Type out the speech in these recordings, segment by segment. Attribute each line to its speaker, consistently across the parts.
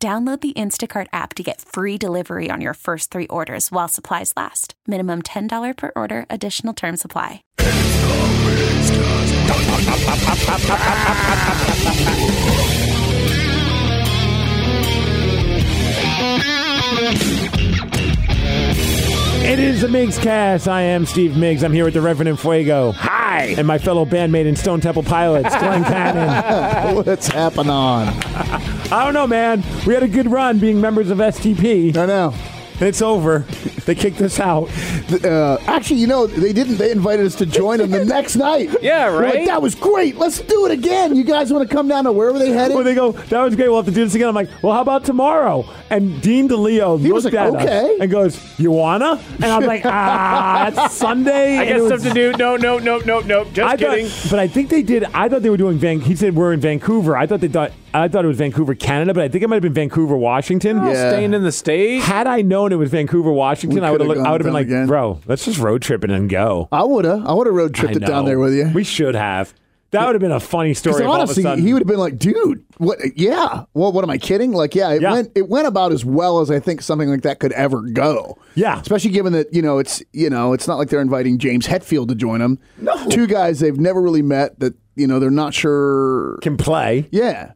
Speaker 1: Download the Instacart app to get free delivery on your first three orders while supplies last. Minimum $10 per order, additional term supply.
Speaker 2: It is the Miggs Cast. I am Steve Miggs. I'm here with the Reverend and Fuego. Hi. And my fellow bandmate in Stone Temple Pilots, Glenn Cannon.
Speaker 3: What's happening on?
Speaker 2: I don't know, man. We had a good run being members of STP.
Speaker 3: I know.
Speaker 2: It's over. They kicked us out.
Speaker 3: Uh, actually, you know, they didn't. They invited us to join them the next night.
Speaker 4: Yeah,
Speaker 3: We're like,
Speaker 4: right?
Speaker 3: that was great. Let's do it again. You guys want to come down to where were they headed?
Speaker 2: Well, they go, that was great. We'll have to do this again. I'm like, well, how about tomorrow? And Dean DeLeo
Speaker 3: He
Speaker 2: looked
Speaker 3: was like,
Speaker 2: at
Speaker 3: okay.
Speaker 2: us and goes, you wanna? And I'm like, ah, that's Sunday.
Speaker 4: I
Speaker 2: And
Speaker 4: got
Speaker 2: it was-
Speaker 4: stuff to do. No, no, no, no, no. Just
Speaker 2: I
Speaker 4: kidding.
Speaker 2: thought, but I think they did. I thought they were doing. Van, he said we're in Vancouver. I thought they thought. I thought it was Vancouver, Canada, but I think it might have been Vancouver, Washington.
Speaker 3: Yeah.
Speaker 4: Staying in the state.
Speaker 2: Had I known it was Vancouver, Washington,
Speaker 3: We
Speaker 2: I would have.
Speaker 3: could've
Speaker 2: looked- I
Speaker 3: gone
Speaker 2: would have been
Speaker 3: down
Speaker 2: like,
Speaker 3: again.
Speaker 2: bro, let's just road trip and then go.
Speaker 3: I would have. I would have road
Speaker 2: I
Speaker 3: tripped it
Speaker 2: know.
Speaker 3: down there with you.
Speaker 2: We should have. That would have been a funny story.
Speaker 3: Because
Speaker 2: if all of a
Speaker 3: honestly,
Speaker 2: sudden-
Speaker 3: he would have been like, "Dude, what? Yeah, well, what am I kidding? Like, yeah, it
Speaker 2: Yeah.
Speaker 3: went it went about as well as I think something like that could ever go.
Speaker 2: Yeah.
Speaker 3: especially given that you know it's you know it's not like they're inviting James Hetfield to join them. No, two guys they've never really met that you know they're not sure.
Speaker 2: can play.
Speaker 3: Yeah,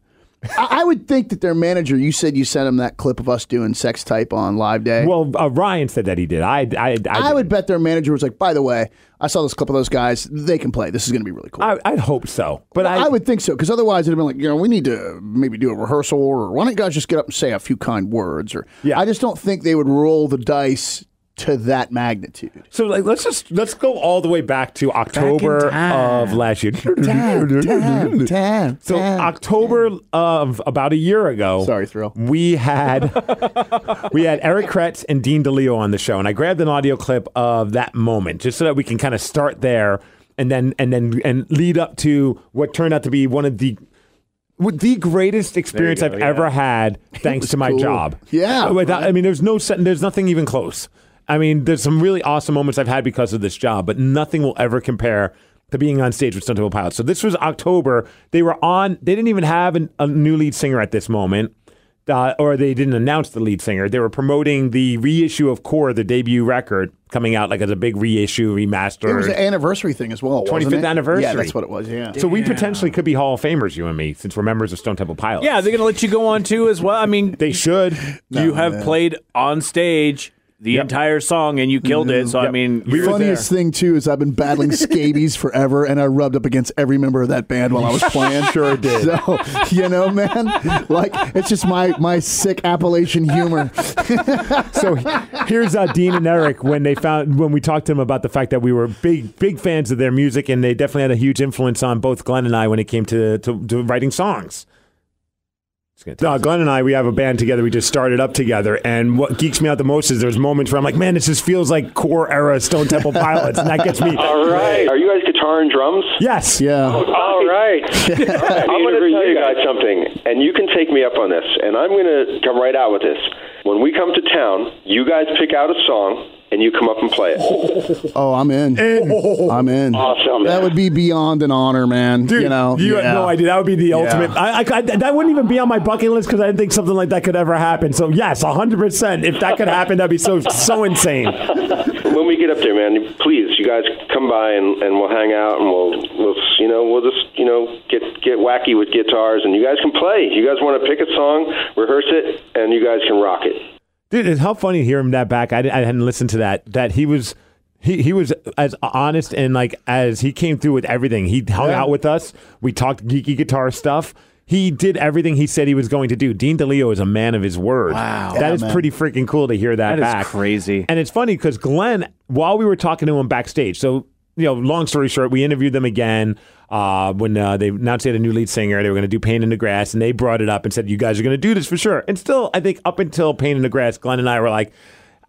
Speaker 3: I, I would think that their manager. You said you sent him that clip of us doing sex type on live day.
Speaker 2: Well, uh, Ryan said that he did. I, I, I,
Speaker 3: I would bet their manager was like, "By the way, I saw this clip of those guys. They can play. This is going to be really cool."
Speaker 2: I, I'd hope so, but
Speaker 3: I,
Speaker 2: I,
Speaker 3: would think so, because otherwise it'd have been like, you know, we need to maybe do a rehearsal, or why don't you guys just get up and say a few kind words? Or
Speaker 2: Yeah.
Speaker 3: I just don't think they would roll the dice to that magnitude.
Speaker 2: So like, let's just let's go all the way back to October of last year. So October of about a year ago.
Speaker 3: Sorry, Thrill.
Speaker 2: We had we had Eric Kretz and Dean DeLeo on the show, and I grabbed an audio clip of that moment just so that we can kind of start there and then and then and lead up to what turned out to be one of the what- the greatest experience
Speaker 4: go,
Speaker 2: I've
Speaker 4: yeah.
Speaker 2: ever had, thanks
Speaker 3: was
Speaker 2: to my
Speaker 3: cool.
Speaker 2: job.
Speaker 3: Yeah.
Speaker 2: Without- Oh, I mean, there's no, se- there's nothing even close. I mean, there's some really awesome moments I've had because of this job, but nothing will ever compare to being on stage with Stunt Temple Pilots. So this was October. They were on. They didn't even have an, a new lead singer at this moment, uh, or they didn't announce the lead singer. They were promoting the reissue of Core, the debut record, coming out like as a big reissue remaster.
Speaker 3: It was an anniversary thing as well.
Speaker 2: 25th
Speaker 3: wasn't it?
Speaker 2: anniversary.
Speaker 3: Yeah, that's what it was. Yeah.
Speaker 2: so we potentially could be Hall of Famers, you and me, since we're members of Stone Temple Pilots.
Speaker 4: Yeah, they're going to let you go on too as well. I mean,
Speaker 2: they should.
Speaker 4: you have played on stage the entire song and you killed it. So, I mean,
Speaker 2: We
Speaker 4: you're-
Speaker 2: were
Speaker 3: Funniest thing too is I've been battling scabies forever, and I rubbed up against every member of that band while I was playing. sure did. So you know, man, like it's just my my sick Appalachian humor.
Speaker 2: So here's uh, Dean and Eric when they found when we talked to them about the fact that we were big big fans of their music and they definitely had a huge influence on both Glenn and I when it came to to, to writing songs. No, Glenn and I, we have a band together. We just started up together, and what geeks me out the most is there's moments where I'm like, "Man, this just feels like core era Stone Temple Pilots," and that gets me.
Speaker 5: All right. Are you guys guitar and drums?
Speaker 2: Yes,
Speaker 3: Yeah.
Speaker 5: All right. I'm going to
Speaker 6: interview
Speaker 5: tell you
Speaker 6: you guys.
Speaker 5: guys something, and you can take me up on this, and I'm going to come right out with this. When we come to town, you guys pick out a song, and you come up and play it.
Speaker 3: Oh, I'm in. I'm in.
Speaker 5: Awesome.
Speaker 3: That would be beyond an honor, man.
Speaker 2: Dude,
Speaker 3: you know, yeah.
Speaker 2: have no idea. That would be the ultimate.
Speaker 3: Yeah.
Speaker 2: I, I- I- that wouldn't even be on my bucket list because I didn't think something like that could ever happen. So yes, 100. percent If that could happen, that'd be so so insane.
Speaker 5: When we get up there, man, please, you guys come by and, and we'll hang out and we'll we'll s- you know we'll just you know get get wacky with guitars and you guys can play. You guys want to pick a song, rehearse it, and you guys can rock it.
Speaker 2: Dude, it's how funny to hear him that back. I, di- I hadn't listened to that. That he was, he, he was as honest and like as he came through with everything. He hung out with us. We talked geeky guitar stuff. He did everything he said he was going to do. Dean DeLeo is a man of his word. Wow, that is pretty freaking cool to hear that.
Speaker 4: That is
Speaker 2: back.
Speaker 4: crazy.
Speaker 2: And it's funny because Glenn, while we were talking to him backstage, so you know, long story short, we interviewed them again uh, when uh, they announced they had a new lead singer. They were going to do Pain in the Grass, and they brought it up and said, "You guys are going to do this for sure." And still, I think up until Pain in the Grass, Glenn and I were like.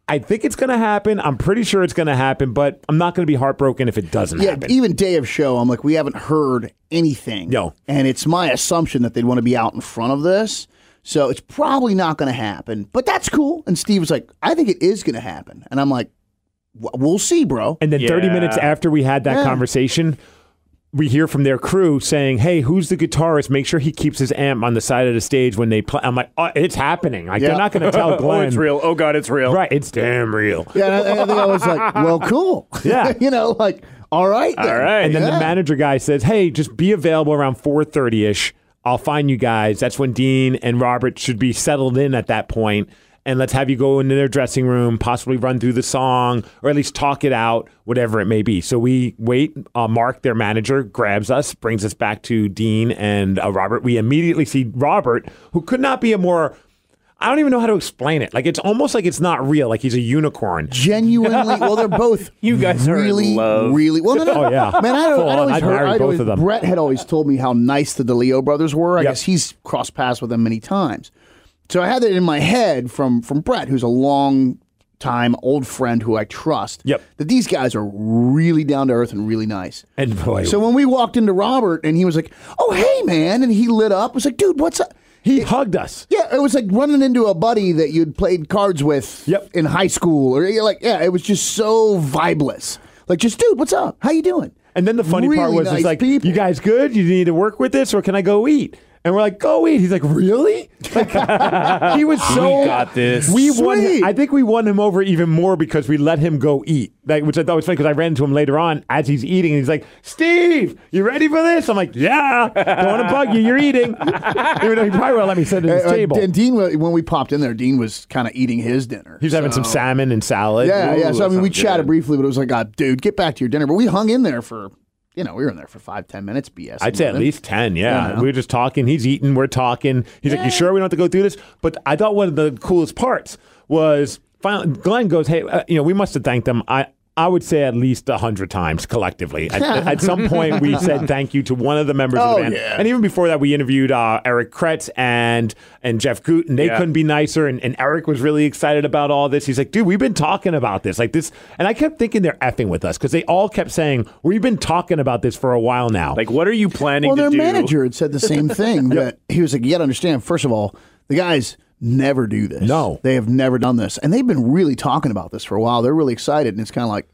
Speaker 2: I think it's going to happen. I'm pretty sure it's going to happen, but I'm not going to be heartbroken if it doesn't
Speaker 3: Yeah,
Speaker 2: happen.
Speaker 3: even day of show, I'm like, we haven't heard anything.
Speaker 2: No.
Speaker 3: And it's my assumption that they'd want to be out in front of this. So it's probably not going to happen, but that's cool. And Steve was like, I think it is going to happen. And I'm like, "W- we'll see, bro.
Speaker 2: And then 30
Speaker 4: Yeah.
Speaker 2: minutes after we had that
Speaker 3: Yeah.
Speaker 2: conversation, we hear from their crew saying, "Hey, who's the guitarist? Make sure he keeps his amp on the side of the stage when they play." I'm like, oh, "It's happening! Like
Speaker 3: Yeah.
Speaker 2: they're not going to tell
Speaker 4: oh,
Speaker 2: Glenn."
Speaker 4: it's real. Oh God, it's real.
Speaker 2: Right? It's damn real.
Speaker 3: yeah, and I, and I think I was like, well, cool.
Speaker 2: Yeah.
Speaker 3: you know, like, all right. Then.
Speaker 4: All right.
Speaker 2: And then
Speaker 3: Yeah.
Speaker 2: the manager guy says, "Hey, just be available around 4:30 ish. I'll find you guys. That's when Dean and Robert should be settled in at that point, and let's have you go into their dressing room, possibly run through the song, or at least talk it out, whatever it may be." So we wait. Uh, Mark, their manager, grabs us, brings us back to Dean and uh, Robert. We immediately see Robert, who could not be a more I don't even know how to explain it. Like it's almost like it's not real. Like he's a unicorn.
Speaker 3: Genuinely, well, they're both
Speaker 4: You guys are in
Speaker 3: really,
Speaker 4: love.
Speaker 3: really. Well, no, no,
Speaker 2: Oh, yeah.
Speaker 3: man. I don't.
Speaker 2: Full
Speaker 3: I'd
Speaker 2: on.
Speaker 3: always
Speaker 2: I'd
Speaker 3: heard.
Speaker 2: marry
Speaker 3: I'd
Speaker 2: both
Speaker 3: always,
Speaker 2: of them.
Speaker 3: Brett had always told me how nice the DeLeo brothers were. I
Speaker 2: Yep.
Speaker 3: guess he's crossed paths with them many times. So I had that in my head from from Brett, who's a long time old friend who I trust.
Speaker 2: Yep.
Speaker 3: That these guys are really down to earth and really nice.
Speaker 2: And boy,
Speaker 3: So when we walked into Robert and he was like, "Oh hey man," and he lit up. I was like, "Dude, what's up?"
Speaker 2: he hugged us.
Speaker 3: Yeah, it was like running into a buddy that you'd played cards with
Speaker 2: Yep.
Speaker 3: in high school, or you're like, yeah, it was just so vibeless. Like, just dude, what's up? How you doing?
Speaker 2: And then the funny part
Speaker 3: Really
Speaker 2: was,
Speaker 3: nice
Speaker 2: it's like,
Speaker 3: people.
Speaker 2: you guys good? You need to work with this, or can I go eat? And we're like, go eat. He's like, really? Like, he was so.
Speaker 4: We got this.
Speaker 2: We won.
Speaker 3: Sweet.
Speaker 2: I think we won him over even more because we let him go eat, like, which I thought was funny because I ran into him later on as he's eating. And he's like, "Steve, you ready for this?" I'm like, "Yeah, don't want to bug you. You're eating." even though he probably would let me sit at his
Speaker 3: Uh,
Speaker 2: table.
Speaker 3: And Dean, wa- when we popped in there, Dean was kind of eating his dinner.
Speaker 2: he was having some salmon and salad.
Speaker 3: yeah, yeah.
Speaker 4: Ooh,
Speaker 3: So I
Speaker 4: that
Speaker 3: mean, we
Speaker 4: sounds
Speaker 3: chatted
Speaker 4: good.
Speaker 3: briefly, but it was like, uh, dude, get back to your dinner. But we hung in there for, you know, we were in there for five, ten minutes. BS.
Speaker 2: I'd say at least 10, yeah.
Speaker 3: Yeah.
Speaker 2: We were just talking. He's eating. We're talking. He's like, You sure we don't have to go through this? But I thought one of the coolest parts was finally, Glenn goes, Hey, uh, you know, we must have thanked them. I, I would say at least 100 times collectively. At, at some point, we said thank you to one of the members of
Speaker 3: Oh,
Speaker 2: the band.
Speaker 3: yeah.
Speaker 2: And even before that, we interviewed uh, Eric Kretz and, and Jeff Gooten. They
Speaker 4: Yeah.
Speaker 2: couldn't be nicer. And, and Eric was really excited about all this. He's like, Dude, we've been talking about this. Like this. And I kept thinking they're effing with us because they all kept saying, We've been talking about this for a while now.
Speaker 4: Like, what are you planning
Speaker 3: Well,
Speaker 4: to
Speaker 3: their
Speaker 4: do?
Speaker 3: manager had said the same thing. That he was like, you got to understand. First of all, the guys never do this.
Speaker 2: No.
Speaker 3: they have never done this, and they've been really talking about this for a while. They're really excited, and it's kind of like,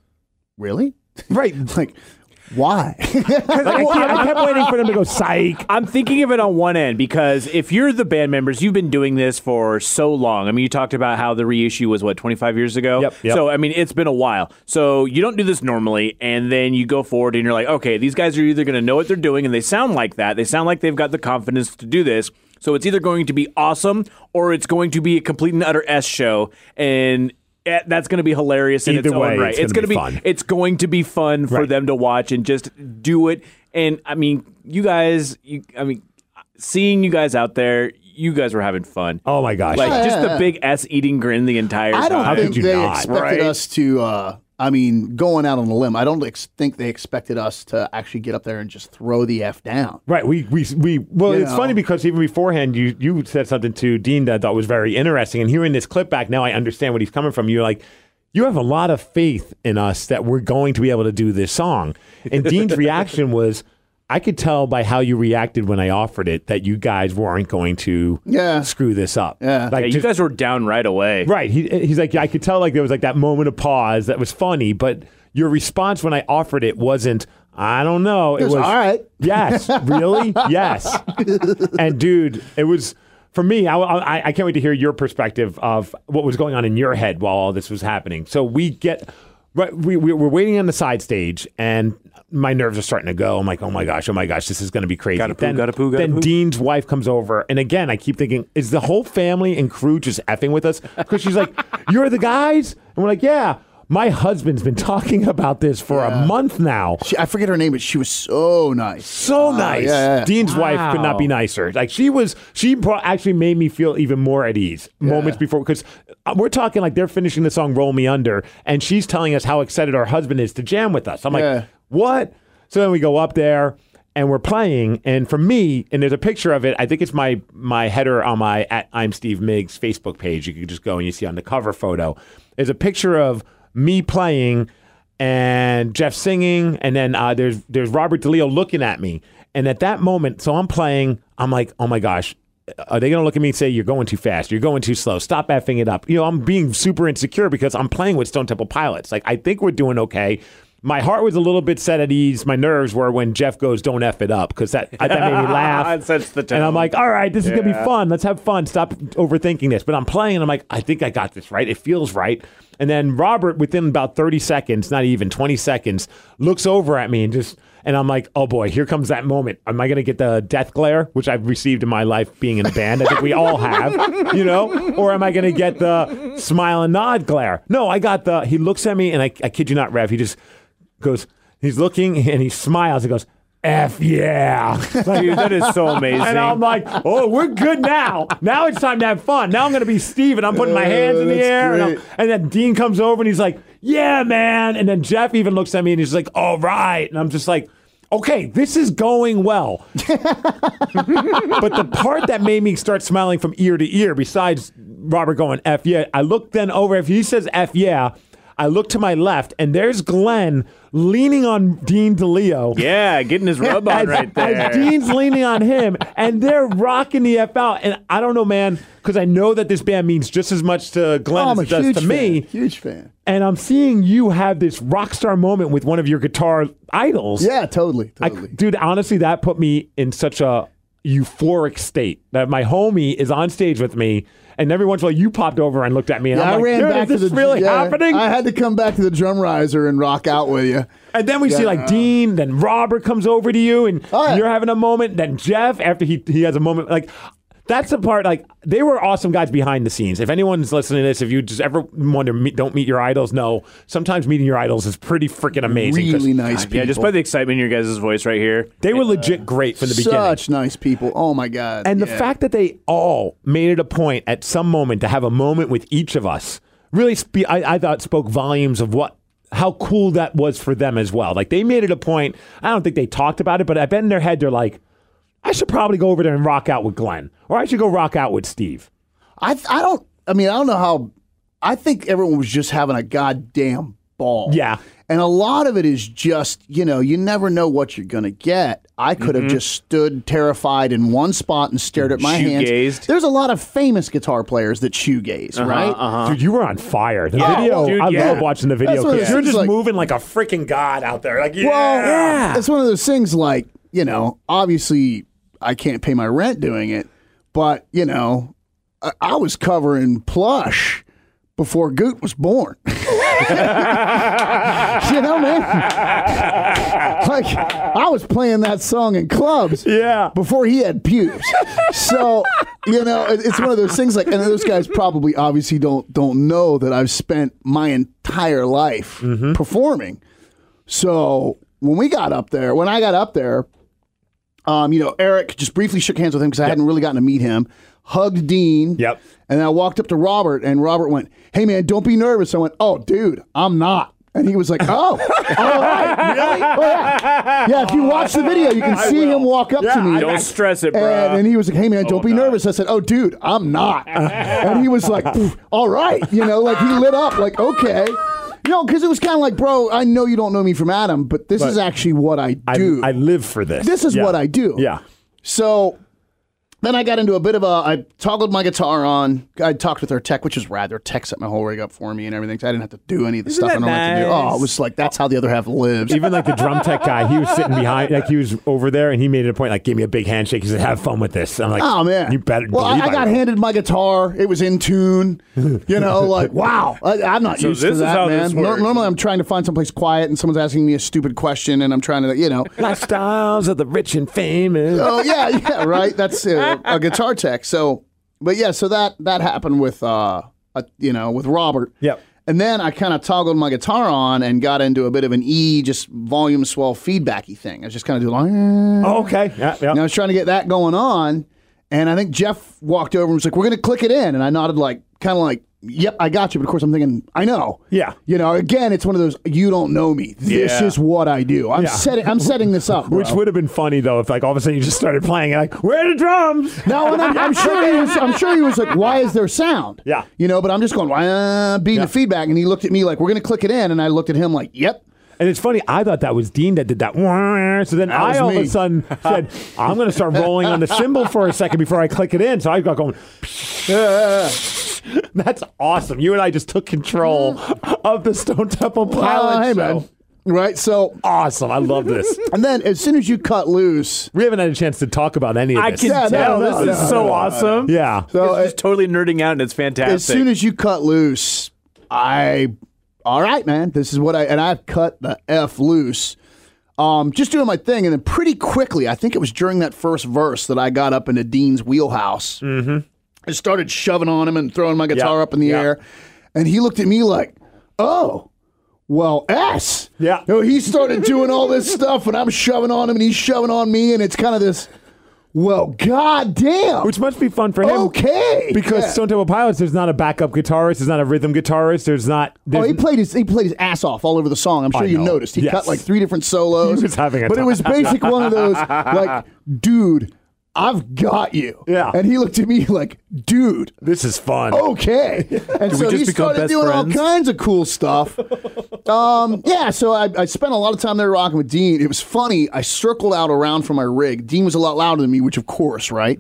Speaker 3: really,
Speaker 2: Right.
Speaker 3: like, why?
Speaker 2: I, kept, I kept waiting for them to go psych.
Speaker 4: I'm thinking of it on one end because if you're the band members, you've been doing this for so long. I mean, you talked about how the reissue was what 25 years ago.
Speaker 2: Yep, yep.
Speaker 4: So I mean, it's been a while. So you don't do this normally, and then you go forward and you're like, okay, these guys are either going to know what they're doing and they sound like that. They sound like they've got the confidence to do this. So it's either going to be awesome or it's going to be a complete and utter S show, and eh, that's going to be hilarious in its
Speaker 2: Either way,
Speaker 4: own right.
Speaker 2: it's gonna
Speaker 4: gonna
Speaker 2: be
Speaker 4: be
Speaker 2: fun.
Speaker 4: it's going to be fun for
Speaker 2: Right.
Speaker 4: them to watch and just do it. And I mean, you guys, you, I mean, seeing you guys out there, you guys were having fun.
Speaker 2: Oh my gosh.
Speaker 4: like just
Speaker 3: yeah.
Speaker 4: the big S eating grin the entire
Speaker 3: I don't
Speaker 4: time.
Speaker 3: think
Speaker 2: you
Speaker 3: they
Speaker 2: not,
Speaker 3: expected
Speaker 4: right?
Speaker 3: us to. Uh, I mean, going out on a limb, I don't ex- think they expected us to actually get up there and just throw the f down.
Speaker 2: Right, we we we. Well,
Speaker 3: You
Speaker 2: it's
Speaker 3: know.
Speaker 2: funny because even beforehand, you you said something to Dean that I thought was very interesting, and hearing this clip back now, I understand what he's coming from. You're like, you have a lot of faith in us that we're going to be able to do this song, and Dean's reaction was. I could tell by how you reacted when I offered it that you guys weren't going to
Speaker 3: Yeah.
Speaker 2: screw this up. Yeah, like
Speaker 4: Yeah, you
Speaker 2: just-
Speaker 4: guys were down right away.
Speaker 2: Right. He, he's like, I could tell like there was like that moment of pause that was funny, but your response when I offered it wasn't, I don't know. It
Speaker 3: was, "All right."
Speaker 2: Yes. Really? yes. And dude, it was for me. I, I I can't wait to hear your perspective of what was going on in your head while all this was happening. So we get right. We, we we're waiting on the side stage and. My nerves are starting to go. I'm like, oh my gosh, oh my gosh, this is going to be crazy.
Speaker 4: Gotta poo, gotta poo, gotta
Speaker 2: then
Speaker 4: poo.
Speaker 2: Dean's wife comes over, and again, I keep thinking, is the whole family and crew just effing with us? Because she's like, "You're the guys," and we're like, "Yeah." My husband's been talking about this for a month now.
Speaker 3: She, I forget her name, but she was so nice.
Speaker 2: So nice.
Speaker 3: yeah, yeah.
Speaker 2: Dean's wife could not be
Speaker 4: Wow.
Speaker 2: nicer. Like she was, she pro- actually made me feel even more at ease moments before because we're talking like they're finishing the song "Roll Me Under" and she's telling us how excited our husband is to jam with us. I'm
Speaker 3: Yeah.
Speaker 2: like, what? So then we go up there and we're playing. And for me, and there's a picture of it. I think it's my my header on my at I'm Steve Miggs Facebook page. You can just go and you see on the cover photo. There's a picture of me playing and Jeff singing, and then uh, there's there's Robert DeLeo looking at me. And at that moment, so I'm playing. I'm like, oh my gosh, are they going to look at me and say you're going too fast you're going too slow stop effing it up you know i'm being super insecure because i'm playing with stone temple pilots like i think we're doing okay my heart was a little bit set at ease my nerves were when jeff goes don't eff it up because that, that made me laugh
Speaker 4: It sets the
Speaker 2: and i'm
Speaker 4: tone.
Speaker 2: like all right this is going to be
Speaker 4: Yeah.
Speaker 2: fun let's have fun stop overthinking this but i'm playing and i'm like i think i got this right it feels right and then robert within about 30 seconds not even 20 seconds looks over at me and just and I'm like, oh boy, here comes that moment. Am I going to get the death glare, which I've received in my life being in a band? I think we all have, you know? Or am I going to get the smile and nod glare? No, I got the, he looks at me and I, I kid you not, Rev, he just goes, he's looking and he smiles and goes, F yeah. Like,
Speaker 4: Dude, that is so amazing.
Speaker 2: and I'm like, oh, we're good now. Now it's time to have fun. Now I'm going to be Steve, and I'm putting
Speaker 4: Oh,
Speaker 2: my hands in the
Speaker 3: that's
Speaker 2: air. And, I'm-
Speaker 3: great.
Speaker 2: and then Dean comes over and he's like, yeah, man. And then Jeff even looks at me and he's like, all right. And I'm just like, okay, this is going well. but the part that made me start smiling from ear to ear, besides Robert going, F yeah, I look then over, if he says F yeah, I look to my left, and there's Glenn leaning on Dean DeLeo
Speaker 4: yeah, getting his rub on
Speaker 2: as,
Speaker 4: right there.
Speaker 2: as Dean's leaning on him, and they're rocking the F out. And I don't know, man, because I know that this band means just as much to Glenn
Speaker 3: Oh, I'm a
Speaker 2: as it does
Speaker 3: huge
Speaker 2: to me.
Speaker 3: fan. Huge fan.
Speaker 2: And I'm seeing you have this rock star moment with one of your guitar idols.
Speaker 3: Yeah, totally,
Speaker 2: I-
Speaker 3: totally.
Speaker 2: dude, honestly, that put me in such a euphoric state that my homie is on stage with me. And every once in a while, you popped over and looked at me, and
Speaker 3: Yeah,
Speaker 2: I'm
Speaker 3: I
Speaker 2: like,
Speaker 3: ran
Speaker 2: "Dude,
Speaker 3: back
Speaker 2: is this
Speaker 3: to the
Speaker 2: really
Speaker 3: yeah,
Speaker 2: happening?"
Speaker 3: I had to come back to the drum riser and rock out with you.
Speaker 2: And then we see like Dean, then Robert comes over to you, and
Speaker 3: Oh, yeah.
Speaker 2: you're having a moment. Then Jeff, after he he has a moment, like that's the part. Like they were awesome guys behind the scenes. If anyone's listening to this, if you just ever wonder, meet, don't meet your idols. No, sometimes meeting your idols is pretty freaking amazing. 'cause
Speaker 3: Really nice people.
Speaker 4: yeah, just by the excitement in your guys' voice right here.
Speaker 2: They were legit great from the beginning.
Speaker 3: Such nice people. Oh my god.
Speaker 2: And the
Speaker 3: Yeah.
Speaker 2: fact that they all made it a point at some moment to have a moment with each of us really, spe- I, I thought, spoke volumes of what how cool that was for them as well. Like they made it a point. I don't think they talked about it, but I bet in their head they're like, I should probably go over there and rock out with Glenn, or I should go rock out with Steve.
Speaker 3: I th- I don't I mean I don't know how I think everyone was just having a goddamn ball.
Speaker 2: Yeah.
Speaker 3: And a lot of it is just, you know, you never know what you're going to get. I could
Speaker 4: Mm-hmm.
Speaker 3: have just stood terrified in one spot and stared at my hands.
Speaker 4: Shoe-gazed.
Speaker 3: There's a lot of famous guitar players that shoegaze, right?
Speaker 2: Dude, you were on fire. The
Speaker 3: Yeah.
Speaker 2: video,
Speaker 4: Dude,
Speaker 2: I
Speaker 4: uh-huh. yeah.
Speaker 2: love watching the video
Speaker 3: That's what it
Speaker 2: because you're
Speaker 3: seems
Speaker 2: just
Speaker 3: like.
Speaker 2: moving like a freaking god out there. Like, yeah.
Speaker 3: Well, it's one of those things like, you know, obviously I can't pay my rent doing it, but, you know, I, I was covering plush before Goot was born. you know, man. like, I was playing that song in clubs
Speaker 2: yeah.
Speaker 3: before he had pubes. so you know, it, it's one of those things. Like, and those guys probably obviously don't don't know that I've spent my entire life
Speaker 2: Mm-hmm.
Speaker 3: performing. So when we got up there, when I got up there, um, you know, Eric just briefly shook hands with him because I hadn't really gotten to meet him. Hugged Dean.
Speaker 2: Yep.
Speaker 3: And I walked up to Robert, and Robert went, "Hey man, don't be nervous." I went, "Oh, dude, I'm not." And he was like, "Oh, all right, really? Oh, yeah. yeah." If you watch the video, you can see him walk up to me.
Speaker 4: Don't stress it, bro.
Speaker 3: And, and he was like, "Hey man, don't be nervous." I said, "Oh, dude, I'm not." and he was like, "Pff, "All right," you know, like he lit up, like okay, you know, because it was kind of like, "Bro, I know you don't know me from Adam, but this is actually what I
Speaker 2: I,
Speaker 3: do.
Speaker 2: I live for this.
Speaker 3: this is
Speaker 2: Yeah.
Speaker 3: what I do."
Speaker 2: Yeah.
Speaker 3: So then I got into a bit of a. I toggled my guitar on. I talked with our tech, which is rad. Their tech set my whole rig up for me and everything. So I didn't have to do any of the stuff I
Speaker 4: that
Speaker 3: don't like to do.
Speaker 4: nice?
Speaker 3: Oh, it was like that's how the other half lives.
Speaker 2: Even like the drum tech guy, he was sitting behind, like he was over there, and he made it a point, like, give me a big handshake. He said, "Have fun with this." I'm like,
Speaker 3: Oh man!
Speaker 2: you better."
Speaker 3: Well, I,
Speaker 2: believe
Speaker 3: I got
Speaker 2: will."
Speaker 3: handed my guitar. It was in tune. You know, like wow, I, I'm not used
Speaker 4: this
Speaker 3: to
Speaker 4: is
Speaker 3: that,
Speaker 4: how
Speaker 3: man.
Speaker 4: this
Speaker 3: Nor-
Speaker 4: works.
Speaker 3: normally, I'm trying to find someplace quiet, and someone's asking me a stupid question, and I'm trying to, you know.
Speaker 2: Lifestyles of the rich and famous.
Speaker 3: oh yeah, yeah, right. That's uh, a guitar tech. So, but yeah, so that that happened with uh, uh you know, with Robert.
Speaker 2: Yep.
Speaker 3: And then I kind of toggled my guitar on and got into a bit of an E, just volume swell feedbacky thing. I was just kind of doing like. "Eh."
Speaker 2: Oh, okay. Yeah, yeah.
Speaker 3: And I was trying to get that going on. And I think Jeff walked over and was like, we're going to click it in. And I nodded, like, kind of like, yep, I got you. But of course, I'm thinking, I know.
Speaker 2: Yeah.
Speaker 3: You know, again, it's one of those you don't know me. This
Speaker 4: Yeah.
Speaker 3: is what I do. I'm
Speaker 2: Yeah.
Speaker 3: setting. I'm setting this up.
Speaker 2: Which
Speaker 3: bro.
Speaker 2: would have been funny though if like all of a sudden you just started playing and like where are the drums?
Speaker 3: No, and I'm, I'm sure he was. I'm sure he was like, "Why is there sound?"
Speaker 2: Yeah.
Speaker 3: you know. But I'm just going, "Why?" Uh, beating the feedback, and he looked at me like, "We're gonna click it in," and I looked at him like, "Yep."
Speaker 2: And it's funny, I thought that was Dean that did that. So then
Speaker 3: That
Speaker 2: I
Speaker 3: was
Speaker 2: all of
Speaker 3: me.
Speaker 2: a sudden said, I'm going to start rolling on the cymbal for a second before I click it in. So I got going, that's awesome. You and I just took control of the Stone Temple
Speaker 3: Uh,
Speaker 2: Pilots.
Speaker 3: hey,
Speaker 2: show.
Speaker 3: man. Right. So,
Speaker 2: Awesome. I love this.
Speaker 3: and then as soon as you cut loose,
Speaker 2: we haven't had a chance to talk about any of
Speaker 4: I
Speaker 2: this.
Speaker 4: can
Speaker 3: Yeah, no,
Speaker 4: tell.
Speaker 3: no,
Speaker 4: this
Speaker 3: no,
Speaker 4: is
Speaker 3: no,
Speaker 4: so
Speaker 3: no, no.
Speaker 4: awesome.
Speaker 2: yeah.
Speaker 3: so uh,
Speaker 4: It's just totally nerding out, and it's fantastic.
Speaker 3: as soon as you cut loose, I, all right, man, this is what I and I've cut the f loose. Um, just doing my thing, and then pretty quickly, I think it was during that first verse that I got up into Dean's wheelhouse. Mm-hmm. I started shoving on him and throwing my guitar
Speaker 2: Hmm. Yeah,
Speaker 3: up in the
Speaker 2: yeah.
Speaker 3: air, and he looked at me like, "Oh, well, s."
Speaker 2: Yeah.
Speaker 3: You know, he started doing all this stuff, and I'm shoving on him, and he's shoving on me, and it's kind of this, well, goddamn.
Speaker 2: Which must be fun for him.
Speaker 3: okay,
Speaker 2: Because
Speaker 3: Yeah.
Speaker 2: Stone Temple Pilots, there's not a backup guitarist, there's not a rhythm guitarist, there's not.
Speaker 3: Oh,
Speaker 2: There's
Speaker 3: he played his he played his ass off all over the song. I'm sure
Speaker 2: I
Speaker 3: you
Speaker 2: know.
Speaker 3: noticed. He
Speaker 2: Yes.
Speaker 3: cut like three different solos.
Speaker 2: He was having a
Speaker 3: but
Speaker 2: time.
Speaker 3: it was basic one of those like, dude, I've got you.
Speaker 2: Yeah.
Speaker 3: And he looked at me like, dude,
Speaker 2: this is fun.
Speaker 3: okay. And so
Speaker 4: just
Speaker 3: he
Speaker 4: become
Speaker 3: started
Speaker 4: best
Speaker 3: doing
Speaker 4: friends?
Speaker 3: all kinds of cool stuff. um, yeah, so I, I spent a lot of time there rocking with Dean. It was funny. I circled out around for my rig. Dean was a lot louder than me, which of course, right?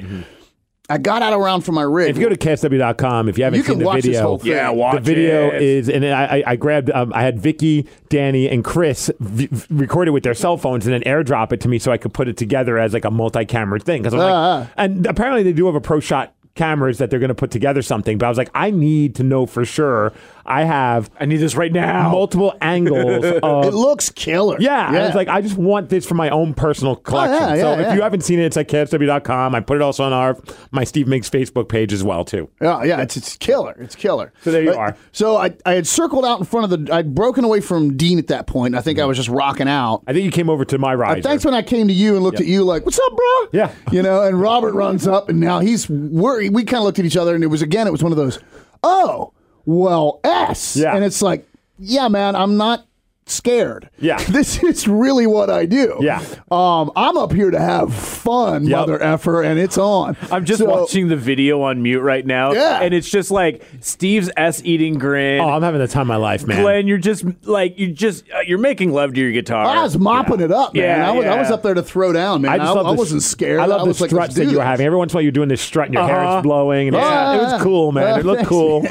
Speaker 3: I got out around for my rig.
Speaker 2: If you go to KSW.com, if you haven't
Speaker 3: You can
Speaker 2: seen the
Speaker 3: watch this
Speaker 2: video,
Speaker 3: whole thing. Yeah,
Speaker 4: watch
Speaker 2: the video
Speaker 4: it.
Speaker 2: is, and I, I- I grabbed, um, I had Vicky, Danny, and Chris v- v- record it with their cell phones and then airdrop it to me so I could put it together as like a multi-camera thing. Because I'm like,
Speaker 3: Uh-huh.
Speaker 2: and apparently they do have a pro shot cameras that they're going to put together something. But I was like, I need to know for sure. I have
Speaker 4: I need this right now.
Speaker 2: multiple angles
Speaker 3: it
Speaker 2: of.
Speaker 3: looks killer.
Speaker 2: Yeah, I was like, I just want this for my own personal collection. so
Speaker 3: Oh, yeah,
Speaker 2: if
Speaker 3: yeah.
Speaker 2: you haven't seen it, it's at KSW.com. I put it also on our my Steve Miggs Facebook page as well too.
Speaker 3: Yeah, yeah, it's it's killer. It's killer.
Speaker 2: So there you
Speaker 3: But-
Speaker 2: are.
Speaker 3: So I, I had circled out in front of the. I'd broken away from Dean at that point. I think
Speaker 2: Mm-hmm.
Speaker 3: I was just rocking out.
Speaker 2: I think you came over to my riser.
Speaker 3: I, thanks when I came to you and looked at you like, "What's up, bro?"
Speaker 2: Yeah.
Speaker 3: you know. And Robert runs up, and now he's worried. We kind of looked at each other, and it was again, it was one of those, "Oh, well, s."
Speaker 2: Yeah.
Speaker 3: and it's like, "Yeah, man, I'm not." Scared.
Speaker 2: Yeah.
Speaker 3: This is really what I do.
Speaker 2: Yeah.
Speaker 3: Um, I'm up here to have fun,
Speaker 2: Yep.
Speaker 3: mother effer, and it's on.
Speaker 4: I'm just
Speaker 3: So-
Speaker 4: watching the video on mute right now,
Speaker 3: Yeah.
Speaker 4: and it's just like Steve's s eating grin.
Speaker 2: Oh, I'm having the time of my life, man.
Speaker 4: Glenn, you're just like you just uh, you're making love to your guitar.
Speaker 3: I was mopping it up, man.
Speaker 4: Yeah,
Speaker 3: I, was, I was
Speaker 4: yeah.
Speaker 3: up there to throw down, man. I,
Speaker 2: just love
Speaker 3: I
Speaker 2: the-
Speaker 3: wasn't scared.
Speaker 2: I love
Speaker 3: was
Speaker 2: the
Speaker 3: like,
Speaker 2: struts
Speaker 3: let's
Speaker 2: that
Speaker 3: do
Speaker 2: you were
Speaker 3: this.
Speaker 2: having. Every once in a while, you're doing this strut, and your hair
Speaker 4: Uh-huh.
Speaker 2: is blowing. And
Speaker 3: Yeah.
Speaker 2: it's, it was cool, man.
Speaker 3: Uh,
Speaker 2: it looked
Speaker 3: thanks,
Speaker 2: cool.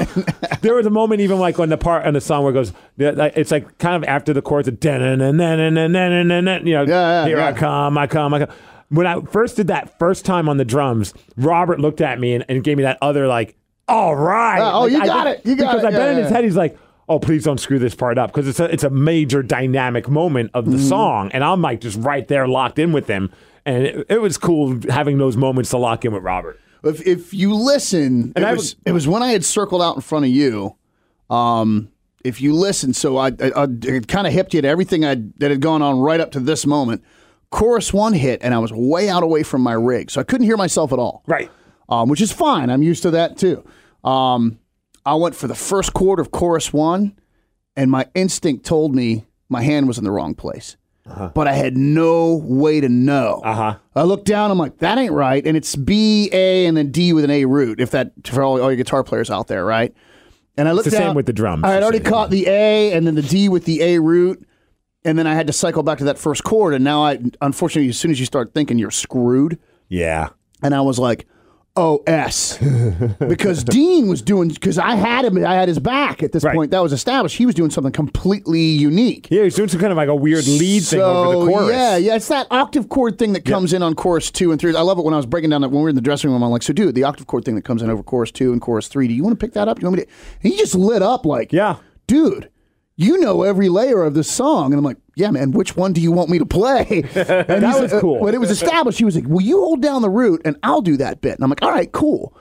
Speaker 2: there was a moment, even like on the part on the song where it goes, it's like kind of after the chorus, of dun- dun- dun- dun- dun- dun- dun- dun, you know,
Speaker 3: Yeah, yeah,
Speaker 2: here
Speaker 3: yeah.
Speaker 2: I come, I come, I come. When I first did that first time on the drums, Robert looked at me and, and gave me that other like, all right,
Speaker 3: Uh, oh,
Speaker 2: Like,
Speaker 3: you
Speaker 2: I
Speaker 3: got
Speaker 2: think-
Speaker 3: it. You got
Speaker 2: because
Speaker 3: it.
Speaker 2: I bet
Speaker 3: Yeah,
Speaker 2: in his
Speaker 3: yeah.
Speaker 2: head he's like. Oh, please don't screw this part up because it's a, it's a major dynamic moment of the
Speaker 3: Mm.
Speaker 2: song, and I'm like just right there locked in with him, and it, it was cool having those moments to lock in with Robert.
Speaker 3: If, if you listen,
Speaker 2: And
Speaker 3: it
Speaker 2: I
Speaker 3: was, it was when I had circled out in front of you. Um, if you listen, so I, I, I kind of hipped you to everything I that had gone on right up to this moment. Chorus one hit, and I was way out away from my rig, so I couldn't hear myself at all.
Speaker 2: Right.
Speaker 3: um, which is fine. I'm used to that too. Um, I went for the first chord of chorus one, and my instinct told me my hand was in the wrong place, but I had no way to know.
Speaker 2: Uh-huh.
Speaker 3: I looked down. I'm like, that ain't right, and it's B A and then D with an A root. If that for all, all your guitar players out there, right? And I looked
Speaker 2: the same
Speaker 3: down-
Speaker 2: with the drums.
Speaker 3: I had
Speaker 2: It's
Speaker 3: already
Speaker 2: the same.
Speaker 3: caught the A and then the D with the A root. And then I had to cycle back to that first chord, and now I unfortunately, as soon as you start thinking you're screwed,
Speaker 2: Yeah.
Speaker 3: and I was like, "Oh, s," because Dean was doing because I had him, I had his back at this
Speaker 2: Right.
Speaker 3: point. That was established. He was doing something completely unique.
Speaker 2: Yeah, he's doing some kind of like a weird lead thing over the chorus.
Speaker 3: yeah, yeah, it's that octave chord thing that comes in on chorus two and three. I love it when I was breaking down that when we were in the dressing room. I'm like, so dude, the octave chord thing that comes in over chorus two and chorus three. Do you want to pick that up? Do you want me to? And he just lit up like,
Speaker 2: Yeah.
Speaker 3: dude. You know every layer of this song, and I'm like, yeah, man. Which one do you want me to play? And that
Speaker 2: was cool.
Speaker 3: When it was established, he was like, "Well, you hold down the root, and I'll do that bit." And I'm like, "All right, cool."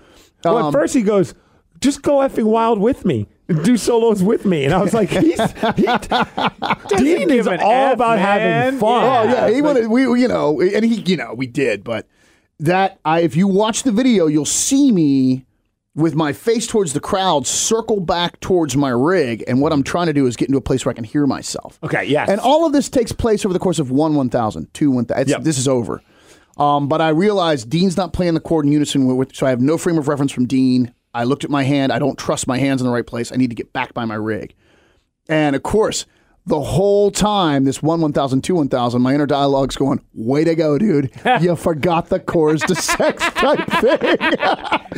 Speaker 3: Um,
Speaker 2: Well, at first he goes, just go effing wild with me. Do solos with me. And I was like, he's, he, Dean is
Speaker 4: give
Speaker 2: all
Speaker 4: an F,
Speaker 2: about having
Speaker 4: man.
Speaker 2: fun.
Speaker 3: Oh yeah, he wanted we we- you know and he you know we did, but that I if you watch the video, you'll see me with my face towards the crowd, circle back towards my rig, and what I'm trying to do is get into a place where I can hear myself.
Speaker 2: Okay, yes.
Speaker 3: And all of this takes place over the course of one one thousand, two one thousand.
Speaker 2: Yep.
Speaker 3: This is over. Um, but I realized Dean's not playing the chord in unison with, with, so I have no frame of reference from Dean. I looked at my hand. I don't trust my hands in the right place. I need to get back by my rig. And of course, the whole time, this one, 1000, two, 1000, my inner dialogue's going, way to go, dude. You forgot the chorus to sex type thing. and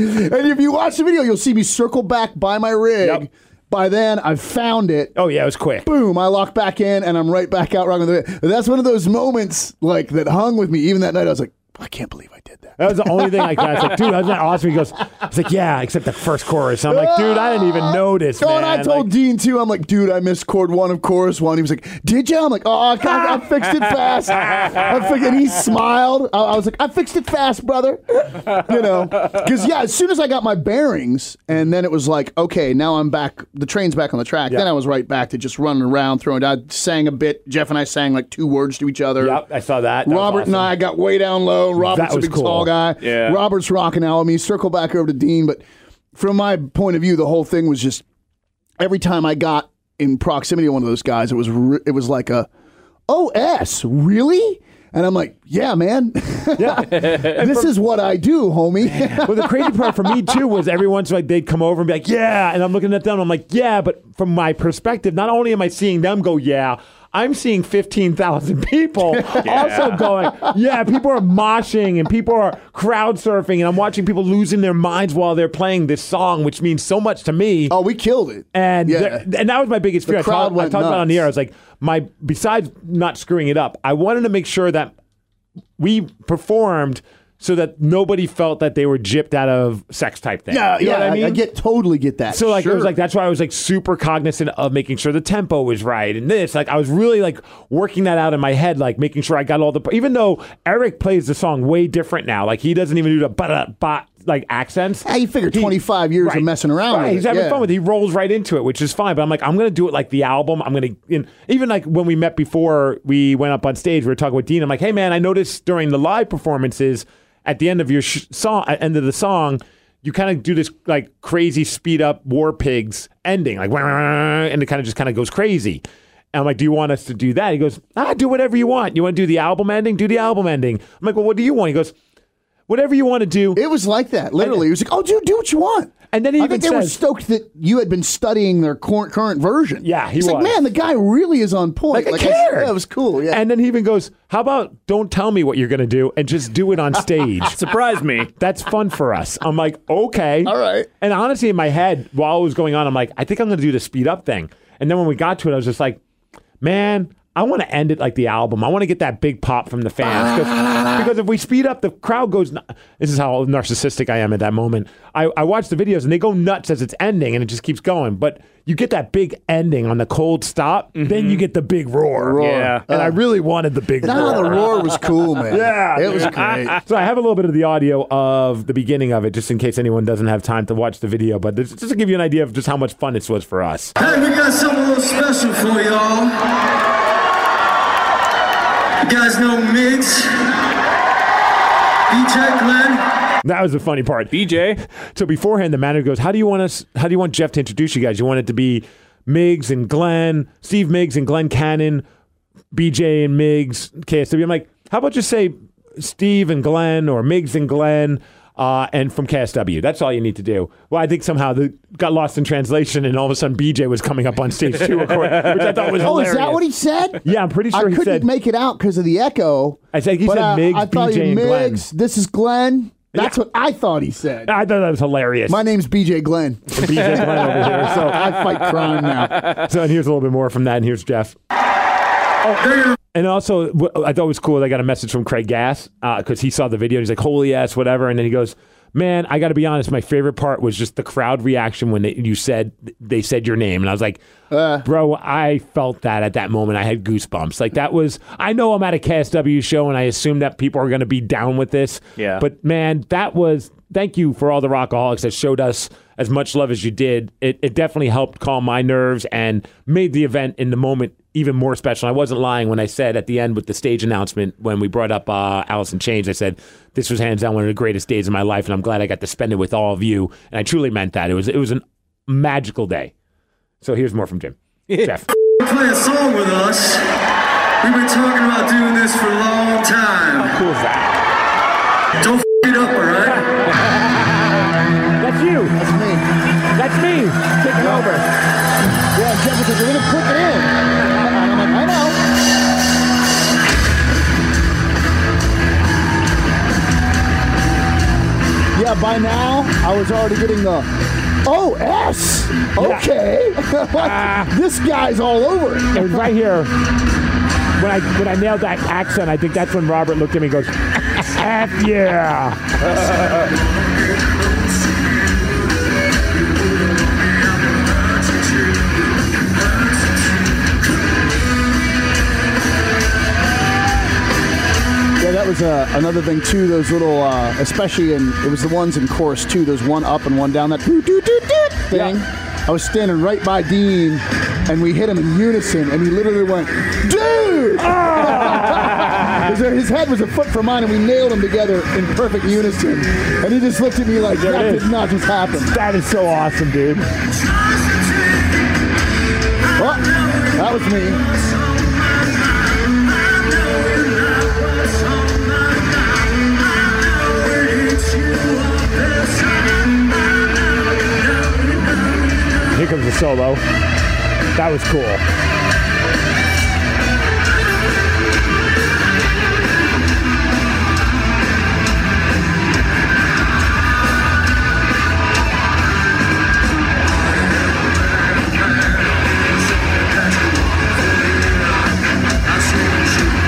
Speaker 3: if you watch the video, you'll see me circle back by my rig.
Speaker 2: Yep.
Speaker 3: By then, I've found it.
Speaker 2: Oh yeah, it was quick.
Speaker 3: Boom, I lock back in and I'm right back out rocking the video. That's one of those moments like that hung with me. Even that night, I was like, I can't believe I did that.
Speaker 2: That was the only thing I got. It's like, dude, wasn't that awesome? He goes, I was like, yeah, except the first chorus. I'm like, dude, I didn't even notice.
Speaker 3: Oh,
Speaker 2: man.
Speaker 3: and I told
Speaker 2: Like,
Speaker 3: Dean too. I'm like, dude, I missed chord one of chorus one. He was like, did you? I'm like, oh, God, I fixed it fast. I fixed, and he smiled. I, I was like, I fixed it fast, brother. You know, because yeah, as soon as I got my bearings, and then it was like, okay, now I'm back. The train's back on the track. Then I was right back to just running around, throwing. I sang a bit. Jeff and I sang like two words to each other.
Speaker 2: Yep, I saw that. That was
Speaker 3: Robert and
Speaker 2: awesome.
Speaker 3: I got way down low. Robert's a
Speaker 2: was
Speaker 3: big
Speaker 2: cool.
Speaker 3: tall guy.
Speaker 4: Yeah.
Speaker 3: Robert's rocking out with me. Circle back over to Dean, but from my point of view, the whole thing was just every time I got in proximity to one of those guys, it was re- it was like a OS really. And I'm like, yeah, man. this is what I do, homie.
Speaker 2: Well, the crazy part for me too was every once in a while they'd come over and be like, "Yeah," and I'm looking at them. I'm like, "Yeah," but from my perspective, not only am I seeing them go, "Yeah," I'm seeing fifteen thousand people also going, "Yeah." People are moshing and people are crowd surfing, and I'm watching people losing their minds while they're playing this song, which means so much to me.
Speaker 3: oh, we killed it.
Speaker 2: And
Speaker 3: yeah,
Speaker 2: there- and that was my biggest fear. I
Speaker 3: crowd
Speaker 2: talked, I
Speaker 3: went
Speaker 2: talked about it on
Speaker 3: nuts.
Speaker 2: the air. I was like, my besides not screwing it up, I wanted to make sure that we performed so that nobody felt that they were gypped out of sex type thing.
Speaker 3: yeah,
Speaker 2: you know
Speaker 3: yeah.
Speaker 2: what I
Speaker 3: I,
Speaker 2: mean.
Speaker 3: I get totally get that.
Speaker 2: so like it was
Speaker 3: Sure.
Speaker 2: like that's why I was like super cognizant of making sure the tempo was right and this like I was really like working that out in my head like making sure I got all the even though Eric plays the song way different now like he doesn't even do the ba ba like accents
Speaker 3: Yeah, you figure 25 years of messing around
Speaker 2: Right,
Speaker 3: with
Speaker 2: he's
Speaker 3: it,
Speaker 2: having
Speaker 3: yeah.
Speaker 2: fun with it. He rolls right into it, which is fine. But I'm like, I'm gonna do it like the album. I'm gonna and even like when we met before we went up on stage, we were talking with Dean. I'm like, hey man, I noticed during the live performances at the end of your sh- song, at end of the song, you kind of do this like crazy speed up War Pigs ending, like and it kind of just kind of goes crazy. And I'm like, do you want us to do that? He goes, ah, do whatever you want. You want to do the album ending? Do the album ending. I'm like, well, what do you want? He goes, whatever you want to do.
Speaker 3: It was like that, literally. It was like, oh, dude, do what you want.
Speaker 2: And then he
Speaker 3: I
Speaker 2: even
Speaker 3: think they were
Speaker 2: says-
Speaker 3: stoked that you had been studying their current, current version.
Speaker 2: Yeah, he
Speaker 3: It's like,
Speaker 2: was.
Speaker 3: man, the guy really is on point.
Speaker 2: Like, I
Speaker 3: it's-
Speaker 2: cared.
Speaker 3: yeah, it was cool. Yeah.
Speaker 2: And then he even goes, "How about don't tell me what you're going to do and just do it on stage?
Speaker 4: Surprise me.
Speaker 2: That's fun for us." I'm like, "Okay,
Speaker 3: All right.
Speaker 2: And honestly, in my head, while it was going on, I'm like, "I think I'm going to do the speed up thing." And then when we got to it, I was just like, "Man." I want to end it like the album. I want to get that big pop from the fans 'Cause- because if we speed up, the crowd goes. nu- This is how narcissistic I am at that moment. I, I watch the videos and they go nuts as it's ending, and it just keeps going. But you get that big ending on the cold stop, then you get the big roar.
Speaker 4: Yeah.
Speaker 2: And I really wanted the big
Speaker 3: Nah, the
Speaker 2: roar.
Speaker 3: roar was cool, man.
Speaker 2: Yeah,
Speaker 3: It was
Speaker 2: dude.
Speaker 3: great.
Speaker 2: So I have a little bit of the audio of the beginning of it, just in case anyone doesn't have time to watch the video. But this, just to give you an idea of just how much fun this was for us.
Speaker 6: Hey, we got something a little special for y'all. You guys know Migs, DJ Glenn.
Speaker 2: That was the funny part.
Speaker 4: BJ.
Speaker 2: So beforehand, the manager goes, "How do you want us? How do you want Jeff to introduce you guys? You want it to be Miggs and Glenn, Steve Miggs and Glenn Cannon, BJ and Miggs, KSW." I'm like, "How about just say Steve and Glenn or Miggs and Glenn?" Uh, and from KSW. That's all you need to do. Well, I think somehow the got lost in translation, and all of a sudden BJ was coming up on stage too, of course, which I thought was
Speaker 3: Oh,
Speaker 2: hilarious.
Speaker 3: is that what he said?
Speaker 2: Yeah, I'm pretty sure
Speaker 3: I
Speaker 2: he
Speaker 3: couldn't
Speaker 2: said.
Speaker 3: make it out because of the echo.
Speaker 2: I think he
Speaker 3: but
Speaker 2: said
Speaker 3: I-
Speaker 2: Migs,
Speaker 3: I thought he
Speaker 2: BJ, and Glenn.
Speaker 3: Migs, this is Glenn. That's
Speaker 2: Yeah.
Speaker 3: what I thought he said.
Speaker 2: I thought that was hilarious.
Speaker 3: My name's BJ Glenn.
Speaker 2: BJ Glenn over here. So,
Speaker 3: I fight crime now.
Speaker 2: so, and here's a little bit more from that, and here's Jeff.
Speaker 6: They're
Speaker 2: And also, wh- I thought it was cool. I got a message from Craig Gass because he saw the video and he's like, "Holy ass, whatever!" And then he goes, "Man, I got to be honest. My favorite part was just the crowd reaction when they, you said they said your name." And I was like, "Bro, I felt that at that moment. I had goosebumps. Like that was. I know I'm at a KSW show, and I assume that people are going to be down with this.
Speaker 4: Yeah.
Speaker 2: But man, that was. Thank you for all the rockaholics that showed us as much love as you did. It, it definitely helped calm my nerves and made the event in the moment even more special. I wasn't lying when I said at the end with the stage announcement when we brought up uh, Allison Chains, I said this was hands down one of the greatest days of my life, and I'm glad I got to spend it with all of you. And I truly meant that. It was it was a magical day. So here's more from Jim. Jeff.
Speaker 6: Play a song with us. We've been talking about doing this for a long time.
Speaker 2: Cool is that?
Speaker 6: Don't f- it up, all right?
Speaker 2: That's you.
Speaker 3: That's me.
Speaker 2: That's me. Taking over.
Speaker 3: Yeah, Jeff, because we're gonna clip it in. And I'm like, I know. Yeah, by now I was already getting the Oh S. Okay.
Speaker 2: Ah.
Speaker 3: this guy's all over it.
Speaker 2: It was right here. When I when I nailed that accent, I think that's when Robert looked at me and goes, F yeah.
Speaker 3: Yeah, that was uh, another thing too. Those little, uh, especially in it was the ones in chorus too. There's one up and one down. That doo doo doo doo thing. I was standing right by Dean, and we hit him in unison, and he literally went, "Dude!" His- His head was a foot from mine, and we nailed him together in perfect unison. And he just looked at me like, "That
Speaker 2: it is.
Speaker 3: did not just happen."
Speaker 2: That is so awesome, dude.
Speaker 3: Oh, that was me.
Speaker 2: Here comes the solo. That was cool.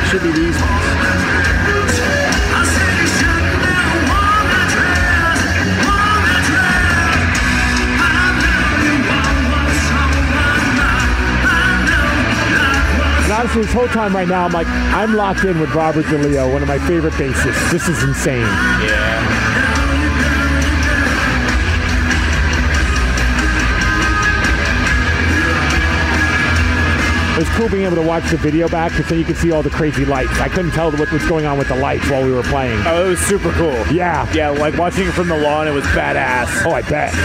Speaker 3: Should be these.
Speaker 2: And honestly, this whole time right now, I'm like, I'm locked in with Robert DeLeo, one of my favorite bassists. This is insane. It was cool being able to watch the video back because then you could see all the crazy lights. I couldn't tell what was going on with the lights while we were playing.
Speaker 4: Oh, it was super cool.
Speaker 2: Yeah.
Speaker 4: Yeah, like watching it from the lawn, it was badass.
Speaker 2: Oh, I bet.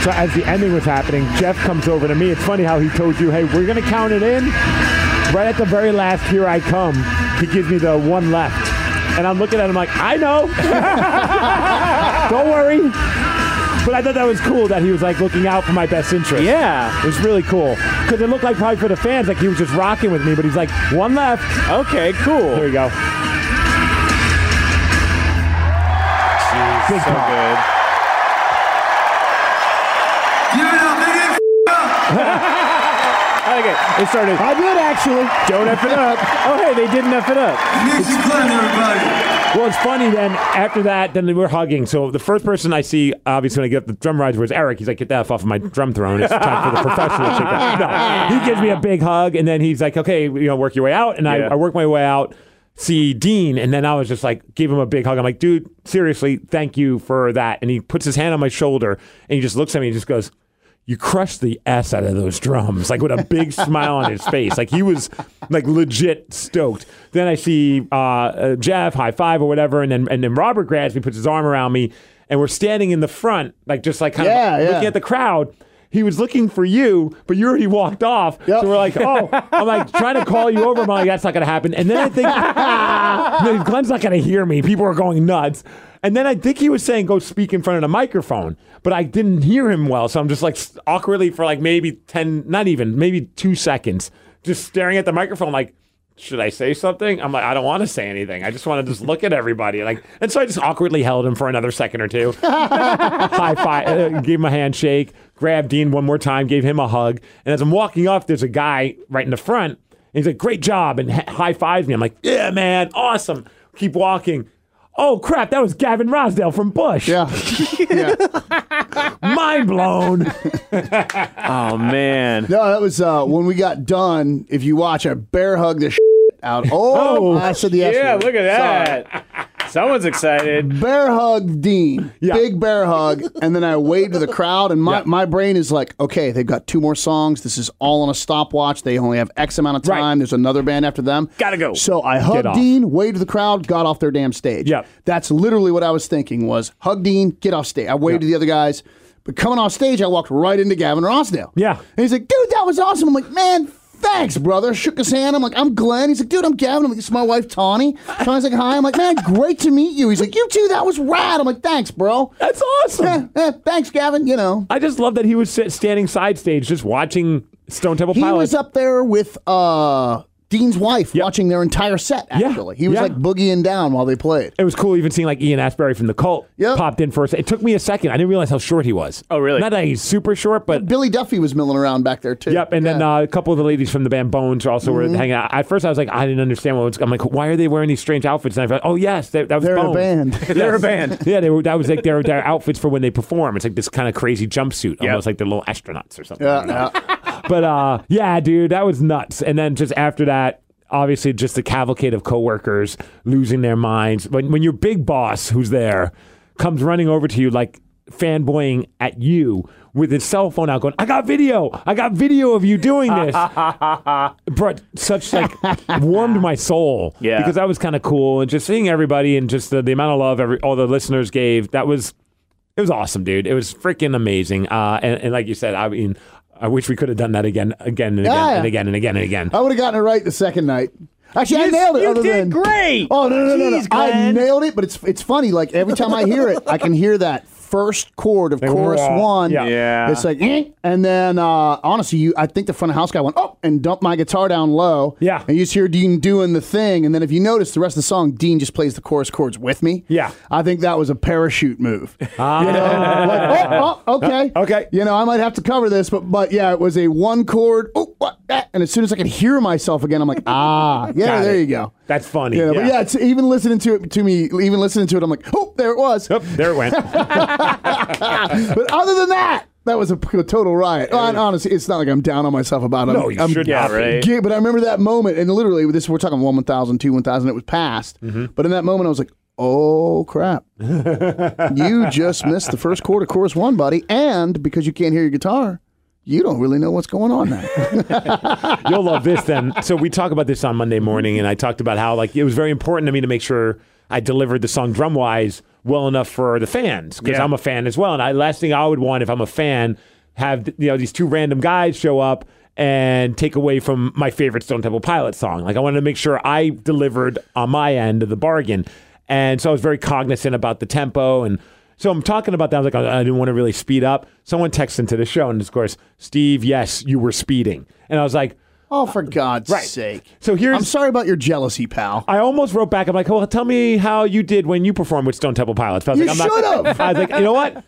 Speaker 2: So as the ending was happening, Jeff comes over to me. It's funny how he told you, "Hey, we're gonna count it in." Right at the very last, here I come. He gives me the one left, and I'm looking at him like, "I know." Don't worry. But I thought that was cool that he was like looking out for my best interest.
Speaker 4: Yeah.
Speaker 2: It was really cool because it looked like probably for the fans like he was just rocking with me, but he's like one left.
Speaker 4: Okay,
Speaker 2: There
Speaker 4: cool.
Speaker 2: you go. Big
Speaker 4: so
Speaker 2: pop.
Speaker 4: good.
Speaker 6: Give it up, make it f- up.
Speaker 4: Okay, it started.
Speaker 2: I did actually.
Speaker 4: Don't F it up. Oh, hey, they didn't F it up.
Speaker 6: Nicky Glenn, everybody.
Speaker 2: Well, it's funny then. After that, then we were hugging. So the first person I see, obviously, when I get up the drum rides, was Eric. He's like, "Get that off my drum throne. It's time for the professional." checkout." No, he gives me a big hug, and then he's like, "Okay, you know, work your way out." And
Speaker 4: Yeah.
Speaker 2: I, I work my way out, see Dean, and then I was just like, give him a big hug. I'm like, "Dude, seriously, thank you for that." And he puts his hand on my shoulder, and he just looks at me and just goes. You crushed the ass out of those drums, like with a big smile on his face. Like he was like legit stoked. Then I see uh, uh, Jeff high five or whatever, and then and then Robert grabs me, puts his arm around me, and we're standing in the front, like just like kind
Speaker 3: Yeah,
Speaker 2: of
Speaker 3: yeah.
Speaker 2: looking at the crowd. he was looking for you, but you already walked off.
Speaker 3: Yep.
Speaker 2: So we're like, oh, I'm like trying to call you over. I'm like, that's not going to happen. And then I think, no, Glenn's not going to hear me. People are going nuts. And then I think he was saying, go speak in front of the microphone, but I didn't hear him well. So I'm just like awkwardly for like maybe 10, not even, maybe two seconds, just staring at the microphone like, should I say something? I'm like, I don't want to say anything. I just want to just look at everybody. Like, and so I just awkwardly held him for another second or two. High five, uh, gave him a handshake, grabbed Dean one more time, gave him a hug. And as I'm walking off, there's a guy right in the front. And he's like, great job. And ha- high fives me. I'm like, yeah, man, awesome. Keep walking. Oh, crap, that was Gavin Rosdale from Bush.
Speaker 3: Yeah. yeah.
Speaker 2: Mind blown.
Speaker 4: Oh man.
Speaker 3: No, that was uh, when we got done. If you watch, I bear hugged the shit out. Oh,
Speaker 2: Oh,
Speaker 3: I said the F
Speaker 4: Yeah,
Speaker 3: word.
Speaker 4: look at
Speaker 3: Sorry.
Speaker 4: that. Someone's excited.
Speaker 3: Bear hug Dean.
Speaker 2: Yeah.
Speaker 3: Big bear hug. And then I wave to the crowd, and my,
Speaker 2: Yeah.
Speaker 3: my brain is like, okay, they've got two more songs. This is all on a stopwatch. They only have X amount of time.
Speaker 2: Right.
Speaker 3: There's another band after them.
Speaker 4: Gotta go.
Speaker 3: So I
Speaker 2: off.
Speaker 3: hugged Dean, waved to the crowd, got off their damn stage.
Speaker 2: Yeah.
Speaker 3: That's literally what I was thinking was hug Dean, get off stage. I waved to the other guys. But coming off stage, I walked right into Gavin Rossdale.
Speaker 2: Yeah.
Speaker 3: And he's like, dude, that was awesome. I'm like, man, thanks, brother. Shook his hand. I'm like, I'm Glenn. He's like, dude, I'm Gavin. I'm like, this is my wife, Tawny. Tawny's like, hi. I'm like, man, great to meet you. He's like, you too. That was rad. I'm like, thanks, bro.
Speaker 2: That's awesome.
Speaker 3: Eh, eh, thanks, Gavin. You know,
Speaker 2: I just love that he was sit- standing side stage just watching Stone Temple
Speaker 3: he
Speaker 2: Pilots.
Speaker 3: was up there with uh, Dean's wife watching their entire set, actually. He was
Speaker 2: Yeah.
Speaker 3: like boogieing down while they played.
Speaker 2: It was cool even seeing like Ian Asbury from the cult
Speaker 3: Yep.
Speaker 2: popped in first. It took me a second. I didn't realize how short he was.
Speaker 4: Oh, really?
Speaker 2: Not that he's super short, but
Speaker 3: Billy Duffy was milling around back there, too. Mm-hmm.
Speaker 2: yep. And then uh, a couple of the ladies from the band Bones also were hanging out. At first, I was like, I didn't understand what was. I'm like, why are they wearing these strange outfits? And I thought, oh yes, that, that was
Speaker 3: They're in a
Speaker 2: Bones.
Speaker 3: band.
Speaker 4: They're a band.
Speaker 2: yeah, they were. That was like their their outfits for when they perform. It's like this kind of crazy jumpsuit,
Speaker 4: Yep.
Speaker 2: almost like they're little astronauts or something.
Speaker 3: Yeah, yeah.
Speaker 2: but uh, yeah, dude, that was nuts. And then just after that, obviously, just the cavalcade of coworkers losing their minds. When when your big boss, who's there, comes running over to you like fanboying at you with his cell phone out, going, "I got video! I got video of you doing this." brought such like warmed my soul.
Speaker 4: Yeah.
Speaker 2: because that was kind of cool, and just seeing everybody and just the, the amount of love every all the listeners gave. That was it was awesome, dude. It was freaking amazing. Uh, and, and like you said, I mean, I wish we could have done that again, again and again,
Speaker 3: Yeah.
Speaker 2: and again and again and again.
Speaker 3: I would have gotten it right the second night. Actually,
Speaker 4: You-
Speaker 3: I nailed it.
Speaker 4: you
Speaker 3: other
Speaker 4: did
Speaker 3: than-
Speaker 4: great.
Speaker 3: Oh no no no no!
Speaker 4: Jeez,
Speaker 3: I
Speaker 4: Glenn.
Speaker 3: nailed it, but it's it's funny. Like every time I hear it, I can hear that first chord of chorus
Speaker 2: "Wah."
Speaker 3: one.
Speaker 2: uh, Yeah.
Speaker 4: Yeah.
Speaker 3: It's like, eh. and then uh, honestly, you I think the front of house guy went oh and dumped my guitar down low.
Speaker 2: Yeah.
Speaker 3: and you just hear Dean doing the thing, and then if you notice the rest of the song, Dean just plays the chorus chords with me.
Speaker 2: Yeah.
Speaker 3: I think that was a parachute move.
Speaker 2: Ah.
Speaker 3: You know, like, oh, oh, okay.
Speaker 2: Uh, okay.
Speaker 3: You know, I might have to cover this, but but yeah, it was a one chord. Oh, what? That. And as soon as I could hear myself again, I'm like, ah, yeah,
Speaker 2: Got
Speaker 3: there
Speaker 2: it.
Speaker 3: you go.
Speaker 2: That's funny.
Speaker 3: You know,
Speaker 2: yeah.
Speaker 3: But yeah, it's, even listening to it to me, even listening to it, I'm like, oh, there it was.
Speaker 2: Oop, there it went.
Speaker 3: But other than that, that was a p- total riot. Well, and honestly, it's not like I'm down on myself about it.
Speaker 2: No,
Speaker 3: I'm,
Speaker 2: you
Speaker 3: I'm
Speaker 2: should
Speaker 4: Yeah,
Speaker 2: not. be.
Speaker 4: right.
Speaker 3: ga- but I remember that moment, and literally, this we're talking one one thousand, two one thousand. It was
Speaker 2: Mm-hmm.
Speaker 3: past, but in that moment, I was like, "Oh crap! you just missed the first chord of chorus one, buddy." And because you can't hear your guitar, you don't really know what's going on now.
Speaker 2: You'll love this then. So we talk about this on Monday morning, and I talked about how like it was very important to me to make sure I delivered the song drum wise well enough for the fans because
Speaker 4: Yeah.
Speaker 2: I'm a fan as well. And I last thing I would want if I'm a fan have you know these two random guys show up and take away from my favorite Stone Temple Pilot song. Like I wanted to make sure I delivered on my end of the bargain, and so I was very cognizant about the tempo and. So I'm talking about that. I was like, I I didn't want to really speed up. Someone texts into the show, and of course, Steve, yes, you were speeding. And I was like,
Speaker 3: oh, for God's
Speaker 2: Right.
Speaker 3: sake!
Speaker 2: So here's-
Speaker 3: I'm sorry about your jealousy, pal.
Speaker 2: I almost wrote back. I'm like, well, tell me how you did when you performed with Stone Temple Pilots. But I was
Speaker 3: You
Speaker 2: like, I'm not-
Speaker 3: should've.
Speaker 2: I was like, you know what?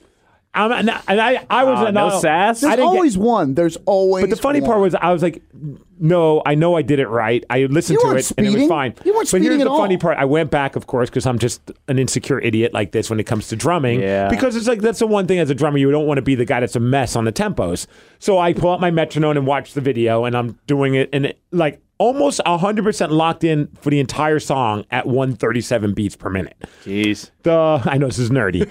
Speaker 2: I'm and I- and I, I was
Speaker 4: Aw,
Speaker 2: not,
Speaker 4: Ah, no sass?
Speaker 2: I
Speaker 3: There's
Speaker 2: didn't get-
Speaker 3: always one. There's always.
Speaker 2: but the funny
Speaker 3: one.
Speaker 2: part was, I was like, no, I know I did it right. I listened
Speaker 3: You
Speaker 2: to
Speaker 3: weren't
Speaker 2: it and it was
Speaker 3: speeding.
Speaker 2: fine.
Speaker 3: You weren't
Speaker 2: but here's
Speaker 3: speeding at
Speaker 2: the funny
Speaker 3: all.
Speaker 2: part. I went back, of course, because I'm just an insecure idiot like this when it comes to drumming.
Speaker 4: Yeah.
Speaker 2: Because it's like that's the one thing as a drummer you don't want to be the guy that's a mess on the tempos. So I pull out my metronome and watch the video, and I'm doing it and it, like almost 100% locked in for the entire song at 137 beats per minute.
Speaker 4: Jeez.
Speaker 2: The I know this is nerdy.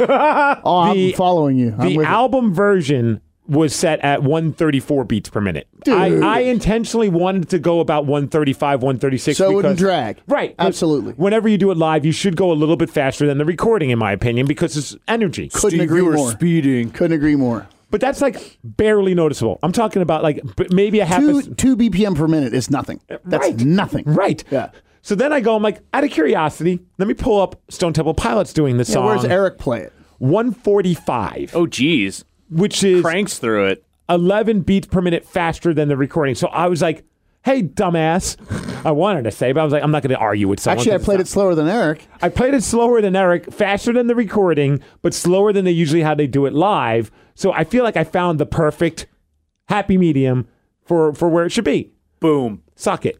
Speaker 3: Oh,
Speaker 2: the-
Speaker 3: I'm following you. I'm
Speaker 2: the
Speaker 3: with you.
Speaker 2: album version was set at 134 beats per minute. I, I intentionally wanted to go about 135, 136.
Speaker 3: So it wouldn't
Speaker 2: because-
Speaker 3: drag.
Speaker 2: Right.
Speaker 3: Absolutely.
Speaker 2: Whenever you do it live, you should go a little bit faster than the recording, in my opinion, because it's energy.
Speaker 3: Couldn't agree more.
Speaker 4: speeding.
Speaker 3: Couldn't agree more.
Speaker 2: But that's like barely noticeable. I'm talking about like b- maybe a half. a
Speaker 3: Two
Speaker 2: s- Uh,
Speaker 3: two BPM per minute is nothing. That's
Speaker 2: Right.
Speaker 3: nothing.
Speaker 2: Right.
Speaker 3: Yeah.
Speaker 2: So then I go, I'm like, out of curiosity, let me pull up Stone Temple Pilots doing this
Speaker 3: Yeah,
Speaker 2: song.
Speaker 3: where's Eric play it?
Speaker 2: 145,
Speaker 4: Oh, geez.
Speaker 2: which is
Speaker 4: Cranks through it.
Speaker 2: 11 beats per minute faster than the recording. So I was like, hey, dumbass. I wanted to say, but I was like, I'm not going to argue with someone.
Speaker 3: Actually, I
Speaker 2: 'cause
Speaker 3: played it
Speaker 2: it's
Speaker 3: slower than Eric.
Speaker 2: not- I played it slower than Eric, faster than the recording, but slower than they usually how they do it live. So I feel like I found the perfect happy medium for, for where it should be.
Speaker 4: Boom.
Speaker 2: Suck it.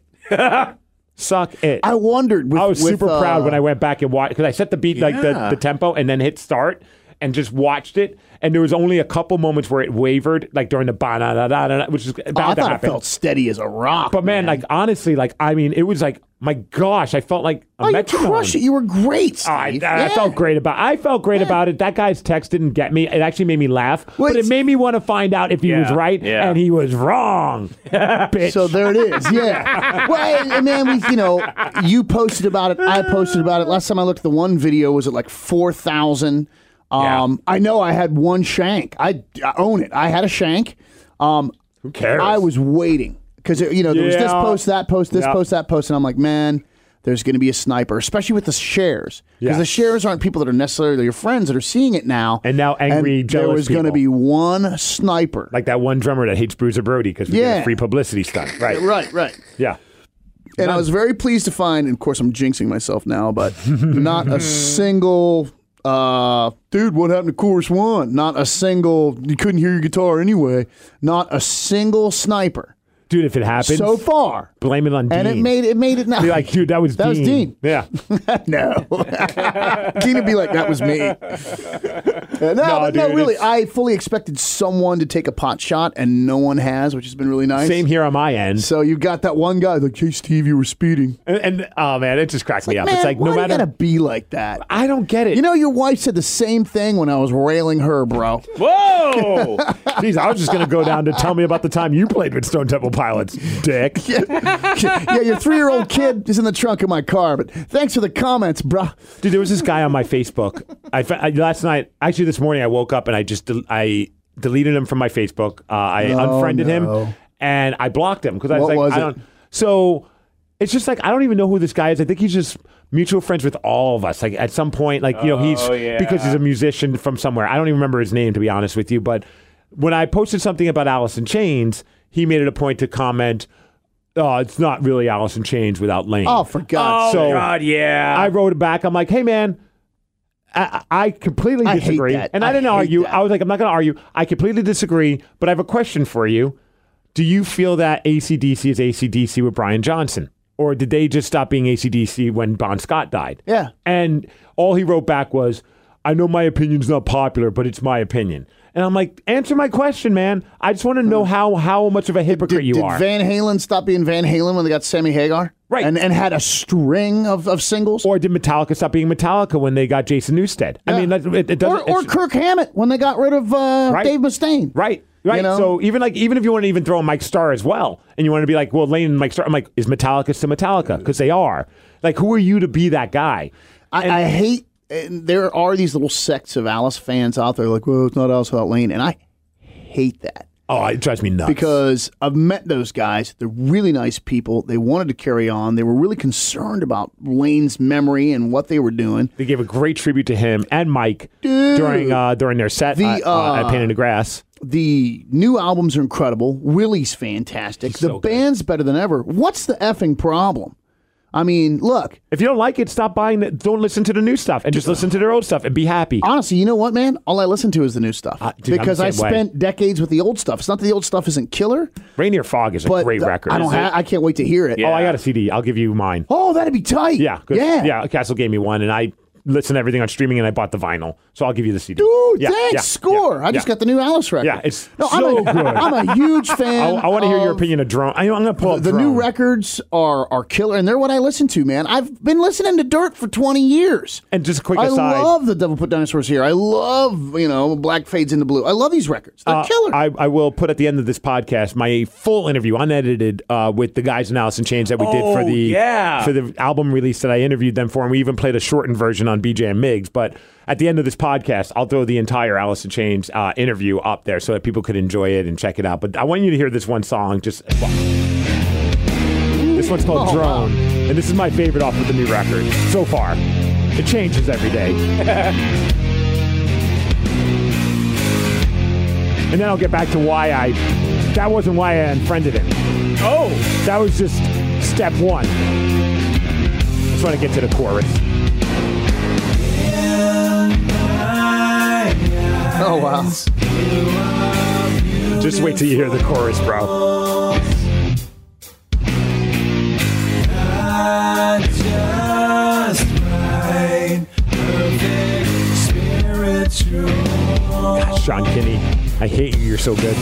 Speaker 2: Suck it.
Speaker 3: I wondered. With,
Speaker 2: I was
Speaker 3: with,
Speaker 2: super
Speaker 3: uh,
Speaker 2: proud when I went back and watched because I set the beat like the,
Speaker 4: Yeah.
Speaker 2: the tempo and then hit start and just watched it. And there was only a couple moments where it wavered, like during the ba da da da da, which is about
Speaker 3: Oh, I
Speaker 2: to
Speaker 3: thought it
Speaker 2: happen.
Speaker 3: felt steady as a rock.
Speaker 2: but man, like honestly, like I mean, it was like my gosh, I felt like a
Speaker 3: oh, you
Speaker 2: metronome.
Speaker 3: crushed it. You were great. Steve.
Speaker 2: Oh, I, I
Speaker 3: Yeah.
Speaker 2: felt great about. I felt great about it. That guy's text didn't get me. It actually made me laugh, but it
Speaker 3: it's-
Speaker 2: made me want to find out if he was
Speaker 4: Yeah,
Speaker 2: right
Speaker 4: yeah.
Speaker 2: and he was wrong. Bitch.
Speaker 3: So there it is. Yeah. well, and, and man, we, you know, you posted about it. I posted about it. Last time I looked at the one video, was it like 4,000? Um, I know I had one shank. I, I own it. I had a shank. Um,
Speaker 2: Who cares?
Speaker 3: I was waiting because, you know, there was this
Speaker 2: Yeah.
Speaker 3: post, that post, this
Speaker 2: Yeah.
Speaker 3: post, that post. And I'm like, man, there's going to be a sniper, especially with the shares. Because
Speaker 2: Yeah.
Speaker 3: the shares aren't people that are necessarily your friends that are seeing it now.
Speaker 2: And now angry,
Speaker 3: There
Speaker 2: jealous
Speaker 3: was going to
Speaker 2: people.
Speaker 3: be one sniper.
Speaker 2: like that one drummer that hates Bruiser Brody because we did
Speaker 3: Yeah.
Speaker 2: a free publicity stunt. Right.
Speaker 3: right, right.
Speaker 2: Yeah.
Speaker 3: And I was very pleased to find, and of course, I'm jinxing myself now, but not a single, uh, dude, what happened to Chorus One? Not a single, you couldn't hear your guitar anyway. Not a single sniper
Speaker 2: Dude, if it happens,
Speaker 3: so far.
Speaker 2: blame it on Dean.
Speaker 3: And it made it made it now.
Speaker 2: Be like, dude, that was
Speaker 3: That was
Speaker 2: Dean.
Speaker 3: Dean.
Speaker 2: Yeah.
Speaker 3: no. Dean would be like, that was me. Uh, no, but no,
Speaker 2: dude,
Speaker 3: really,
Speaker 2: it's-
Speaker 3: I fully expected someone to take a pot shot, and no one has, which has been really nice.
Speaker 2: Same here on my end.
Speaker 3: So you got that one guy like, hey Steve, you were speeding.
Speaker 2: And, and oh man, it just cracked me up. it's
Speaker 3: Man,
Speaker 2: like
Speaker 3: why
Speaker 2: no
Speaker 3: do you
Speaker 2: matter.
Speaker 3: gotta be like that.
Speaker 2: I don't get it.
Speaker 3: You know, your wife said the same thing when I was railing her, bro.
Speaker 4: Whoa.
Speaker 2: Jeez, I was just gonna go down to tell me about the time you played with Stone Temple Pilots, Dick.
Speaker 3: yeah, your three year old kid is in the trunk of my car, but thanks for the comments, bro.
Speaker 2: Dude, there was this guy on my Facebook. I, fa- I last night, actually this morning, I woke up and I just del- I deleted him from my Facebook. Uh, I unfriended
Speaker 3: no.
Speaker 2: him and I blocked him because I was
Speaker 3: What
Speaker 2: like,
Speaker 3: was
Speaker 2: I
Speaker 3: it?
Speaker 2: don't. So it's just like I don't even know who this guy is. I think he's just mutual friends with all of us. Like at some point, like you know, he's
Speaker 4: yeah.
Speaker 2: because he's a musician from somewhere. I don't even remember his name to be honest with you. But when I posted something about Alice in Chains, he made it a point to comment. Oh, it's not really Alice in Chains without Lane.
Speaker 3: Oh, for God's
Speaker 2: So-
Speaker 4: God, yeah.
Speaker 2: I wrote back. I'm like, hey man, I, I completely
Speaker 3: I hate
Speaker 2: disagree,
Speaker 3: that.
Speaker 2: and I,
Speaker 3: I
Speaker 2: didn't
Speaker 3: hate
Speaker 2: argue.
Speaker 3: that.
Speaker 2: I was like, I'm not going to argue. I completely disagree, but I have a question for you. Do you feel that ACDC is ACDC with Brian Johnson, or did they just stop being ACDC when Bon Scott died?
Speaker 3: Yeah.
Speaker 2: And all he wrote back was, I know my opinion's not popular, but it's my opinion. And I'm like, answer my question, man. I just want to know how how much of a hypocrite
Speaker 3: Did,
Speaker 2: you
Speaker 3: did
Speaker 2: are.
Speaker 3: Van Halen stop being Van Halen when they got Sammy Hagar?
Speaker 2: Right.
Speaker 3: And and had a string of, of singles?
Speaker 2: or did Metallica stop being Metallica when they got Jason Newsted? I
Speaker 3: Yeah.
Speaker 2: mean, that's- it, it doesn't.
Speaker 3: or, or
Speaker 2: it's-
Speaker 3: Kirk Hammett when they got rid of uh,
Speaker 2: Right.
Speaker 3: Dave Mustaine.
Speaker 2: Right. Right.
Speaker 3: know?
Speaker 2: So even like even if you want to even throw in Mike Starr as well, and you want to be like, well, Lane and Mike Starr, I'm like, is Metallica still Metallica? Because they are. Like, who are you to be that guy?
Speaker 3: I, I hate, and there are these little sects of Alice fans out there like, well, it's not Alice without Lane. And I hate that.
Speaker 2: Oh, it drives me nuts.
Speaker 3: because I've met those guys. They're really nice people. They wanted to carry on. They were really concerned about Lane's memory and what they were doing.
Speaker 2: they gave a great tribute to him and Mike during uh, during their set
Speaker 3: The,
Speaker 2: uh, uh, at
Speaker 3: uh,
Speaker 2: Pain in the Grass.
Speaker 3: The new albums are incredible. Willie's fantastic. the
Speaker 2: so good.
Speaker 3: band's better than ever. What's the effing problem? I mean, look,
Speaker 2: If you don't like it, stop buying it. Don't listen to the new stuff and just listen to their old stuff and be happy.
Speaker 3: honestly, you know what, man? All I listen to is the new stuff
Speaker 2: Uh, dude, I'm
Speaker 3: because
Speaker 2: the
Speaker 3: I
Speaker 2: same way.
Speaker 3: spent decades with the old stuff. It's not that the old stuff isn't killer,
Speaker 2: Rainier Fog is a
Speaker 3: but
Speaker 2: great
Speaker 3: the-
Speaker 2: record.
Speaker 3: I don't.
Speaker 2: Is it?
Speaker 3: Ha- I can't wait to hear it.
Speaker 2: Oh, I got a CD. I'll give you mine.
Speaker 3: Oh, that'd be tight.
Speaker 2: Yeah, 'cause-
Speaker 3: yeah,
Speaker 2: yeah. Castle gave me one, and I listen to everything on streaming, and I bought the vinyl, so I'll give you the CD.
Speaker 3: Dude,
Speaker 2: Yeah,
Speaker 3: thanks.
Speaker 2: yeah,
Speaker 3: Score.
Speaker 2: yeah,
Speaker 3: I just
Speaker 2: yeah.
Speaker 3: got the new Alice record.
Speaker 2: Yeah, it's
Speaker 3: I'm
Speaker 2: so
Speaker 3: a,
Speaker 2: good.
Speaker 3: I'm a huge fan.
Speaker 2: I, want to hear your
Speaker 3: of-
Speaker 2: opinion of drone. I, I'm going to pull up
Speaker 3: The new
Speaker 2: Drone.
Speaker 3: records are are killer, and they're what I listen to, man. I've been listening to Dirt for 20 years.
Speaker 2: And just a quick
Speaker 3: I
Speaker 2: aside,
Speaker 3: love the Devil Put Dinosaurs here. I love you know Black Fades into Blue. I love these records. They're
Speaker 2: uh,
Speaker 3: killer.
Speaker 2: I, I will put at the end of this podcast my full interview, unedited, uh, with the guys in Alice in Chains that we did for
Speaker 4: Oh,
Speaker 2: the
Speaker 4: yeah.
Speaker 2: for the album release that I interviewed them for, and we even played a shortened version on BJ and Miggs, but at the end of this podcast, I'll throw the entire Alice in Chains uh, interview up there so that people could enjoy it and check it out. But I want you to hear this one song. Just this one's called
Speaker 3: Oh, wow.
Speaker 2: Drone, and this is my favorite off of the new record so far. It changes every day. and then I'll get back to why I. That wasn't why I unfriended him.
Speaker 4: Oh,
Speaker 2: That was just step one. Just want to get to the chorus.
Speaker 3: Oh wow.
Speaker 2: Just wait till you hear the chorus, bro. Gosh, Sean Kinney, I hate you. You're so good.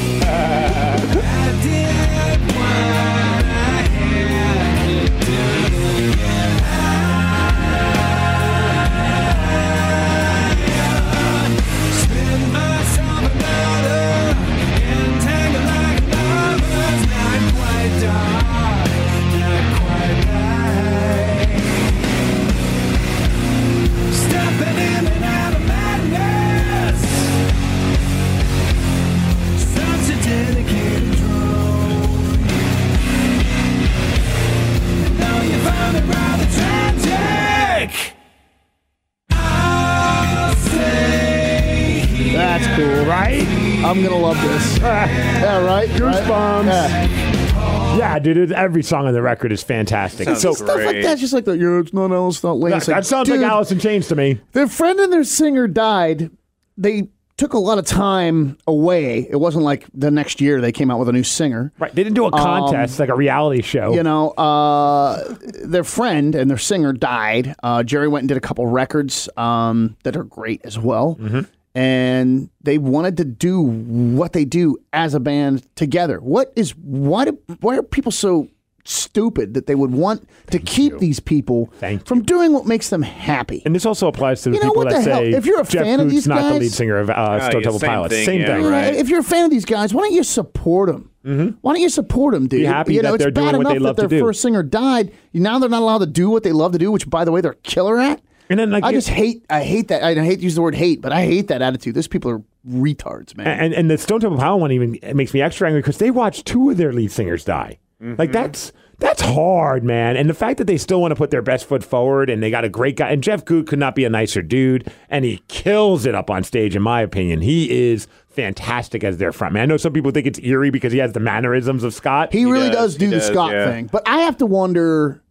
Speaker 3: That's cool.
Speaker 2: Right?
Speaker 3: I'm gonna love this. yeah, right.
Speaker 2: Goosebumps.
Speaker 3: Right? Yeah.
Speaker 2: Yeah, dude. it- Every song on the record is fantastic.
Speaker 4: Sounds
Speaker 2: so
Speaker 4: great.
Speaker 3: Stuff like that, just like the you're it's not Alice, not Lane.
Speaker 2: that,
Speaker 3: It's like,
Speaker 2: that sounds
Speaker 3: dude,
Speaker 2: like Alice in Chains to me.
Speaker 3: Their friend and their singer died. They took a lot of time away. It wasn't like the next year they came out with a new singer. Um,
Speaker 2: Right? They didn't do a contest like a reality show.
Speaker 3: You know, uh, their friend and their singer died. Uh, Jerry went and did a couple records um, that are great as well.
Speaker 2: Mm-hmm.
Speaker 3: And they wanted to do what they do as a band together. What is why do why are people so stupid that they would want to keep these people
Speaker 2: Thank
Speaker 3: from doing what makes them happy?
Speaker 2: and this also applies to the
Speaker 3: You know,
Speaker 2: people
Speaker 3: what
Speaker 2: that
Speaker 3: the hell?
Speaker 2: say
Speaker 3: If you're a
Speaker 2: Jeff
Speaker 3: fan of
Speaker 2: Booth's
Speaker 3: these
Speaker 2: not the
Speaker 3: guys-
Speaker 2: lead singer of uh, Stone
Speaker 4: Oh, yeah,
Speaker 2: Temple
Speaker 4: same
Speaker 2: Pilots.
Speaker 4: thing,
Speaker 2: same
Speaker 4: yeah,
Speaker 2: thing.
Speaker 3: You know,
Speaker 4: right.
Speaker 3: If you're a fan of these guys, why don't you support them? Why don't you support them, dude?
Speaker 2: Mm-hmm. Be happy
Speaker 3: you know,
Speaker 2: that
Speaker 3: it's
Speaker 2: they're
Speaker 3: bad
Speaker 2: doing what
Speaker 3: enough
Speaker 2: they love
Speaker 3: that
Speaker 2: to
Speaker 3: their
Speaker 2: do.
Speaker 3: first singer died. Now they're not allowed to do what they love to do, which, by the way, they're killer at.
Speaker 2: And then, like,
Speaker 3: I
Speaker 2: you-
Speaker 3: just hate. I hate that. I hate to use the word hate, but I hate that attitude. Those people are retards, man.
Speaker 2: And and the Stone Temple Pilot one even it makes me extra angry because they watched two of their lead singers die.
Speaker 4: Mm-hmm.
Speaker 2: Like that's that's hard, man. And the fact that they still want to put their best foot forward and they got a great guy and Jeff Goot could not be a nicer dude and he kills it up on stage in my opinion. He is fantastic as their front man. I know some people think it's eerie because he has the mannerisms of Scott.
Speaker 3: he, really does,
Speaker 4: does,
Speaker 3: do
Speaker 4: he
Speaker 3: the
Speaker 4: does,
Speaker 3: Scott
Speaker 4: yeah.
Speaker 3: thing, but I have to wonder.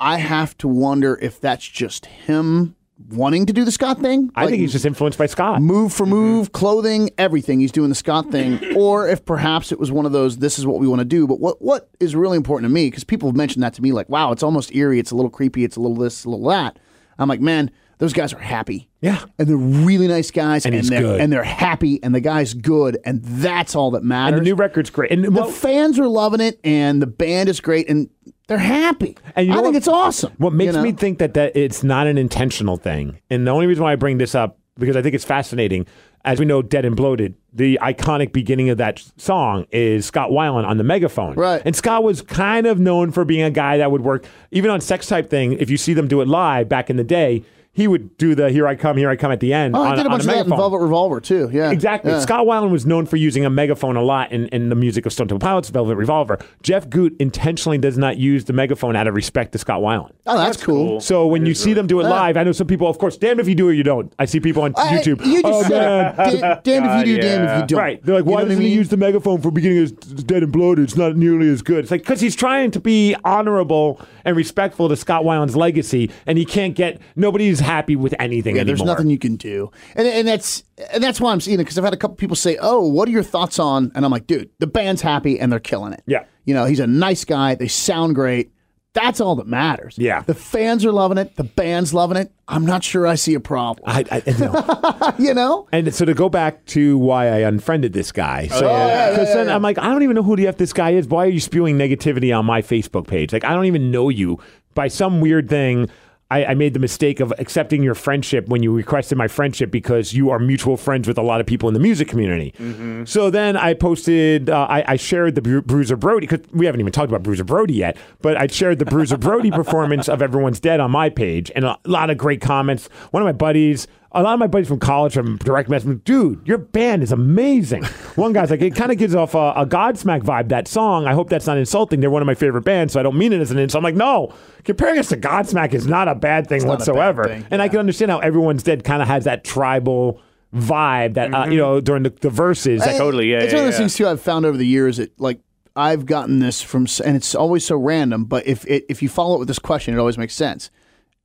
Speaker 3: I have to wonder if that's just him wanting to do the Scott thing.
Speaker 2: I
Speaker 3: Like,
Speaker 2: think he's just influenced by Scott. Mm-hmm.
Speaker 3: move for move, clothing, everything. He's doing the Scott thing, or if perhaps it was one of those. This is what we want to do. But what what is really important to me because people have mentioned that to me, like, wow, it's almost eerie. It's a little creepy. It's a little this, a little that. I'm like, man, those guys are happy.
Speaker 2: Yeah.
Speaker 3: and they're really nice guys, and,
Speaker 2: he's
Speaker 3: they're
Speaker 2: good.
Speaker 3: and they're happy, and the guy's good, and that's all that
Speaker 2: And
Speaker 3: matters.
Speaker 2: the new record's great. And
Speaker 3: The
Speaker 2: well,
Speaker 3: fans are loving it, and the band is great, and they're happy.
Speaker 2: And you
Speaker 3: I
Speaker 2: know
Speaker 3: think
Speaker 2: what-
Speaker 3: it's awesome.
Speaker 2: What
Speaker 3: you
Speaker 2: makes
Speaker 3: know?
Speaker 2: me think that, that it's not an intentional thing, and the only reason why I bring this up because I think it's fascinating. As we know, "Dead and Bloated," the iconic beginning of that song is Scott Weiland on the megaphone,
Speaker 3: Right.
Speaker 2: And Scott was kind of known for being a guy that would work even on sex type thing. If you see them do it live back in the day, he would do the "Here I Come, Here I Come" at the end.
Speaker 3: Oh,
Speaker 2: on,
Speaker 3: I did a
Speaker 2: on
Speaker 3: bunch of that in
Speaker 2: megaphone.
Speaker 3: Velvet Revolver too. Yeah,
Speaker 2: Exactly.
Speaker 3: Yeah.
Speaker 2: Scott Weiland was known for using a megaphone a lot in, in the music of Stone Temple Pilots' Velvet Revolver. Jeff Goot intentionally does not use the megaphone out of respect to Scott Weiland.
Speaker 3: Oh, that's, cool.
Speaker 2: So when you see them do it live, I know some people, of course, damn if you do or you don't. I see people on
Speaker 3: I-
Speaker 2: YouTube.
Speaker 3: You just
Speaker 2: "Oh,
Speaker 3: said
Speaker 2: man."
Speaker 3: it. Da- damn if you do,
Speaker 4: God,
Speaker 3: damn if
Speaker 4: yeah.
Speaker 3: you don't.
Speaker 2: Right. They're like,
Speaker 3: You
Speaker 2: why
Speaker 3: know what I
Speaker 2: doesn't he
Speaker 3: mean?
Speaker 2: use the megaphone for beginning as dead and bloated? It's not nearly as good. It's like, because he's trying to be honorable and respectful to Scott Weiland's legacy, and he can't get, nobody's happy with anything
Speaker 3: Yeah,
Speaker 2: anymore.
Speaker 3: there's nothing you can do, and and that's and that's why I'm seeing it because I've had a couple people say, "Oh, what are your thoughts on?" And I'm like, "Dude, the band's happy and they're killing it."
Speaker 2: Yeah.
Speaker 3: you know, he's a nice guy. They sound great. That's all that matters.
Speaker 2: Yeah.
Speaker 3: the fans are loving it. The band's loving it. I'm not sure I see a problem.
Speaker 2: I, I, no.
Speaker 3: you know,
Speaker 2: And so to go back to why I unfriended this guy, so
Speaker 3: Oh, yeah,
Speaker 2: because then I'm like, I don't even know who the f this guy is. Why are you spewing negativity on my Facebook page? Like I don't even know you. By some weird thing, I, I made the mistake of accepting your friendship when you requested my friendship because you are mutual friends with a lot of people in the music community.
Speaker 3: Mm-hmm.
Speaker 2: So then I posted, uh, I, I shared the Bru- Bruiser Brody, because we haven't even talked about Bruiser Brody yet, but I shared the Bruiser Brody performance of Everyone's Dead on my page and a lot of great comments. One of my buddies, a lot of my buddies from college from direct message, dude, your band is amazing. One guy's like, it kind of gives off a, a Godsmack vibe, that song. I hope that's not insulting. They're one of my favorite bands, so I don't mean it as an insult. I'm like, no, comparing us to Godsmack is not a bad thing
Speaker 3: not a bad
Speaker 2: whatsoever.
Speaker 3: thing,
Speaker 2: And I
Speaker 3: yeah.
Speaker 2: can understand how Everyone's Dead kind of has that tribal vibe that,
Speaker 3: Mm-hmm.
Speaker 2: uh, you know, during the, the verses. That,
Speaker 3: I-
Speaker 4: totally, yeah,
Speaker 3: It's
Speaker 4: yeah,
Speaker 3: one of those
Speaker 4: yeah.
Speaker 3: things too. I've found over the years that like I've gotten this from, s- and it's always so random. But if it, if you follow it with this question, it always makes sense.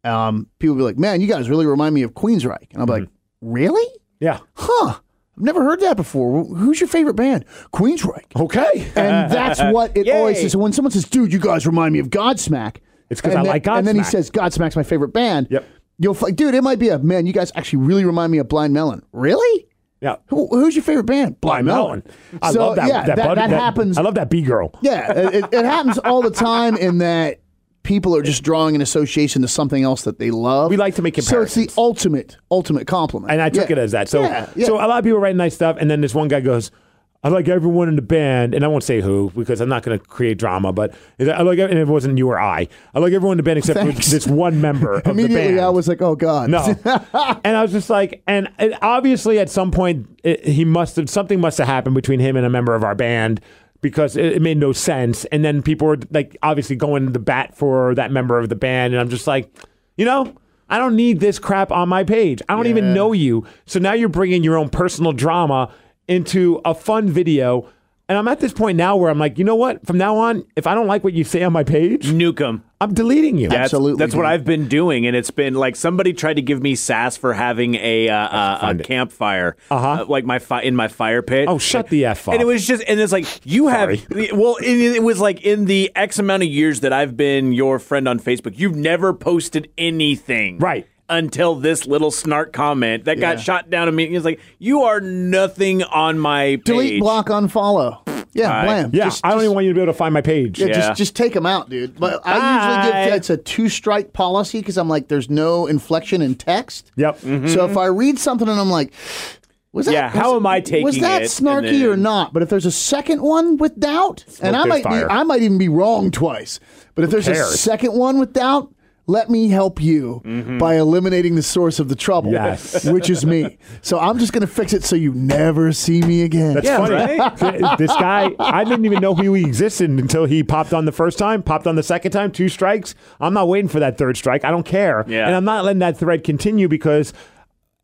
Speaker 3: Um, people be like, "Man, you guys really remind me of Queensryche," and I'm like,
Speaker 4: Mm-hmm.
Speaker 3: "Really?
Speaker 2: yeah.
Speaker 3: Huh? I've never heard that before. Wh- Who's your favorite band? Queensryche."
Speaker 2: Okay.
Speaker 3: And that's what it always is. So when someone says, "Dude, you guys remind me of Godsmack,"
Speaker 2: It's 'cause
Speaker 3: and
Speaker 2: I
Speaker 3: then-
Speaker 2: like
Speaker 3: And then he
Speaker 2: Godsmack.
Speaker 3: says, "Godsmack's my favorite band."
Speaker 2: Yep.
Speaker 3: You'll like, dude, it might be a man. You guys actually really remind me of Blind Melon. Really?
Speaker 2: yeah.
Speaker 3: Who, who's your favorite band? Blind Melon.
Speaker 2: I
Speaker 3: So,
Speaker 2: love that.
Speaker 3: Yeah, that,
Speaker 2: bud-
Speaker 3: that happens.
Speaker 2: I love that B girl.
Speaker 3: yeah, it, it- it happens all the time in that people are just drawing an association to something else that they love.
Speaker 2: We like to make
Speaker 3: So it's
Speaker 2: comparisons.
Speaker 3: the ultimate, ultimate compliment.
Speaker 2: and I took
Speaker 3: Yeah.
Speaker 2: it as that. So,
Speaker 3: Yeah, yeah.
Speaker 2: so a lot of people write nice stuff, and then this one guy goes, "I like everyone in the band," and I won't say who because I'm not going to create drama. But I like, and it wasn't you or I. I like everyone in the band except for
Speaker 3: Thanks.
Speaker 2: this one member of the
Speaker 3: Immediately,
Speaker 2: band.
Speaker 3: I was like, "Oh God!"
Speaker 2: No. and I was just like, and it, obviously at some point it, he must have something must have happened between him and a member of our band because it, it made no sense. And then people were like, obviously going to the bat for that member of the band, and I'm just like, you know. I don't need this crap on my page. I don't even know you. So now you're bringing your own personal drama into a fun video. And I'm at this point now where I'm like, you know what? From now on, if I don't like what you say on my page,
Speaker 4: Nuke 'em.
Speaker 2: I'm deleting you.
Speaker 4: That's-
Speaker 3: Absolutely,
Speaker 4: That's, what
Speaker 3: dude.
Speaker 4: I've been doing, and it's been like somebody tried to give me sass for having a uh, uh,
Speaker 2: find
Speaker 4: a
Speaker 2: it.
Speaker 4: campfire,
Speaker 2: Uh-huh.
Speaker 4: uh, like my fi- in my fire pit.
Speaker 2: Oh, shut the F up.
Speaker 4: And it was just, and it's like you
Speaker 2: Sorry.
Speaker 4: have, well, and it was like in the X amount of years that I've been your friend on Facebook, you've never posted anything,
Speaker 2: Right.
Speaker 4: Until this little snark comment that got shot down immediately. It's like you are nothing on my page.
Speaker 3: Delete, block, unfollow. Yeah, blam.
Speaker 2: yeah,
Speaker 3: Just-
Speaker 2: I don't
Speaker 3: just-
Speaker 2: even want you to be able to find my page.
Speaker 3: Yeah,
Speaker 4: Yeah.
Speaker 3: just just take them out, dude. But I usually
Speaker 2: Bye.
Speaker 3: give that's a two strike policy because I'm like, there's no inflection in text.
Speaker 2: Yep. Mm-hmm.
Speaker 3: So if I read something and I'm like, was that
Speaker 4: Yeah, how
Speaker 3: was-
Speaker 4: am I
Speaker 3: was
Speaker 4: taking
Speaker 3: that
Speaker 4: it? And
Speaker 3: snarky
Speaker 4: then-
Speaker 3: or not? But if there's a second one with doubt, and I
Speaker 2: there's
Speaker 3: might
Speaker 2: fire.
Speaker 3: be, I might even be wrong twice. But if there's a
Speaker 2: cares? Mm-hmm.
Speaker 3: second one with doubt. Let me help you by eliminating the source of the trouble,
Speaker 2: Yes.
Speaker 3: which is me. So I'm just going to fix it so you never see me again.
Speaker 2: That's funny. Th- this guy, I didn't even know who he existed until he popped on the first time, popped on the second time, two strikes. I'm not waiting for that third strike. I don't care.
Speaker 4: Yeah.
Speaker 2: And I'm not letting that thread continue because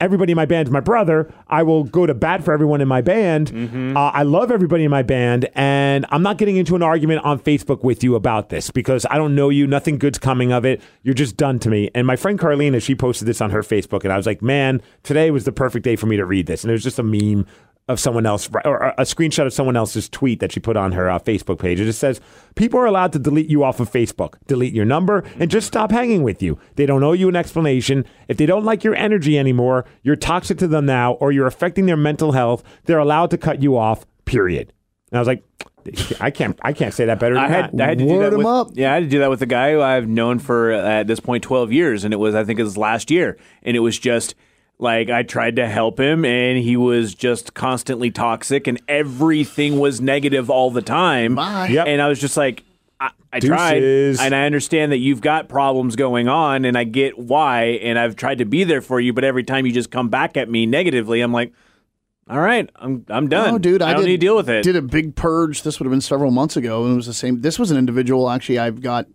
Speaker 2: everybody in my band's my brother. I will go to bat for everyone in my band. Uh, I love everybody in my band. And I'm not getting into an argument on Facebook with you about this because I don't know you. Nothing good's coming of it. You're just done to me. And my friend Carlina, she posted this on her Facebook. And I was like, man, today was the perfect day for me to read this. And it was just a meme of someone else or a- a screenshot of someone else's tweet that she put on her uh, Facebook page. It just says, People are allowed to delete you off of Facebook, delete your number, and just stop hanging with you. They don't owe you an explanation. If they don't like your energy anymore, you're toxic to them now, or you're affecting their mental health, they're allowed to cut you off, period. And I was like, I can't, I can't say that better than
Speaker 4: I had,
Speaker 2: that.
Speaker 4: I had to do
Speaker 3: Word
Speaker 4: that
Speaker 3: 'em
Speaker 4: with,
Speaker 3: up.
Speaker 4: Yeah, I had to do that with a guy who I've known for uh, at this point 12 years, and it was I think it was last year, and it was just like I tried to help him, and he was just constantly toxic, and everything was negative all the time.
Speaker 3: Bye.
Speaker 2: Yep.
Speaker 4: And I was just like. I, I tried,
Speaker 2: Deuces.
Speaker 4: and I understand that you've got problems going on, and I get why, and I've tried to be there for you, but every time you just come back at me negatively, I'm like, "All right, I'm I'm done,
Speaker 3: No, dude, I,
Speaker 4: don't
Speaker 3: did,
Speaker 4: need to deal with it."
Speaker 3: Did a big purge. This would have been several months ago, and it was the same. This was an individual actually I've got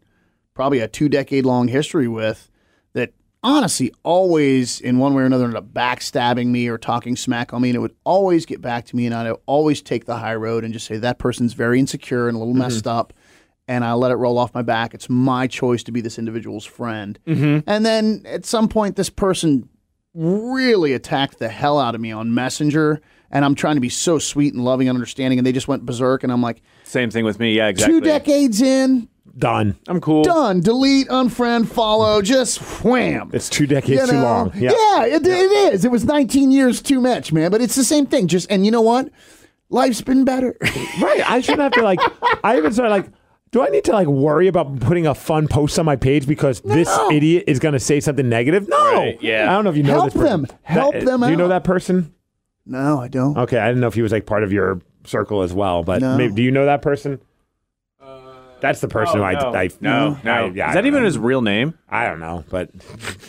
Speaker 3: probably a two decade long history with that honestly always in one way or another ended up backstabbing me or talking smack on me, and it would always get back to me, and I'd always take the high road and just say that person's very insecure and a little messed
Speaker 2: Mm-hmm.
Speaker 3: up. And I let it roll off my back. It's my choice to be this individual's friend.
Speaker 2: Mm-hmm.
Speaker 3: And then at some point, this person really attacked the hell out of me on Messenger. And I'm trying to be so sweet and loving and understanding. And they just went berserk. And I'm like,
Speaker 4: Same thing with me, yeah, exactly.
Speaker 3: two decades in,
Speaker 2: Done.
Speaker 4: I'm cool.
Speaker 3: done. Delete, unfriend, follow, just wham.
Speaker 2: It's two decades
Speaker 3: You
Speaker 2: too
Speaker 3: know?
Speaker 2: long.
Speaker 3: Yeah, it, it is. It was 19 years too much, man. But it's the same thing. Just, and you know what? Life's been better.
Speaker 2: Right. I shouldn't have to like. I even started like. do I need to like worry about putting a fun post on my page because this idiot is going to say something negative? No.
Speaker 4: Right, yeah.
Speaker 2: I don't know if you know
Speaker 3: Help
Speaker 2: this person.
Speaker 3: them. Help
Speaker 2: That-
Speaker 3: them
Speaker 2: Do you know
Speaker 3: out.
Speaker 2: that person?
Speaker 3: No, I don't.
Speaker 2: Okay, I didn't know if he was like part of your circle as well, but
Speaker 3: No.
Speaker 2: maybe do you know that person? That's the person who I, I
Speaker 4: Uh,
Speaker 2: Mm,
Speaker 4: no, no.
Speaker 2: I- yeah, I
Speaker 4: Is that
Speaker 2: don't
Speaker 4: even
Speaker 2: know.
Speaker 4: his real name?
Speaker 2: I don't know, but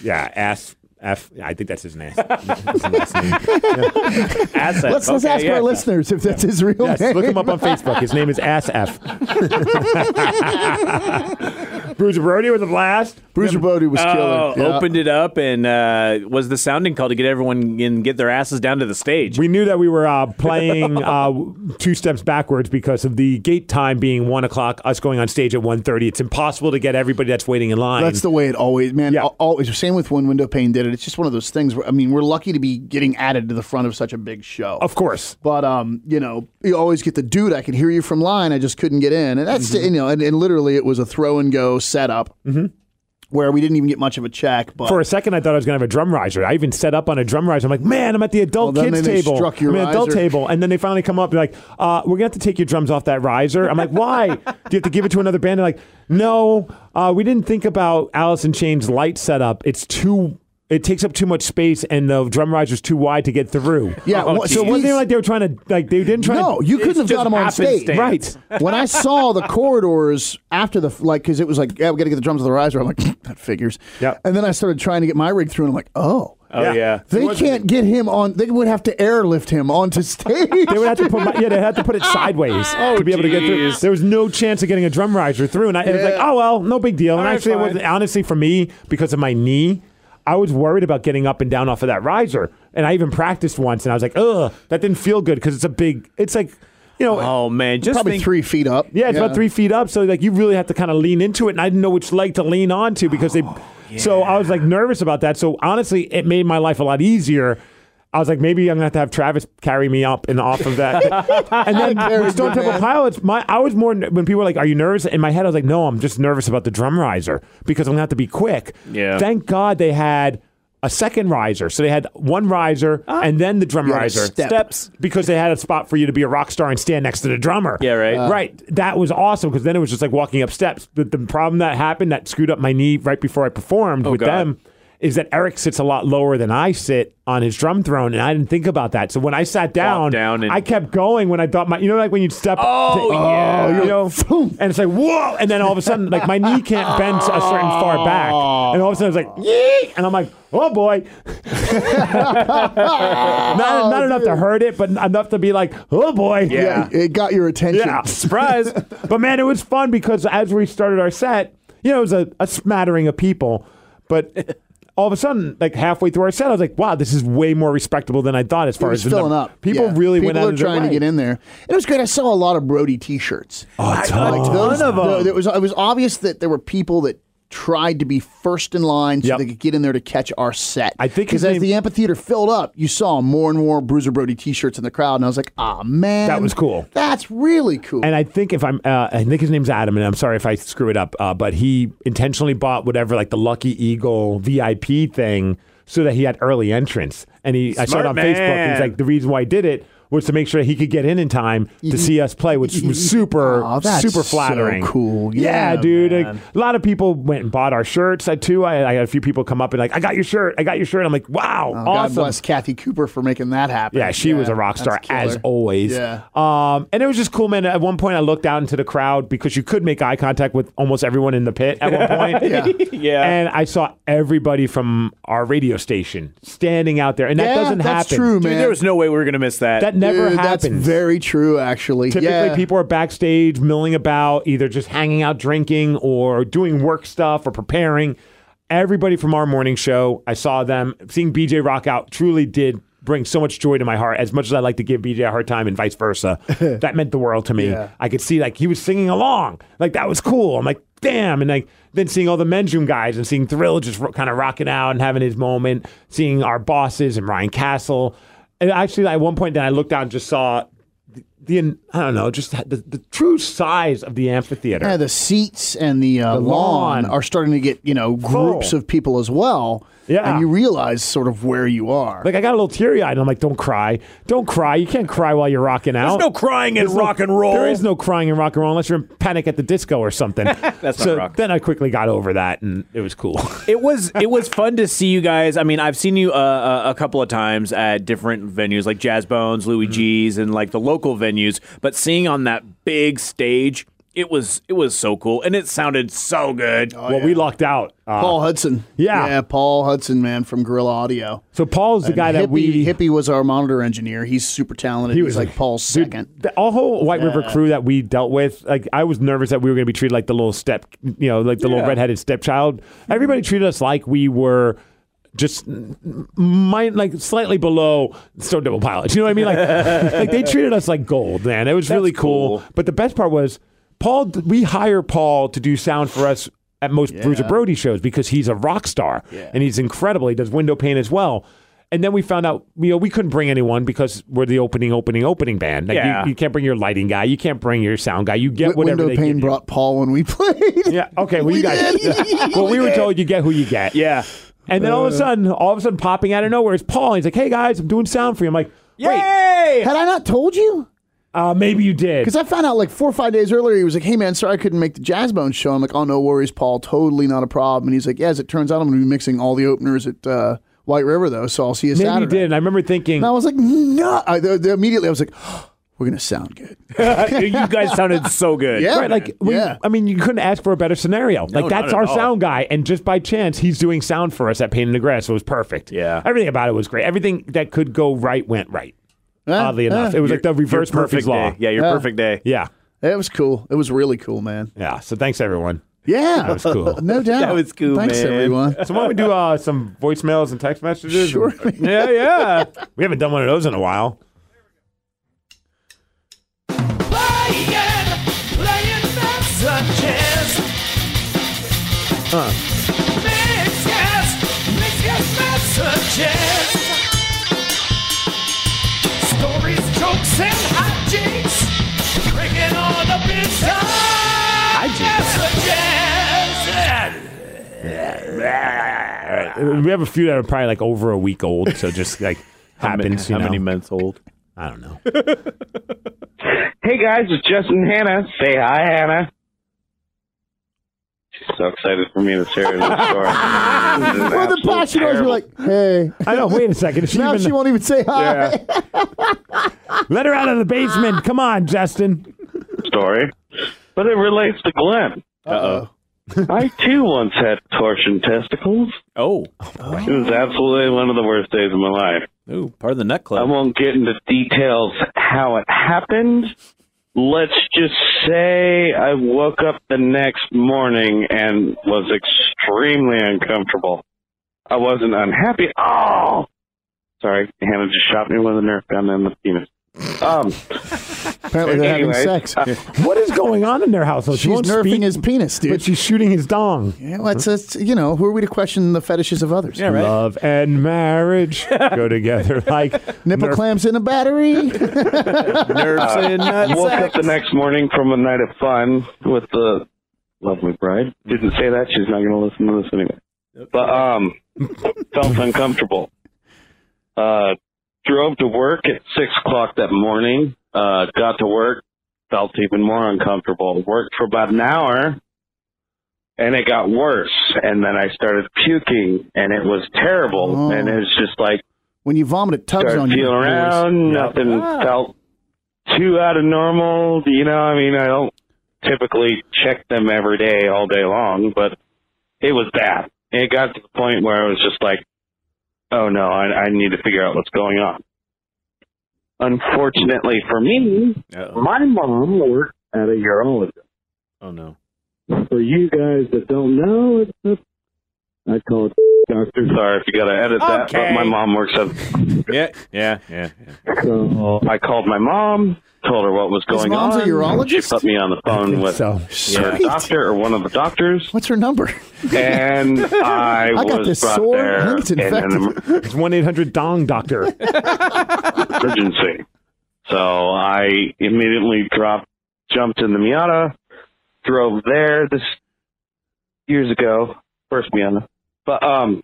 Speaker 2: yeah, ass. F, I think that's his name. That's his last name. Yeah. Ass F.
Speaker 3: Let's, let's
Speaker 4: Okay,
Speaker 3: ask
Speaker 4: yeah.
Speaker 3: our listeners if that's his real
Speaker 2: Yes,
Speaker 3: name.
Speaker 2: look him up on Facebook. His name is Ass F. Bruiser Brody with a blast.
Speaker 3: Bruiser Brody was
Speaker 4: Oh,
Speaker 3: killer. Yeah.
Speaker 4: opened it up and uh, was the sounding call to get everyone and get their asses down to the stage.
Speaker 2: We knew that we were uh, playing uh, two steps backwards because of the gate time being one o'clock. Us going on stage at 1.30. It's impossible to get everybody that's waiting in line.
Speaker 3: That's the way it always, man.
Speaker 2: Yeah.
Speaker 3: al- Always. Same with when Window Pane did it. It's just one of those things. Where, I mean, we're lucky to be getting added to the front of such a big show.
Speaker 2: of course.
Speaker 3: But um, you know, you always get the dude. I can hear you from line. I just couldn't get in,
Speaker 2: Mm-hmm.
Speaker 3: and that's you know, and, and literally it was a throw and go setup where we didn't even get much of a check. But
Speaker 2: For a second, I thought I was going to have a drum riser. I even set up on a drum riser. I'm like, man, I'm at the adult
Speaker 3: Well, then
Speaker 2: kids
Speaker 3: they
Speaker 2: table.
Speaker 3: struck your
Speaker 2: I'm at adult
Speaker 3: riser.
Speaker 2: table, and then they finally come up and like, uh, we're going to have to take your drums off that riser. I'm like, why? Do you have to give it to another band? They're like, no, uh, we didn't think about Alice in Chains light setup. It's too. It takes up too much space, and the drum riser's too wide to get through.
Speaker 3: Yeah,
Speaker 2: Oh,
Speaker 3: well,
Speaker 2: so
Speaker 3: geez.
Speaker 2: it wasn't like they were trying to like they didn't try.
Speaker 3: no,
Speaker 2: to,
Speaker 3: you couldn't have
Speaker 4: just
Speaker 3: got him on
Speaker 4: happenstance.
Speaker 3: stage,
Speaker 2: right.
Speaker 3: when I saw the corridors after the like, because it was like, yeah, we got to get the drums of the riser. I'm like, that figures.
Speaker 2: Yep.
Speaker 3: And then I started trying to get my rig through, and I'm like, oh,
Speaker 4: oh
Speaker 2: yeah.
Speaker 4: yeah.
Speaker 3: they can't get him on. They would have to airlift him onto stage.
Speaker 2: They would have to put my, yeah, they had to put it
Speaker 4: Oh,
Speaker 2: sideways to be able to get through.
Speaker 4: geez.
Speaker 2: There was no chance of getting a drum riser through, and I it was like,
Speaker 3: Yeah.
Speaker 2: oh well, no big deal. And
Speaker 4: All right,
Speaker 2: actually, it
Speaker 4: fine.
Speaker 2: wasn't honestly for me because of my knee. I was worried about getting up and down off of that riser, and I even practiced once, and I was like, ugh, that didn't feel good because it's a big. It's like, you know.
Speaker 4: Oh man, just
Speaker 3: Probably
Speaker 4: think,
Speaker 3: three feet up.
Speaker 2: Yeah, it's about three feet up, so like you really have to kind of lean into it, and I didn't know which leg to lean onto because they.
Speaker 3: Oh,
Speaker 2: So I was like nervous about that. So honestly, it made my life a lot easier. I was like, maybe I'm gonna have to have Travis carry me up and off of that. and then
Speaker 3: Carry
Speaker 2: with Stone
Speaker 3: you,
Speaker 2: Temple
Speaker 3: man.
Speaker 2: Pilots, my I was more ner- when people were like, "Are you nervous?" In my head, I was like, "No, I'm just nervous about the drum riser because I'm gonna have to be quick."
Speaker 4: Yeah.
Speaker 2: Thank God they had. A second riser, so they had one riser
Speaker 4: Ah.
Speaker 2: and then the drum
Speaker 3: had a
Speaker 2: riser
Speaker 3: step.
Speaker 4: Steps.
Speaker 2: because they had a spot for you to be a rock star and stand next to the drummer.
Speaker 4: Yeah, right. Uh,
Speaker 2: right. That was awesome because then it was just like walking up steps. But the problem that happened that screwed up my knee right before I performed with
Speaker 4: Oh, God.
Speaker 2: them is that Eric sits a lot lower than I sit on his drum throne, and I didn't think about that. So when I sat down,
Speaker 4: down and-
Speaker 2: I kept going when I thought my, you know, like when you step,
Speaker 4: Oh, yeah.
Speaker 2: you know, and it's like whoa, and then all of a sudden, like my knee can't bend a certain far back, and all of a sudden it's like, yeek, and I'm like, oh boy, not, not enough to hurt it, but enough to be like, oh boy,
Speaker 3: Oh, Yeah, it got your attention.
Speaker 2: yeah, surprise. but man, it was fun because as we started our set, you know, it was a, a smattering of people. But all of a sudden, like halfway through our set, I was like, wow, this is way more respectable than I thought as far
Speaker 3: was
Speaker 2: as the
Speaker 3: filling
Speaker 2: number-
Speaker 3: up.
Speaker 2: People
Speaker 3: Yeah.
Speaker 2: really
Speaker 3: People
Speaker 2: went
Speaker 3: are
Speaker 2: out of their
Speaker 3: trying
Speaker 2: way.
Speaker 3: to get in there. It was great. I saw a lot of Brody T-shirts.
Speaker 2: Oh, a ton.
Speaker 3: Like
Speaker 4: None of
Speaker 3: the-
Speaker 4: 'em.
Speaker 3: there was, it was obvious that there were people that tried to be first in line so
Speaker 2: Yep.
Speaker 3: they could get in there to catch our set.
Speaker 2: I think his
Speaker 3: because as
Speaker 2: name-
Speaker 3: the amphitheater filled up, you saw more and more Bruiser Brody T-shirts in the crowd, and I was like, "Ah, man,
Speaker 2: That was cool.
Speaker 3: That's really cool."
Speaker 2: And I think if I'm, uh, I think his name's Adam, and I'm sorry if I screw it up, uh, but he intentionally bought whatever like the Lucky Eagle VIP thing so that he had early entrance. And he, I saw it
Speaker 4: Smart
Speaker 2: on Facebook. He's
Speaker 4: man.
Speaker 2: like, the reason why he did it was to make sure he could get in in time to see us play, which was super,
Speaker 3: Aw, that's
Speaker 2: super
Speaker 3: so
Speaker 2: flattering.
Speaker 3: cool.
Speaker 2: yeah,
Speaker 3: Yeah,
Speaker 2: dude. Like, a lot of people went and bought our shirts I, too. I, I had a few people come up and like, I got your shirt, I got your shirt. I'm like, wow,
Speaker 3: Oh, God
Speaker 2: awesome.
Speaker 3: bless Kathy Cooper for making that happen.
Speaker 2: Yeah, she was a rock star
Speaker 3: that's
Speaker 2: as
Speaker 3: killer.
Speaker 2: always.
Speaker 3: Yeah.
Speaker 2: Um, and it was just cool, man. At one point, I looked out into the crowd because you could make eye contact with almost everyone in the pit at one point.
Speaker 3: Yeah.
Speaker 4: Yeah.
Speaker 2: And I saw everybody from our radio station standing out there, and that
Speaker 3: Yeah,
Speaker 2: doesn't
Speaker 3: that's
Speaker 2: happen.
Speaker 3: true,
Speaker 4: Dude,
Speaker 3: man.
Speaker 4: there was no way we were gonna miss that.
Speaker 2: That never
Speaker 3: Dude,
Speaker 2: happens.
Speaker 3: That's very true, actually.
Speaker 2: Typically,
Speaker 3: yeah.
Speaker 2: people are backstage milling about, either just hanging out, drinking, or doing work stuff or preparing. Everybody from our morning show, I saw them. Seeing BJ rock out truly did bring so much joy to my heart. As much as I like to give BJ a hard time and vice versa, that meant the world to me.
Speaker 3: Yeah.
Speaker 2: I could see like he was singing along, like that was cool. I'm like, damn, and like then seeing all the men's room guys and seeing Thrill just ro- kind of rocking out and having his moment. Seeing our bosses and Ryan Castle. And actually, at one point, then I looked down and just saw the I don't know, just the, the true size of the amphitheater.
Speaker 3: Yeah, the seats and the, uh,
Speaker 2: The
Speaker 3: lawn,
Speaker 2: lawn.
Speaker 3: are starting to get you know groups
Speaker 2: Full.
Speaker 3: of people as well.
Speaker 2: Yeah.
Speaker 3: and you realize sort of where you are.
Speaker 2: Like I got a little teary eyed, and I'm like, "Don't cry, don't cry. You can't cry while you're rocking out."
Speaker 4: There's no crying in
Speaker 2: There's no-
Speaker 4: rock and roll.
Speaker 2: There is no crying in rock and roll unless you're in Panic at the Disco or something.
Speaker 4: That's
Speaker 2: so
Speaker 4: not rock.
Speaker 2: Then I quickly got over that, and it was cool.
Speaker 4: It was it was fun to see you guys. I mean, I've seen you uh, uh, a couple of times at different venues like Jazz Bones, Louis G's, and like the local venues. But seeing on that big stage, it was it was so cool, and it sounded so good.
Speaker 2: Oh, well, we lucked out. Uh,
Speaker 3: Paul Hudson,
Speaker 2: yeah.
Speaker 3: yeah, Paul Hudson, man, from Gorilla Audio.
Speaker 2: so Paul's the guy
Speaker 3: hippie,
Speaker 2: that we
Speaker 3: hippie was our monitor engineer. He's super talented.
Speaker 2: He
Speaker 3: He
Speaker 2: was
Speaker 3: was like Paul's
Speaker 2: Dude,
Speaker 3: second.
Speaker 2: The all whole White River crew that we dealt with, like I was nervous that we were going to be treated like the little step, you know, like the little redheaded stepchild. Everybody treated us like we were just m- my, like slightly below Stone Double Pilots. You know what I mean? Like, like they treated us like gold, man. It was really cool.
Speaker 4: cool.
Speaker 2: But the best part was Paul. We hire Paul to do sound for us. At most Bruiser Brody shows because he's a rock star and he's incredible. He does window pane as well. And then we found out, you know, we couldn't bring anyone because we're the opening, opening, opening band. Like
Speaker 4: Yeah.
Speaker 2: you, you can't bring your lighting guy. You can't bring your sound guy. You get
Speaker 3: Wi-
Speaker 2: whatever
Speaker 3: window
Speaker 2: they
Speaker 3: pane
Speaker 2: give
Speaker 3: brought Paul when we played.
Speaker 2: you. Yeah. Okay. Well, you guys. well, we were told you get who you get.
Speaker 4: Yeah,
Speaker 2: And then
Speaker 3: Uh.
Speaker 2: all of a sudden, all of a sudden, popping out of nowhere is Paul. He's like, "Hey guys, I'm doing sound for you." I'm like, "Wait,
Speaker 4: yay!
Speaker 3: Had I not told you?
Speaker 2: uh, maybe you did."
Speaker 3: Because I found out like four or five days earlier, he was like, "Hey man, sorry I couldn't make the Jazz Bones show." I'm like, "Oh no worries, Paul, totally not a problem." And he's like, "Yeah, as it turns out, I'm going to be mixing all the openers at uh, White River though, so I'll see you
Speaker 2: Maybe you
Speaker 3: Saturday."
Speaker 2: did. And I remember thinking,
Speaker 3: And I was like, "No!" I, th- th- immediately, I was like, "Oh, "We're going to sound good."
Speaker 4: you guys sounded so good.
Speaker 3: Yeah.
Speaker 2: right, like, we,
Speaker 3: Yeah.
Speaker 2: I mean, you couldn't ask for a better scenario. like,
Speaker 4: not
Speaker 2: that's
Speaker 4: at
Speaker 2: our
Speaker 4: all.
Speaker 2: sound guy, and just by chance, he's doing sound for us at Pain in the Grass. So it was perfect.
Speaker 4: Yeah.
Speaker 2: everything about it was great. Everything that could go right went right. Oddly enough, it was like the reverse
Speaker 4: Your
Speaker 2: Murphy's
Speaker 4: perfect
Speaker 2: law.
Speaker 4: day. Yeah, your perfect day.
Speaker 2: yeah,
Speaker 3: It was cool. It was really cool, man.
Speaker 2: yeah. So thanks everyone.
Speaker 3: Yeah,
Speaker 2: That was cool.
Speaker 3: no doubt.
Speaker 4: That was cool,
Speaker 3: Thanks
Speaker 4: man.
Speaker 3: everyone.
Speaker 2: So why don't we do uh, some voicemails and text messages?
Speaker 3: Sure.
Speaker 4: Yeah, yeah.
Speaker 2: We haven't done one of those in a while. Uh, We have a few that are probably like over a week old, so just like happens.
Speaker 4: How
Speaker 2: you know?
Speaker 4: many months old?
Speaker 2: I don't know.
Speaker 7: Hey guys, it's Justin Hannah. Say hi, Hannah.
Speaker 5: She's so excited for me to share this story.
Speaker 3: Well, the passion was we're like, "Hey."
Speaker 2: I know. Wait a second. Is she
Speaker 3: Now
Speaker 2: even-
Speaker 3: she won't even say hi.
Speaker 2: Let her out of the basement. Come on, Justin.
Speaker 7: Story. But it relates to Glenn.
Speaker 4: Uh
Speaker 7: I too once had torsion testicles.
Speaker 4: oh.
Speaker 7: It was absolutely one of the worst days of my life.
Speaker 4: Ooh, part of the nut
Speaker 7: I
Speaker 4: club.
Speaker 7: won't get into details how it happened. Let's just say I woke up the next morning and was extremely uncomfortable. I wasn't unhappy. Oh, sorry. Hannah just shot me with a Nerf gun in the penis. Um,
Speaker 3: Apparently, they're having
Speaker 7: Anyway,
Speaker 3: sex.
Speaker 2: What is going on in their household? she
Speaker 3: She's
Speaker 2: won't
Speaker 3: nerfing
Speaker 2: speak,
Speaker 3: his penis, dude.
Speaker 2: but she's shooting his dong.
Speaker 3: Yeah, well, it's, it's, you know, who are we to question the fetishes of others?
Speaker 4: right.
Speaker 2: Love and marriage go together like
Speaker 3: Nipple
Speaker 2: nerf- Uh,
Speaker 3: clamps in a battery.
Speaker 4: Nerves and nuts.
Speaker 7: Uh, woke up the next morning from a night of fun with the lovely bride. Didn't say that. She's not going to listen to this anyway. But um, felt uncomfortable. Uh, drove to work at six o'clock that morning. Uh, got to work, felt even more uncomfortable. Worked for about an hour, and it got worse. And then I started puking, and it was terrible.
Speaker 3: Oh.
Speaker 7: And it was just like
Speaker 3: when you vomit, it tugs
Speaker 7: started
Speaker 3: on you. Ah.
Speaker 7: feeling around. Nothing felt too out of normal. You know, I mean, I don't typically check them every day, all day long, but it was bad. It got to the point where I was just like, oh no, I, I need to figure out what's going on. Unfortunately for me,
Speaker 4: Uh-oh.
Speaker 7: my mom worked at a urologist
Speaker 4: Oh, no.
Speaker 7: for you guys that don't know, it's a, I call it doctor. Sorry if you got to edit that, but my mom works at.
Speaker 4: Yeah, yeah, yeah. yeah.
Speaker 7: So I called my mom, told her what was
Speaker 3: His
Speaker 7: going
Speaker 3: mom's a
Speaker 7: on. She
Speaker 3: urologist?
Speaker 7: put me on the
Speaker 2: I
Speaker 7: phone
Speaker 2: think
Speaker 7: with
Speaker 2: so.
Speaker 7: her
Speaker 3: Sweet.
Speaker 7: doctor or one of the doctors,
Speaker 3: What's her number?
Speaker 7: and I,
Speaker 3: I got
Speaker 7: was
Speaker 3: this
Speaker 7: brought
Speaker 3: sore. I
Speaker 7: there
Speaker 3: think it's
Speaker 7: in an
Speaker 3: infected.
Speaker 2: It's 1 800 Dong Doctor.
Speaker 7: emergency. So I immediately dropped, jumped in the Miata, drove there this years ago, first Miata. But um,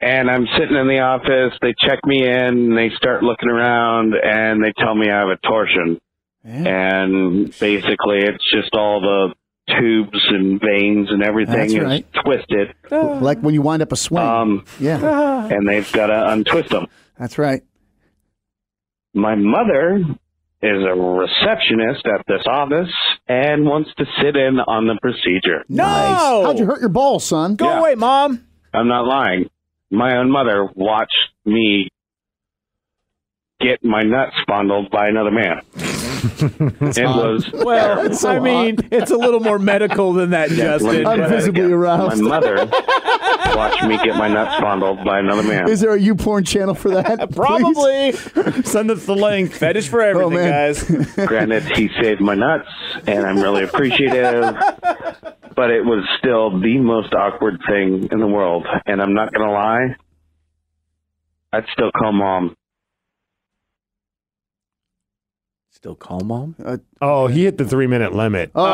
Speaker 7: and I'm sitting in the office. They check me in. They start looking around, and they tell me I have a torsion. And basically, it's just all the tubes and veins and everything
Speaker 3: That's
Speaker 7: is
Speaker 3: right.
Speaker 7: twisted,
Speaker 3: Like when you wind up a swing.
Speaker 7: Um,
Speaker 3: yeah,
Speaker 7: and they've got to untwist them.
Speaker 3: that's right.
Speaker 7: my mother is a receptionist at this office and wants to sit in on the procedure.
Speaker 4: No!
Speaker 3: Nice. How'd you hurt your ball, son?
Speaker 4: Go away, mom.
Speaker 7: I'm not lying. My own mother watched me get my nuts fondled by another man. it was
Speaker 4: Well,
Speaker 3: That's a
Speaker 4: I
Speaker 3: lot.
Speaker 4: mean, it's a little more medical than that, Justin.
Speaker 7: let me
Speaker 3: I'm
Speaker 7: try that
Speaker 3: visibly
Speaker 7: again.
Speaker 3: aroused.
Speaker 7: My mother watched me get my nuts fondled by another man.
Speaker 3: Is there a U porn channel for that? Please?
Speaker 4: Probably. Send us the link. Fetish for everything,
Speaker 3: Oh, man.
Speaker 4: guys.
Speaker 7: Granted, he saved my nuts, and I'm really appreciative. but it was still the most awkward thing in the world, and I'm not gonna lie. I'd still call mom.
Speaker 4: Still call mom?
Speaker 2: Oh, he hit the three minute limit.
Speaker 3: Uh, Oh,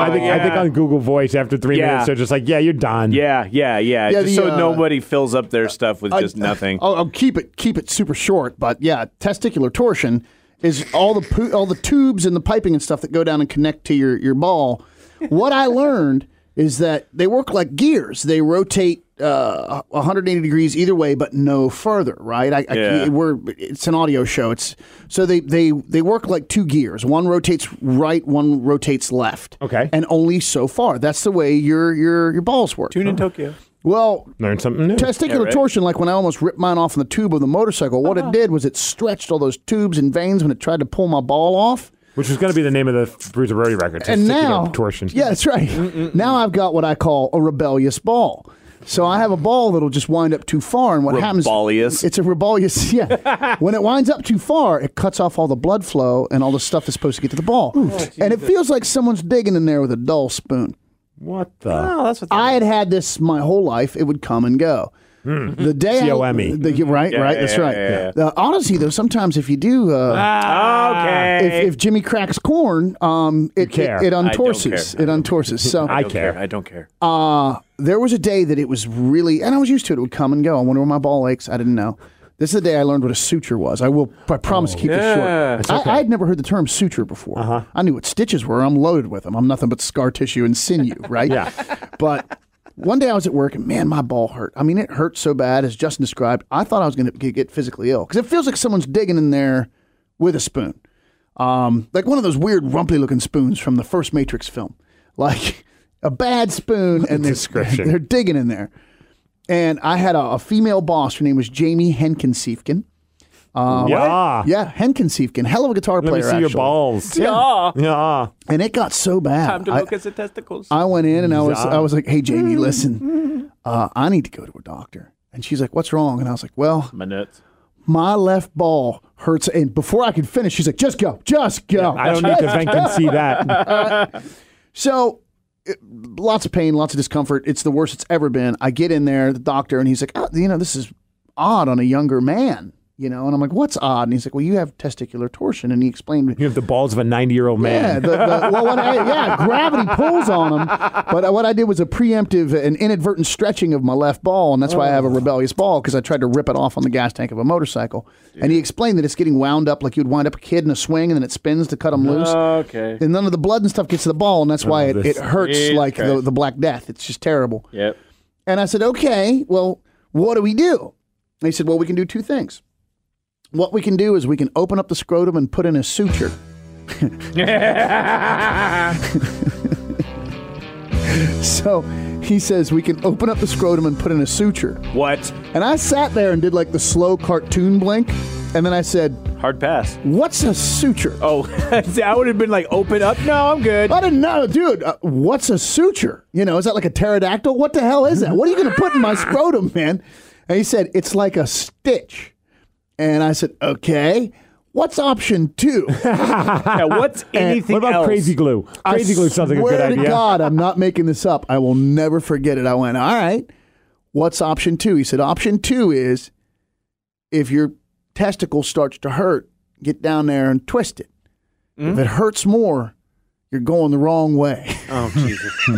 Speaker 2: I think I think
Speaker 4: yeah.
Speaker 2: on Google Voice after three
Speaker 4: Yeah.
Speaker 2: minutes they're just like, yeah, you're done.
Speaker 4: Yeah, yeah, yeah.
Speaker 3: Yeah,
Speaker 4: just
Speaker 3: the,
Speaker 4: so
Speaker 3: uh,
Speaker 4: nobody fills up their stuff with
Speaker 3: I-
Speaker 4: just nothing.
Speaker 3: Uh, I'll, I'll keep it keep it super short, but yeah, testicular torsion is all the po- all the tubes and the piping and stuff that go down and connect to your your ball. What I learned is that they work like gears; they rotate uh, 180 degrees either way, but no further. Right? I, I,
Speaker 4: Yeah.
Speaker 3: We're it's an audio show. It's so they they they work like two gears. One rotates right, one rotates left.
Speaker 2: Okay.
Speaker 3: and only so far. That's the way your your your balls work.
Speaker 4: Tune in Tokyo.
Speaker 3: Well,
Speaker 2: Learn something new.
Speaker 3: Testicular
Speaker 4: right.
Speaker 3: torsion, like when I almost ripped mine off on the tube of the motorcycle, what
Speaker 2: Uh-huh.
Speaker 3: it did was it stretched all those tubes and veins when it tried to pull my ball off.
Speaker 2: Which is going to be the name of the Bruiser Brody record.
Speaker 3: And
Speaker 2: testicular
Speaker 3: now,
Speaker 2: torsion.
Speaker 3: yeah, that's right. Now I've got what I call a rebellious ball. So I have a ball that'll just wind up too far, and what
Speaker 4: Rebellious.
Speaker 3: happens? It's a rebellious. Yeah, when it winds up too far, it cuts off all the blood flow and all the stuff that's supposed to get to the ball,
Speaker 4: Oh,
Speaker 3: and it feels like someone's digging in there with a dull spoon.
Speaker 2: What the?
Speaker 4: Oh, that's what
Speaker 3: I had had this my whole life. It would come and go. Hmm.
Speaker 2: Hmm.
Speaker 3: The day I-
Speaker 2: C-O-M-E.
Speaker 3: the- you- right, right, that's
Speaker 4: yeah,
Speaker 3: right.
Speaker 4: yeah, yeah.
Speaker 3: The- honestly, though, sometimes if you do, uh, if,
Speaker 4: Okay.
Speaker 3: if Jimmy cracks corn, um, it,
Speaker 2: care.
Speaker 3: it it
Speaker 4: don't
Speaker 3: untorses,
Speaker 4: care.
Speaker 3: it untorses. So
Speaker 2: I
Speaker 4: I don't
Speaker 2: care.
Speaker 4: care. I don't care.
Speaker 3: uh, there was a day that it was really, and I was used to it. It would come and go. I wonder where my ball aches. I didn't know. This is the day I learned what a suture was. I will, I promise, to keep
Speaker 4: yeah.
Speaker 3: this short. I, I had never heard the term suture before. I knew what stitches were. I'm loaded with them. I'm nothing but scar tissue and sinew, right? yeah. But one day I was at work and man, my ball hurt. I mean, it hurt so bad, as Justin described. I thought I was going to get physically ill because it feels like someone's digging in there with a spoon, um, like one of those weird rumply looking spoons from the first Matrix film, like a bad spoon, and they're,
Speaker 2: Description.
Speaker 3: they're digging in there. And I had a, a female boss. Her name was Jamie Henkin-Siefkin.
Speaker 2: yeah.
Speaker 3: Yeah, Henkin-Siefkin, hell of a guitar
Speaker 2: Let
Speaker 3: player.
Speaker 2: me see your
Speaker 3: actually.
Speaker 2: balls.
Speaker 4: Yeah.
Speaker 2: Yeah.
Speaker 3: And it got so bad. I-
Speaker 4: at the testicles.
Speaker 3: I went in and I was I was like, "Hey Jamie, listen, uh, I need to go to a doctor." And she's like, "What's wrong?" And I was like, "Well,
Speaker 4: My nuts.
Speaker 3: my left ball hurts." And before I could finish, she's like, "Just go, just go."
Speaker 2: I don't need to think and see that.
Speaker 3: So, it- lots of pain, lots of discomfort. It's the worst it's ever been. I get in there, the doctor, and he's like, oh, "You know, this is odd on a younger man." You know, and I'm like, "What's odd?" And he's like, "Well, you have testicular torsion." And he explained
Speaker 2: You have the balls of a 90 year old
Speaker 3: Yeah,
Speaker 2: man.
Speaker 3: the, the, well, what I, yeah, gravity pulls on them. But what I did was a preemptive and inadvertent stretching of my left ball, and that's why I have a rebellious ball because I tried to rip it off on the gas tank of a motorcycle. And he explained that it's getting wound up like you'd wind up a kid in a swing, and then it spins to cut them loose.
Speaker 4: Okay.
Speaker 3: And none of the blood and stuff gets to the ball, and that's why it, it
Speaker 2: this-
Speaker 3: hurts
Speaker 4: Jesus
Speaker 3: like the,
Speaker 4: Christ.
Speaker 3: the Black Death. It's just terrible.
Speaker 4: Yep.
Speaker 3: And I said, okay, well, what do we do? And he said, well, we can do two things. What we can do is we can open up the scrotum and put in a suture. so he says, we can open up the scrotum and put in a suture.
Speaker 4: What?
Speaker 3: And I sat there and did like the slow cartoon blink. And then I said,
Speaker 4: Hard pass.
Speaker 3: what's a suture?
Speaker 4: Oh, see, I would have been like, open up. No, I'm good.
Speaker 3: I didn't know, dude. Uh, what's a suture? You know, is that like a pterodactyl? What the hell is that? What are you going to put in my scrotum, man? And he said, it's like a stitch. And I said, okay. What's option two?
Speaker 4: Yeah, what's anything
Speaker 2: what about
Speaker 4: else?
Speaker 2: crazy glue?
Speaker 3: I
Speaker 2: Crazy glue sounds like a
Speaker 3: swear
Speaker 2: good
Speaker 3: to
Speaker 2: idea.
Speaker 3: God, I'm not making this up. I will never forget it. I went, all right. What's option two? He said, option two is if your testicle starts to hurt, get down there and twist it.
Speaker 2: Hmm?
Speaker 3: If it hurts more, you're going the wrong way.
Speaker 4: Oh, Jesus.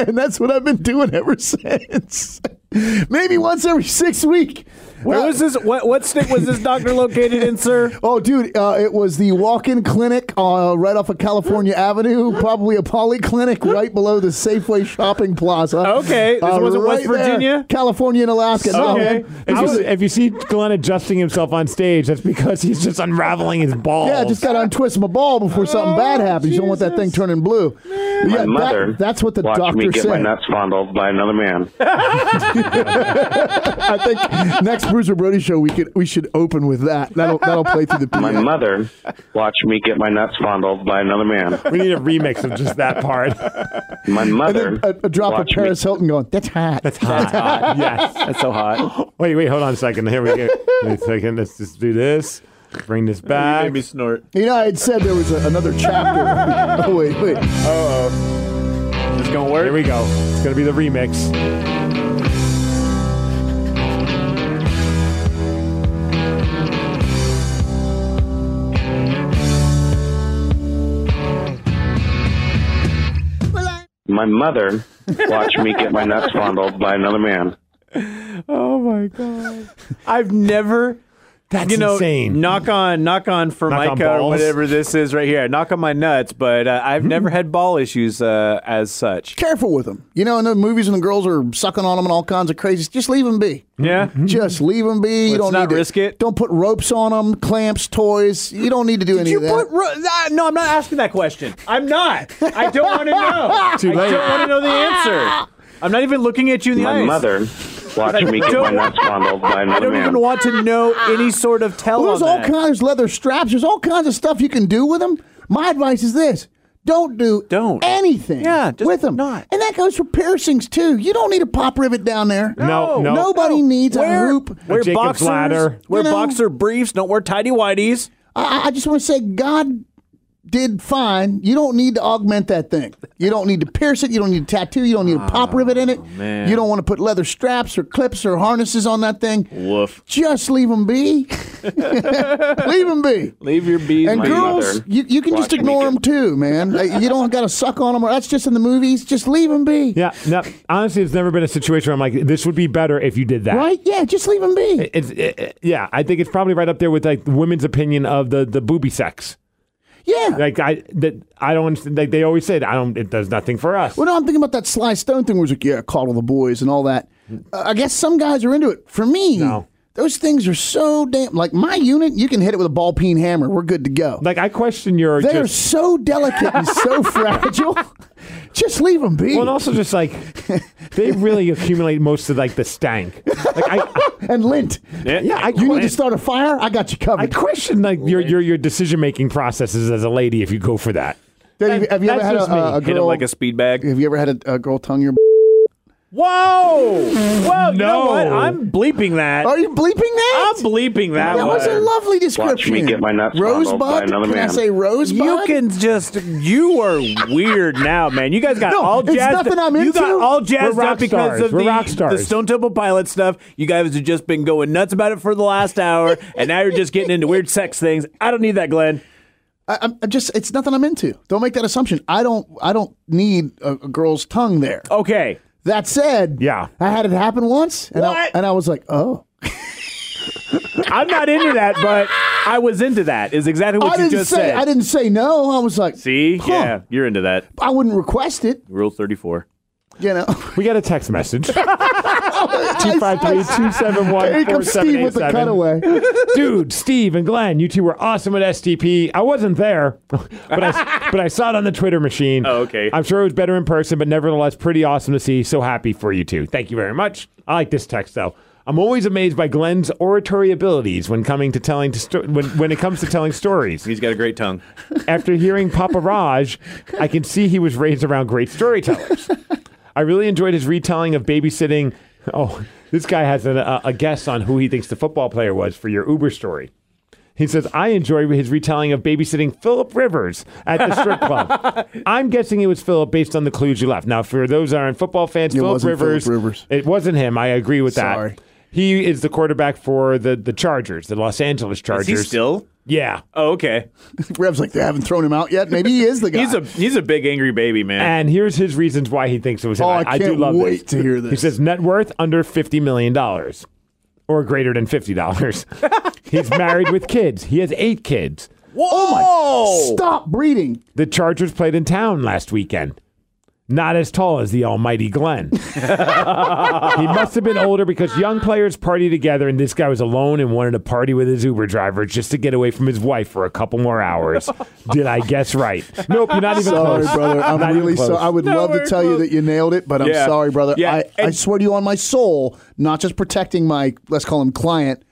Speaker 3: and that's what I've been doing ever since. Maybe once every six week.
Speaker 4: Where
Speaker 3: Uh,
Speaker 4: was this? What, what stick was this doctor located in, sir?
Speaker 3: Oh, dude, uh, it was the walk-in clinic uh, right off of California Avenue, probably a polyclinic right below the Safeway shopping plaza. Uh,
Speaker 4: Okay, this wasn't West
Speaker 3: there,
Speaker 4: Virginia?
Speaker 3: California and Alaska. No,
Speaker 2: Okay.
Speaker 3: man.
Speaker 2: If
Speaker 3: I
Speaker 2: you,
Speaker 3: was-
Speaker 2: see- if you see Glenn adjusting himself on stage, that's because he's just unraveling his balls.
Speaker 3: yeah, I just got to untwist my ball before
Speaker 4: Oh,
Speaker 3: something bad happens. You don't want that thing turning blue. But yeah,
Speaker 7: My mother
Speaker 3: that- that's what the
Speaker 7: watched
Speaker 3: doctor
Speaker 7: me get
Speaker 3: said.
Speaker 7: my nuts fondled by another man.
Speaker 3: I think next Bruiser Brody show we could we should open with that. That'll that'll play through the
Speaker 7: My
Speaker 3: PA.
Speaker 7: mother watched me get my nuts fondled by another man.
Speaker 2: we need a remix of just that part.
Speaker 7: My
Speaker 3: and
Speaker 7: mother
Speaker 3: then a, a drop of
Speaker 7: watched me-
Speaker 3: Paris Hilton going. That's hot.
Speaker 2: That's hot. Ah, yes.
Speaker 4: That's so hot.
Speaker 2: Wait, wait, hold on a second. Here we go. Wait a second. Let's just do this. Bring this back.
Speaker 4: snort.
Speaker 3: You know, I had said there was a, another chapter. oh wait, wait.
Speaker 4: It's gonna work.
Speaker 2: Here we go. It's gonna be the remix.
Speaker 7: My mother watched me get my nuts fondled by another man.
Speaker 2: Oh my god.
Speaker 4: I've never
Speaker 2: That's
Speaker 4: you know,
Speaker 2: insane.
Speaker 4: knock on, knock on
Speaker 2: Knock on
Speaker 4: Formica or
Speaker 2: balls.
Speaker 4: whatever this is right here. Knock on my nuts, but uh, I've never
Speaker 2: Hmm.
Speaker 4: had ball issues uh, as such.
Speaker 3: Careful with them. You know, in the movies when the girls are sucking on them and all kinds of crazy. Just leave them be.
Speaker 4: Yeah,
Speaker 2: Mm-hmm.
Speaker 3: Just leave them be. you
Speaker 4: Let's
Speaker 3: don't
Speaker 4: not
Speaker 3: need to-
Speaker 4: risk it.
Speaker 3: Don't put ropes on them, clamps, toys. You don't need to do any
Speaker 4: you
Speaker 3: of that.
Speaker 4: put ro- ah, no. I'm not asking that question. I'm not. I don't want to know.
Speaker 2: Too
Speaker 4: I
Speaker 2: late.
Speaker 4: don't want to know the answer. I'm not even looking at you in the
Speaker 7: My
Speaker 4: eyes.
Speaker 7: mother watched me get my nuts fondled by
Speaker 4: I
Speaker 7: another
Speaker 4: don't
Speaker 7: man.
Speaker 4: even want to know any sort of tell
Speaker 3: Well, there's
Speaker 4: on
Speaker 3: all
Speaker 4: that.
Speaker 3: kinds. There's leather straps. There's all kinds of stuff you can do with them. My advice is this: don't do
Speaker 4: Don't.
Speaker 3: anything.
Speaker 4: Yeah, just
Speaker 3: with them.
Speaker 4: not.
Speaker 3: And that goes for piercings too. You don't need a pop rivet down there.
Speaker 2: No, no.
Speaker 3: Nobody needs
Speaker 4: Wear-
Speaker 3: a hoop.
Speaker 4: Wear
Speaker 2: Jacob's
Speaker 4: boxers.
Speaker 2: ladder.
Speaker 4: Wear
Speaker 3: You know.
Speaker 4: boxer briefs. Don't wear tidy whities.
Speaker 3: I, I- I just want to say God did fine. You don't need to augment that thing. You don't need to pierce it. You don't need to tattoo. You don't need a pop rivet in it.
Speaker 4: Oh, man.
Speaker 3: You don't want to put leather straps or clips or harnesses on that thing.
Speaker 4: Woof.
Speaker 3: Just leave them be. leave them be.
Speaker 4: Leave your bees.
Speaker 3: And
Speaker 7: My
Speaker 3: girls,
Speaker 7: mother
Speaker 3: you, you can just
Speaker 7: watched me
Speaker 3: ignore
Speaker 7: get-
Speaker 3: them too, man. Like, you don't got to suck on them. Or that's just in the movies. Just leave them be.
Speaker 2: Yeah, no. Honestly, it's never been a situation where I'm like, this would be better if you did that.
Speaker 3: Right? Yeah. Just leave them be.
Speaker 2: It's, it, it- yeah, I think it's probably right up there with like women's opinion of the the booby sex.
Speaker 3: Yeah.
Speaker 2: Like I that I don't understand- like they always said I don't it does nothing for us.
Speaker 3: Well, no, I'm thinking about that Sly Stone thing where it's like, yeah, coddle the boys and all that. Uh, I guess some guys are into it. For me,
Speaker 2: No.
Speaker 3: those things are so damn. Like my unit, you can hit it with a ball peen hammer. We're good to go.
Speaker 2: Like I question your
Speaker 3: they are
Speaker 2: just,
Speaker 3: so delicate and so fragile. Just leave them be.
Speaker 2: well, and also just like they really accumulate most of like the stank. Like I,
Speaker 3: and lint.
Speaker 2: yeah, I,
Speaker 3: You need to start a fire? I got you
Speaker 2: I
Speaker 3: covered.
Speaker 2: question like your your your decision making processes as a lady if you go for that.
Speaker 3: have, you, have you
Speaker 2: that's
Speaker 3: ever had
Speaker 2: just
Speaker 3: a,
Speaker 2: me.
Speaker 3: a, a
Speaker 4: Hit him
Speaker 3: girl?
Speaker 4: like a speed bag.
Speaker 3: have you ever had a, a girl tongue your?
Speaker 4: Whoa! Whoa! You know
Speaker 2: No.
Speaker 4: what? I'm bleeping that.
Speaker 3: Are you bleeping that?
Speaker 4: I'm bleeping that.
Speaker 3: that was a
Speaker 4: one.
Speaker 3: lovely description.
Speaker 7: get my nuts fondled
Speaker 3: Rosebud.
Speaker 7: by another
Speaker 3: Can I
Speaker 7: man.
Speaker 3: say rosebud?
Speaker 4: You can just. You are weird now, man. You guys got
Speaker 3: No,
Speaker 4: all
Speaker 3: it's
Speaker 4: jazzed.
Speaker 3: nothing I'm
Speaker 4: You got
Speaker 3: into.
Speaker 4: all jazzed
Speaker 2: We're rock
Speaker 4: up because
Speaker 2: stars.
Speaker 4: of
Speaker 2: We're
Speaker 4: the,
Speaker 2: rock stars.
Speaker 4: the Stone Temple Pilot stuff. You guys have just been going nuts about it for the last hour, and now you're just getting into weird sex things. I don't need that, Glenn.
Speaker 3: I, I'm I'm just it's nothing I'm into. Don't make that assumption. I don't I don't need a, a girl's tongue there.
Speaker 4: Okay.
Speaker 3: That said,
Speaker 2: Yeah.
Speaker 3: I had it happen once, and I
Speaker 4: What?
Speaker 3: and I was like, oh,
Speaker 4: I'm not into that, but I was into that, is exactly what
Speaker 3: I
Speaker 4: you
Speaker 3: didn't
Speaker 4: just
Speaker 3: say
Speaker 4: said.
Speaker 3: I didn't say no. I was like,
Speaker 4: See?
Speaker 3: huh,
Speaker 4: Yeah, you're into that.
Speaker 3: I wouldn't request it.
Speaker 4: Rule 34.
Speaker 3: You know,
Speaker 2: We got a text message. 253-271-4787.
Speaker 3: here comes Steve with the cutaway.
Speaker 2: Dude, Steve and Glenn, you two were awesome at STP. I wasn't there, but I, but I saw it on the Twitter machine.
Speaker 4: Oh, okay.
Speaker 2: I'm sure it was better in person, but nevertheless, pretty awesome to see. So happy for you two. Thank you very much. I like this text though. I'm always amazed by Glenn's oratory abilities when coming to telling to sto- when when it comes to telling stories.
Speaker 4: He's got a great tongue.
Speaker 2: After hearing Papa Raj, I can see he was raised around great storytellers. I really enjoyed his retelling of babysitting. Oh, this guy has an, a, a guess on who he thinks the football player was for your Uber story. He says, I enjoyed his retelling of babysitting Philip Rivers at the strip club. I'm guessing it was Philip based on the clues you left. Now, for those that aren't football fans, Philip
Speaker 3: wasn't Phillip
Speaker 2: Rivers,
Speaker 3: Rivers.
Speaker 2: It wasn't him. I agree with that.
Speaker 3: Sorry.
Speaker 2: He is the quarterback for the the Chargers, the Los Angeles
Speaker 4: Is he
Speaker 2: Chargers.
Speaker 4: still?
Speaker 2: Yeah.
Speaker 4: Oh, okay.
Speaker 3: Rev's like, they haven't thrown him out yet. Maybe he is the guy.
Speaker 4: He's a he's a big angry baby man.
Speaker 2: And here's his reasons why he thinks it was him.
Speaker 3: Oh, I
Speaker 2: do
Speaker 3: can't
Speaker 2: love this.
Speaker 3: wait to hear this.
Speaker 2: He says net worth under fifty million dollars, or greater than fifty dollars. He's married with kids. He has eight kids.
Speaker 4: Whoa! Oh
Speaker 3: Stop breeding.
Speaker 2: The Chargers played in town last weekend. Not as tall as the almighty Glenn. he must have been older because young players party together, and this guy was alone and wanted to party with his Uber driver just to get away from his wife for a couple more hours. Did I guess right? Nope, you're not even
Speaker 3: Sorry,
Speaker 2: close.
Speaker 3: brother. I'm
Speaker 2: Not even
Speaker 3: really
Speaker 2: close.
Speaker 3: sorry. I would love to
Speaker 4: we're
Speaker 3: tell you
Speaker 4: close.
Speaker 3: that you nailed it, but I'm
Speaker 4: Yeah.
Speaker 3: sorry, brother.
Speaker 4: Yeah,
Speaker 3: I, I
Speaker 4: and-
Speaker 3: swear to you on my soul, not just protecting my, let's call him client,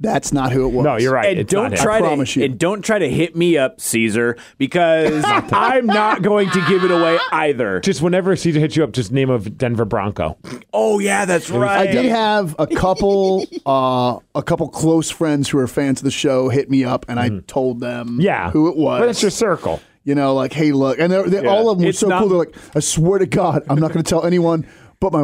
Speaker 3: that's not who it was.
Speaker 2: No, Oh, you're right.
Speaker 4: And
Speaker 2: It's not
Speaker 4: don't
Speaker 2: him.
Speaker 4: try
Speaker 3: promise
Speaker 4: to
Speaker 3: you.
Speaker 4: and don't try to hit me up, Caesar, because I'm not going to give it away either.
Speaker 2: Just whenever Caesar hits you up, just name of Denver Bronco.
Speaker 4: Oh yeah, that's right.
Speaker 3: I did have a couple, uh, a couple close friends who are fans of the show hit me up, and I told them,
Speaker 2: Mm-hmm. Yeah,
Speaker 3: who it was.
Speaker 2: But it's your circle.
Speaker 3: you know, like, hey, look, and they're, they're,
Speaker 4: Yeah.
Speaker 3: all of them were
Speaker 4: It's
Speaker 3: so
Speaker 4: not-
Speaker 3: cool. They're like, I swear to God, I'm not going to tell anyone but my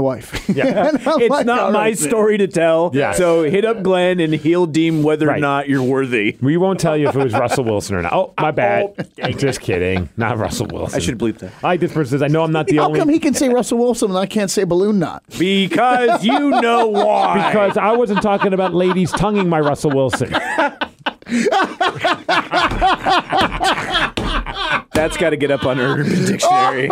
Speaker 3: wife.
Speaker 2: Yeah.
Speaker 3: And I'm
Speaker 4: it's
Speaker 3: like,
Speaker 4: not
Speaker 3: all
Speaker 4: my
Speaker 3: right, man.
Speaker 4: story to tell.
Speaker 2: Yeah.
Speaker 4: So hit up Glenn and he'll deem whether or
Speaker 2: Right.
Speaker 4: not you're worthy.
Speaker 2: We won't tell you if it was Russell Wilson or not. Oh, my bad. I'm just kidding. Not Russell Wilson.
Speaker 4: I should bleep that.
Speaker 2: I like this person says, I know I'm not the
Speaker 3: How
Speaker 2: only
Speaker 3: come he can say Russell Wilson and I can't say balloon knot?
Speaker 4: Because you know why.
Speaker 2: because I wasn't talking about ladies tonguing my Russell Wilson.
Speaker 4: that's got to get up on Urban Dictionary.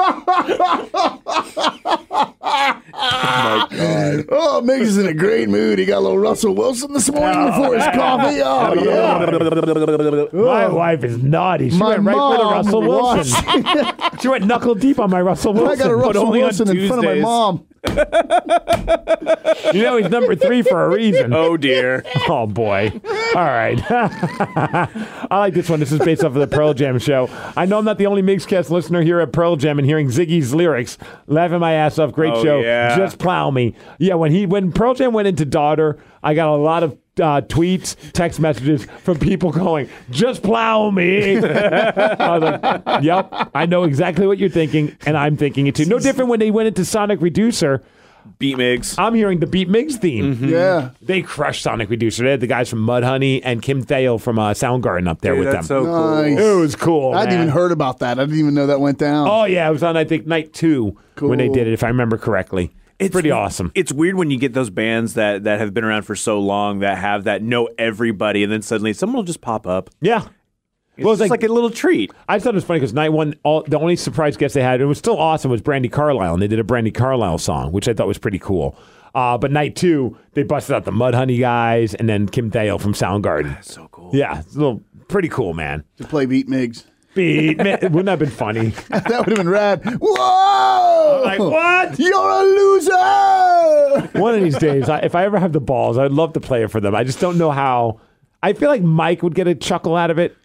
Speaker 3: Oh, Mickey's in a great mood. He got a little Russell Wilson this
Speaker 2: Oh.
Speaker 3: morning before his coffee. Oh, yeah.
Speaker 2: My wife is naughty. She
Speaker 3: My
Speaker 2: went right for the
Speaker 3: mom
Speaker 2: Russell Wilson. she went knuckle deep on my Russell Wilson.
Speaker 3: I got a
Speaker 2: but
Speaker 3: Russell
Speaker 2: only on
Speaker 3: Wilson in front of my
Speaker 4: Tuesdays.
Speaker 3: mom.
Speaker 2: You know he's number three for a reason.
Speaker 4: oh dear.
Speaker 2: Oh boy. All right. I like this one. This is based off of the Pearl Jam show. I know I'm not the only Mixcast listener here at Pearl Jam and hearing Ziggy's lyrics, laughing my ass off. Great
Speaker 4: Oh,
Speaker 2: show.
Speaker 4: yeah.
Speaker 2: Just plow me. Yeah, when he when Pearl Jam went into Daughter, I got a lot of uh, tweets, text messages from people going, just plow me. I was like, yep, I know exactly what you're thinking, and I'm thinking it too. No different when they went into Sonic Reducer.
Speaker 4: Beat Migs.
Speaker 2: I'm hearing the Beat Migs theme.
Speaker 3: Yeah.
Speaker 2: They crushed Sonic Reducer. They had the guys from Mudhoney and Kim Thayil from uh, Soundgarden up there with them.
Speaker 4: that's so cool.
Speaker 3: Nice.
Speaker 2: it was cool.
Speaker 3: I hadn't
Speaker 2: man.
Speaker 3: even heard about that. I didn't even know that went down.
Speaker 2: Oh yeah, it was on I think night two when they
Speaker 3: Cool.
Speaker 2: did it, if I remember correctly. It's pretty awesome.
Speaker 4: It's weird when you get those bands that, that have been around for so long that have that know everybody, and then suddenly someone will just pop up.
Speaker 2: yeah.
Speaker 4: It's
Speaker 2: Well, it's
Speaker 4: just like,
Speaker 2: like-
Speaker 4: a little treat.
Speaker 2: I just thought it was funny because night one, all, the only surprise guest they had, it was still awesome, was Brandy Carlisle, and they did a Brandy Carlisle song, which I thought was pretty cool. Uh, but night two, they busted out the Mudhoney guys and then Kim Thayil from Soundgarden.
Speaker 4: So cool.
Speaker 2: Yeah, it's a little pretty cool, man.
Speaker 3: To play beat Migs.
Speaker 2: Beat, man, wouldn't that have been funny?
Speaker 3: that would have been rad. Whoa!
Speaker 2: Oh. Like what?
Speaker 3: You're a loser!
Speaker 2: One of these days, I, if I ever have the balls, I'd love to play it for them. I just don't know how. I feel like Mike would get a chuckle out of it,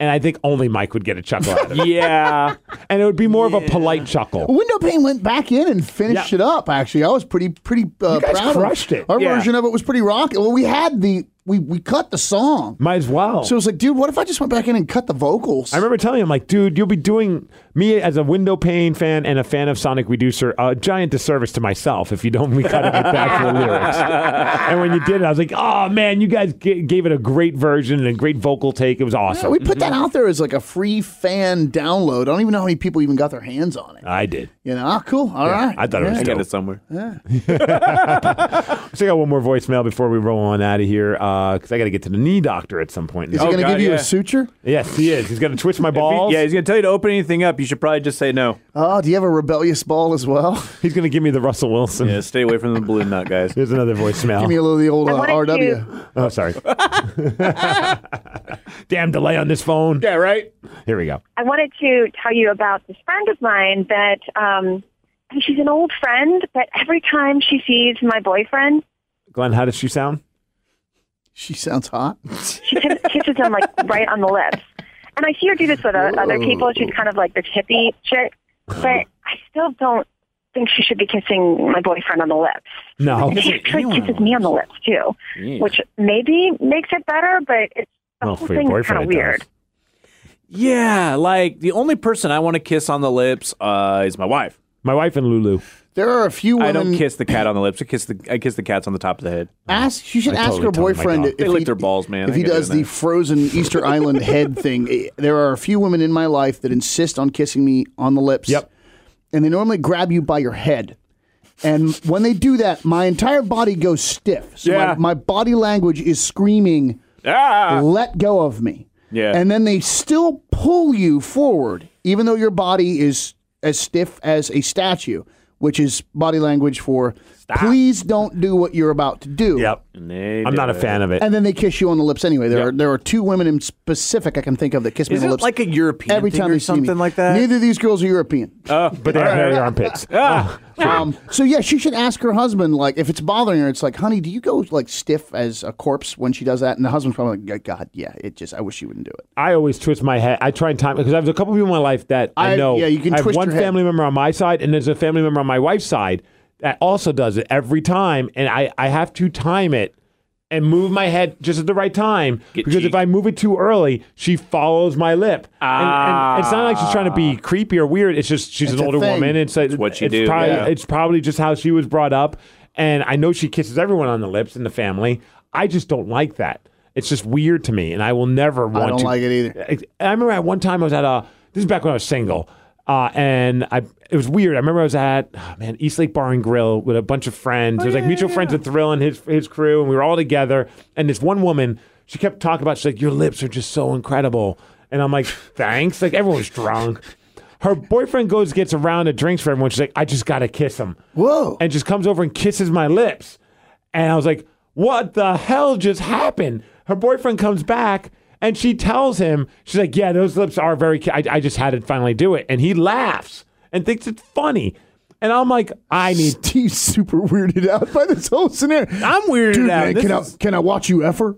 Speaker 2: and I think only Mike would get a chuckle out of it.
Speaker 4: Yeah.
Speaker 2: And it would be more of a polite chuckle.
Speaker 3: Window pane went back in and finished
Speaker 2: Yeah.
Speaker 3: it up. Actually, I was pretty pretty uh,
Speaker 2: guys
Speaker 3: proud. of-
Speaker 2: crushed it.
Speaker 3: Our
Speaker 4: Yeah.
Speaker 3: version of it was pretty rocky. Well, we had the we we cut the song,
Speaker 2: Might as well.
Speaker 3: so it was like, dude, what if I just went back in and cut the vocals?
Speaker 2: Oh. I remember telling him, like, dude, you'll be doing me as a window pane fan and a fan of Sonic Reducer a giant disservice to myself if you don't recut it with actual lyrics. And when you did it, I was like, oh, man, you guys g- gave it a great version and a great vocal take. It was
Speaker 3: Yeah,
Speaker 2: awesome. Mm-hmm.
Speaker 3: we put that out there as like a free fan download. I don't even know how many people even got their hands on it.
Speaker 2: I did.
Speaker 3: You know, ah, cool. All right.
Speaker 2: I thought it was
Speaker 4: I got
Speaker 2: dope.
Speaker 4: it somewhere.
Speaker 2: So I got one more voicemail before we roll on out of here because I got to get to the knee doctor at some point.
Speaker 3: Is he
Speaker 4: Oh,
Speaker 3: going to
Speaker 4: God,
Speaker 3: give you
Speaker 4: yeah.
Speaker 3: a suture?
Speaker 2: yes, he is. He's going to twitch my balls.
Speaker 4: Yeah, he's going to tell you to open anything up. You should probably just say no.
Speaker 3: Oh, do you have a rebellious ball as well?
Speaker 2: he's going to give me the Russell Wilson.
Speaker 4: Yeah, stay away from the balloon nut, guys.
Speaker 2: Here's another voicemail.
Speaker 3: Give me a little of the old uh,
Speaker 8: wanted
Speaker 3: RW.
Speaker 2: oh, sorry. Damn delay on this phone.
Speaker 4: Yeah, right?
Speaker 2: Here we go.
Speaker 8: I wanted to tell you about this friend of mine that um, and she's an old friend, but every time she sees my boyfriend,
Speaker 2: Glenn, how does she sound?
Speaker 3: She sounds hot.
Speaker 8: she kiss- kisses him like right on the lips. And I see her do this with uh, other people. She's kind of like this hippie chick, but I still don't think she should be kissing my boyfriend on the lips.
Speaker 2: No.
Speaker 8: She actually kisses me on the lips too, which maybe makes it better, but it's the
Speaker 2: Well,
Speaker 8: whole
Speaker 2: for your
Speaker 8: thing is kind of
Speaker 2: boyfriend, it does.
Speaker 8: weird.
Speaker 4: Yeah, like the only person I want to kiss on the lips uh, is my wife.
Speaker 2: My wife and Lulu.
Speaker 3: There are a few
Speaker 4: I
Speaker 3: women.
Speaker 4: don't kiss the cat on the lips. I kiss the I kiss the cats on the top of the head.
Speaker 3: Ask you should
Speaker 2: I
Speaker 3: ask
Speaker 2: totally
Speaker 3: her
Speaker 2: told him I
Speaker 3: boyfriend
Speaker 2: don't.
Speaker 3: if
Speaker 4: They
Speaker 3: he,
Speaker 4: lick their balls, man.
Speaker 3: If
Speaker 4: I
Speaker 3: he
Speaker 4: ain't
Speaker 3: does the
Speaker 4: doing that.
Speaker 3: frozen Easter Island head thing, eh, there are a few women in my life that insist on kissing me on the lips.
Speaker 2: Yep.
Speaker 3: And they normally grab you by your head. And when they do that, my entire body goes stiff. So
Speaker 2: Yeah.
Speaker 3: my, my body language is screaming,
Speaker 4: Ah!
Speaker 3: let go of me.
Speaker 4: Yeah.
Speaker 3: And then they still pull you forward, even though your body is as stiff as a statue, which is body language for please don't do what you're about to do.
Speaker 2: Yep. I'm not a fan of it.
Speaker 3: And then they kiss you on the lips anyway. There
Speaker 2: Yep.
Speaker 3: are there are two women in specific I can think of that kiss me
Speaker 4: Is
Speaker 3: on the
Speaker 4: it
Speaker 3: lips
Speaker 4: like a European
Speaker 3: every
Speaker 4: thing
Speaker 3: time
Speaker 4: or
Speaker 3: they see me.
Speaker 4: something like that?
Speaker 3: Neither of these girls are European.
Speaker 4: Oh.
Speaker 2: but they have hairy armpits.
Speaker 4: Ah.
Speaker 2: Oh,
Speaker 3: Um, so yeah, she should ask her husband like if it's bothering her. It's like, honey, do you go like stiff as a corpse when she does that? And the husband's probably like, God, yeah, it just I wish you wouldn't do it.
Speaker 2: I always twist my head. I try and time because I have a couple people in my life that I,
Speaker 3: I-
Speaker 2: know.
Speaker 3: yeah, you can
Speaker 2: I have
Speaker 3: twist
Speaker 2: one
Speaker 3: your head.
Speaker 2: family member on my side, and there's a family member on my wife's side that also does it every time, and I I have to time it and move my head just at the right time because if
Speaker 4: cheap.
Speaker 2: I move it too early, she follows my lip.
Speaker 4: Ah.
Speaker 2: And, and it's not like she's trying to be creepy or weird. It's just she's
Speaker 3: It's
Speaker 2: an
Speaker 3: a
Speaker 2: older
Speaker 3: thing.
Speaker 2: woman. It's, it's
Speaker 4: what you
Speaker 2: it's
Speaker 4: do,
Speaker 2: Probably,
Speaker 4: yeah.
Speaker 2: It's probably just how she was brought up, and I know she kisses everyone on the lips in the family. I just don't like that. It's just weird to me, and I will never want
Speaker 3: I don't
Speaker 2: to
Speaker 3: like it either.
Speaker 2: I I remember at one time I was at a. This is back when I was single, uh, and I it was weird. I remember I was at oh, man East Lake Bar and Grill with a bunch of friends. it was like mutual friends with Thrill and his his crew, and we were all together. And this one woman, she kept talking about she's like, "Your lips are just so incredible," and I'm like, "Thanks." Like everyone was drunk. Her boyfriend goes gets a round of drinks for everyone. She's like, "I just gotta kiss him."
Speaker 3: Whoa.
Speaker 2: and just comes over and kisses my lips. And I was like, what the hell just happened? Her boyfriend comes back and she tells him, she's like, yeah, those lips are very, ki- I, I just had to finally do it. And he laughs and thinks it's funny. And I'm like, I need,
Speaker 3: Steve's super weirded out by this whole scenario.
Speaker 4: I'm weirded
Speaker 3: Dude,
Speaker 4: out.
Speaker 3: man,
Speaker 4: This
Speaker 3: can,
Speaker 4: is-
Speaker 3: I, can I watch you effer?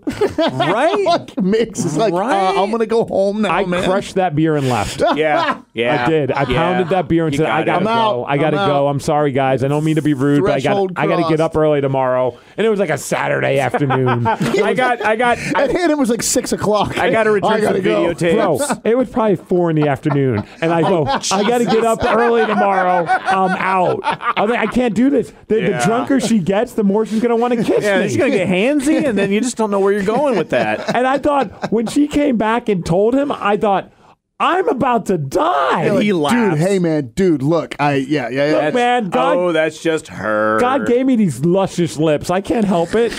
Speaker 4: right?
Speaker 3: like, Mix is like, uh,
Speaker 4: Right?
Speaker 3: I'm going to go home now,
Speaker 2: I
Speaker 3: man.
Speaker 2: crushed that beer and left.
Speaker 4: yeah, yeah.
Speaker 2: I did. I
Speaker 4: Yeah.
Speaker 2: pounded that beer and
Speaker 4: You
Speaker 2: said, "I gotta
Speaker 4: got it.
Speaker 2: go.
Speaker 3: I'm out.
Speaker 2: I gotta
Speaker 3: I'm
Speaker 2: go.
Speaker 3: out."
Speaker 2: I'm sorry, guys. I don't mean to be rude, but I got
Speaker 3: Threshold
Speaker 2: I gotta get
Speaker 3: crossed.
Speaker 2: up early tomorrow." And it was like a Saturday afternoon. I got I got I
Speaker 3: and then it was like 6 o'clock.
Speaker 4: I gotta return
Speaker 3: I gotta
Speaker 4: some
Speaker 3: go.
Speaker 4: videotape.
Speaker 2: Bro, it was probably four in the afternoon, and I go,
Speaker 3: Oh,
Speaker 2: I got to get up early tomorrow. I'm out. I was like, I can't do this. The, the
Speaker 4: Yeah.
Speaker 2: drunker she gets, the more she's gonna want to kiss
Speaker 4: Yeah,
Speaker 2: me.
Speaker 4: it's gonna get handsy, and then you just don't know where you're going with that.
Speaker 2: and I thought when she came back and told him, I thought I'm about to die.
Speaker 3: Like,
Speaker 4: He
Speaker 3: Dude,
Speaker 4: laughs.
Speaker 3: hey, man, dude, look. I, yeah, yeah, yeah.
Speaker 4: That's-
Speaker 2: man, God-
Speaker 4: oh, that's just her.
Speaker 2: God gave me these luscious lips. I can't help it.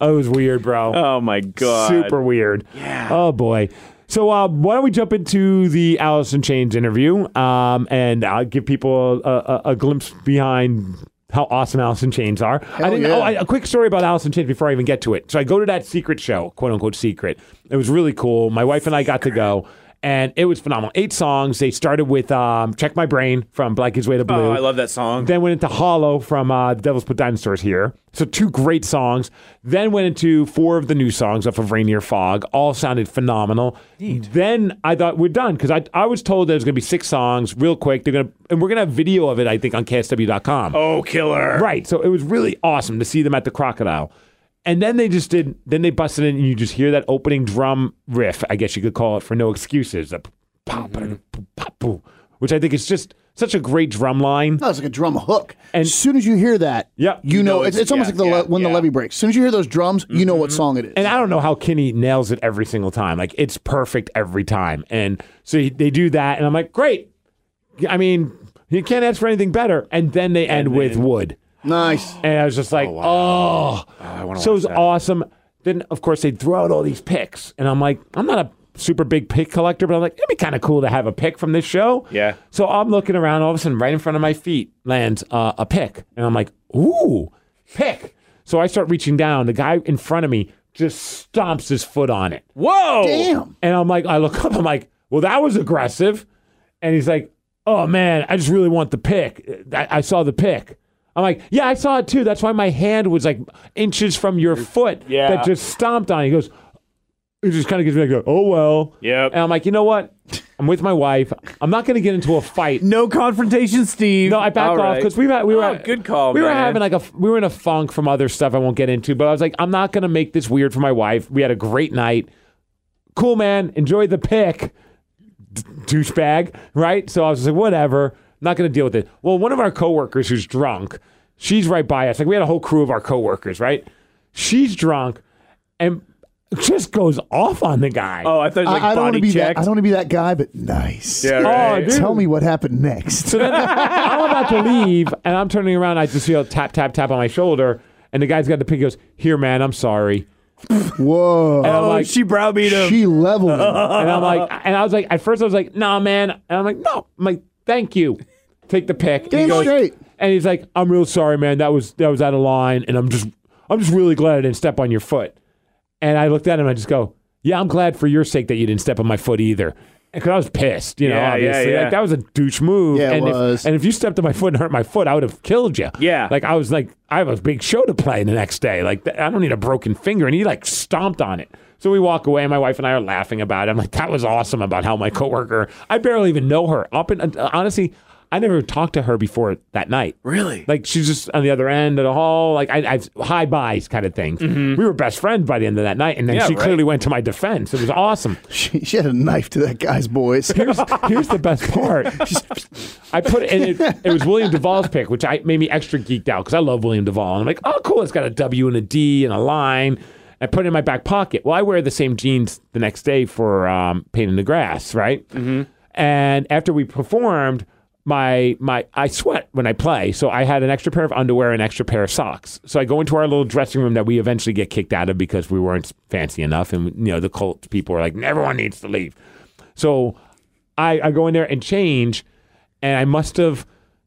Speaker 2: Oh, it was weird, bro.
Speaker 4: Oh my God.
Speaker 2: Super weird. Yeah. Oh boy. So uh, why don't we jump into the Alice in Chains interview, um, and I'll give people a, a, a glimpse behind how awesome Alice in Chains are. I didn't,
Speaker 3: yeah.
Speaker 2: oh, I, a quick story about Alice in Chains before I even get to it. So I go to that secret show, quote unquote secret. It was really cool. My wife and I got to go. And it was phenomenal. Eight songs. They started with um, "Check My Brain" from Black Is Way to Blue.
Speaker 4: Oh, I love that song.
Speaker 2: Then went into Hollow from uh, The Devil's Put Dinosaurs here. So two great songs. Then went into four of the new songs off of Rainier Fog. All sounded phenomenal. Then I thought we're done because I, I was told there's going to be six songs real quick. They're gonna and we're gonna have video of it. I think on KSW.com.
Speaker 4: oh, killer.
Speaker 2: Right. So it was really awesome to see them at the crocodile. And then they just did, then they busted in, and you just hear that opening drum riff, I guess you could call it for no excuses, the pop, pop, pop, which I think is just such a great drum line.
Speaker 3: That was like a drum hook.
Speaker 2: And-
Speaker 3: as soon as you hear that,
Speaker 2: Yeah.
Speaker 3: you know, it's, it's almost
Speaker 4: yeah,
Speaker 3: like the le-
Speaker 4: yeah,
Speaker 3: when the
Speaker 4: yeah.
Speaker 3: levee breaks. As soon as you hear those drums, you know what song it is.
Speaker 2: And I don't know how Kinney nails it every single time. Like it's perfect every time. And so he- they do that, and I'm like, great. I mean, you can't ask for anything better. And then they end with wood.
Speaker 3: nice.
Speaker 2: And I was just like, oh, Uh, so it was awesome. Then, of course, they'd throw out all these picks. And I'm like, I'm not a super big pick collector, but I'm like, it'd be kind of cool to have a pick from this show.
Speaker 4: Yeah.
Speaker 2: So I'm looking around. All of a sudden, right in front of my feet lands uh, a pick. And I'm like, ooh, pick. So I start reaching down. The guy in front of me just stomps his foot on it.
Speaker 4: Whoa.
Speaker 3: Damn.
Speaker 2: And I'm like, I look up, I'm like, well, that was aggressive. And he's like, oh man, I just really want the pick. I, I saw the pick. I'm like, yeah, I saw it too. That's why my hand was like inches from your foot
Speaker 4: Yeah.
Speaker 2: that just stomped on. it." He goes, it just kind of gives me like, oh well.
Speaker 4: Yep.
Speaker 2: And I'm like, you know what? I'm with my wife. I'm not going to get into a fight.
Speaker 4: No confrontation, Steve.
Speaker 2: No, I backed
Speaker 4: All
Speaker 2: off
Speaker 4: right.
Speaker 2: because we were we were
Speaker 4: Oh, good call,
Speaker 2: We were
Speaker 4: man.
Speaker 2: having like a we were in a funk from other stuff I won't get into, but I was like, I'm not gonna make this weird for my wife. We had a great night. Cool, man. Enjoy the pick, d- douchebag. Right? So I was just like, whatever. Not going to deal with it. Well, one of our coworkers who's drunk, she's right by us. Like we had a whole crew of our coworkers, right? She's drunk and just goes off on the guy.
Speaker 4: Oh, I thought it was like
Speaker 3: I, I don't want
Speaker 4: body
Speaker 3: to be
Speaker 4: checked.
Speaker 3: that. I don't want to be that guy, but nice.
Speaker 4: Yeah,
Speaker 2: Oh,
Speaker 4: right.
Speaker 2: dude.
Speaker 3: Tell me what happened next.
Speaker 2: So then I'm about to leave, and I'm turning around. I just feel a tap, tap, tap on my shoulder, and the guy's got the pig. he Goes here, man. I'm sorry.
Speaker 3: Whoa.
Speaker 2: And I'm
Speaker 4: Oh,
Speaker 2: like,
Speaker 4: she browbeat him.
Speaker 3: She leveled. him.
Speaker 2: and I'm like, and I was like, at first I was like, nah, man. And I'm like, no. I'm like, thank you. Take the pick. And he
Speaker 3: Damn
Speaker 2: goes-
Speaker 3: straight.
Speaker 2: And he's like, I'm real sorry, man. That was that was out of line, and I'm just I'm just really glad I didn't step on your foot. And I looked at him. and I just go, yeah, I'm glad for your sake that you didn't step on my foot either. Because I was pissed, you know.
Speaker 4: Yeah, yeah,
Speaker 2: obviously,
Speaker 4: yeah.
Speaker 2: Like, that was a douche move.
Speaker 3: Yeah, it
Speaker 2: and If,
Speaker 3: was.
Speaker 2: and if you stepped on my foot and hurt my foot, I would have killed you.
Speaker 4: Yeah.
Speaker 2: Like I was like, I have a big show to play the next day. Like th- I don't need a broken finger, and he like stomped on it. So we walk away, and my wife and I are laughing about it. I'm like, that was awesome about how my coworker. I barely even know her. Up in, uh, honestly, I never talked to her before that night.
Speaker 4: Really?
Speaker 2: Like she's just on the other end of the hall. Like I, I've high buys kind of thing. We were best friends by the end of that night, and then
Speaker 4: Mm-hmm. Yeah,
Speaker 2: she
Speaker 4: right.
Speaker 2: clearly went to my defense. It was awesome.
Speaker 3: She, she had a knife to that guy's boys.
Speaker 2: Here's, here's the best part. I put it, and it, it was William Duvall's pick, which I made me extra geeked out because I love William Duvall. And I'm like, oh, cool, it's got a W and a D and a line. I put it in my back pocket. Well, I wear the same jeans the next day for um, painting the grass, right? Mm-hmm. And after we performed, my my I sweat when I play, so I had an extra pair of underwear and extra pair of socks. So I go into our little dressing room that we eventually get kicked out of because we weren't fancy enough, and you know the cult people were like, everyone needs to leave. So I, I go in there and change, and I must have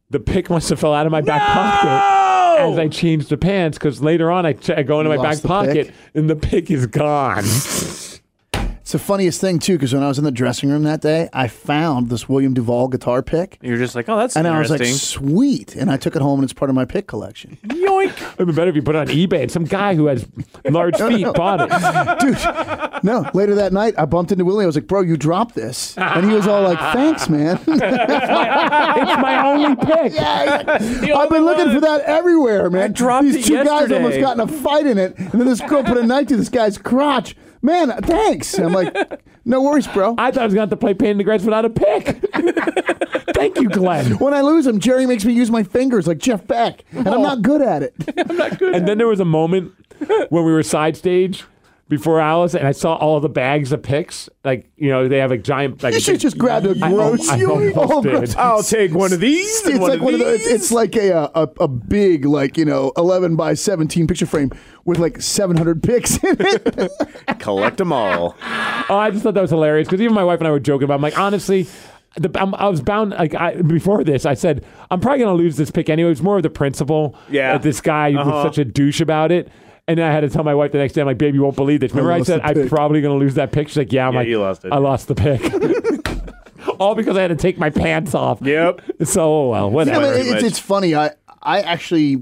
Speaker 2: the pick must have fell out of my back pocket as I changed the pants because later on I, ch- I go into
Speaker 3: You
Speaker 2: my back
Speaker 3: lost the
Speaker 2: pocket
Speaker 3: pick?
Speaker 2: and the pick is gone.
Speaker 3: It's the funniest thing too, because when I was in the dressing room that day, I found this William Duvall guitar pick,
Speaker 4: You're just like, oh, that's
Speaker 3: and I was
Speaker 4: interesting.
Speaker 3: like, "Sweet!" And I took it home, and it's part of my pick collection.
Speaker 2: Yoink! It'd be better if you put it on eBay and some guy who has large feet bought it.
Speaker 3: Dude, no. Later that night, I bumped into Willie. I was like, "Bro, you dropped this," and he was all like, "Thanks, man."
Speaker 2: It's my only pick.
Speaker 3: I've been looking for that everywhere, man.
Speaker 4: dropped
Speaker 3: These
Speaker 4: it
Speaker 3: two guys
Speaker 4: yesterday.
Speaker 3: almost got in a fight in it, and then this girl put a knife to this guy's crotch. Man, thanks. And I'm like, "No worries, bro."
Speaker 2: I thought I was going to have to play Pain in the Grass without a pick. Thank you, Glenn.
Speaker 3: when I lose him, Jerry makes me use my fingers like Jeff Beck, and I'm not good at it.
Speaker 2: And then there was a moment when we were side stage before Alice, and I saw all the bags of picks. Like you know, they have a giant. Like
Speaker 3: You
Speaker 2: a
Speaker 3: should
Speaker 2: big-
Speaker 3: just grab a
Speaker 2: I
Speaker 3: gross.
Speaker 2: al- I almost did.
Speaker 4: I'll take one of these.
Speaker 3: It's like one of the, it's, it's like a, uh, a a big like you know eleven by seventeen picture frame with like seven hundred pics in it.
Speaker 4: collect them all.
Speaker 2: Oh, I just thought that was hilarious because even my wife and I were joking about. It. I'm like, honestly. The, I'm, I was bound like I, before this. I said I'm probably going to lose this pick anyway. It's more of the principle.
Speaker 4: Yeah.
Speaker 2: that this guy
Speaker 3: Uh-huh.
Speaker 2: was such a douche about it, and then I had to tell my wife the next day. I'm like, babe, you won't believe this. Remember, I,
Speaker 3: lost
Speaker 2: said
Speaker 3: the
Speaker 2: I'm
Speaker 3: pick.
Speaker 2: probably going to lose that pick. She's like, yeah, I'm
Speaker 4: Yeah,
Speaker 2: like,
Speaker 4: you lost it.
Speaker 2: I lost the pick, all because I had to take my pants off.
Speaker 4: Yep.
Speaker 2: So oh well,
Speaker 3: You know,
Speaker 2: whatever.
Speaker 3: but
Speaker 4: pretty
Speaker 3: it's,
Speaker 4: much.
Speaker 3: it's funny. I I actually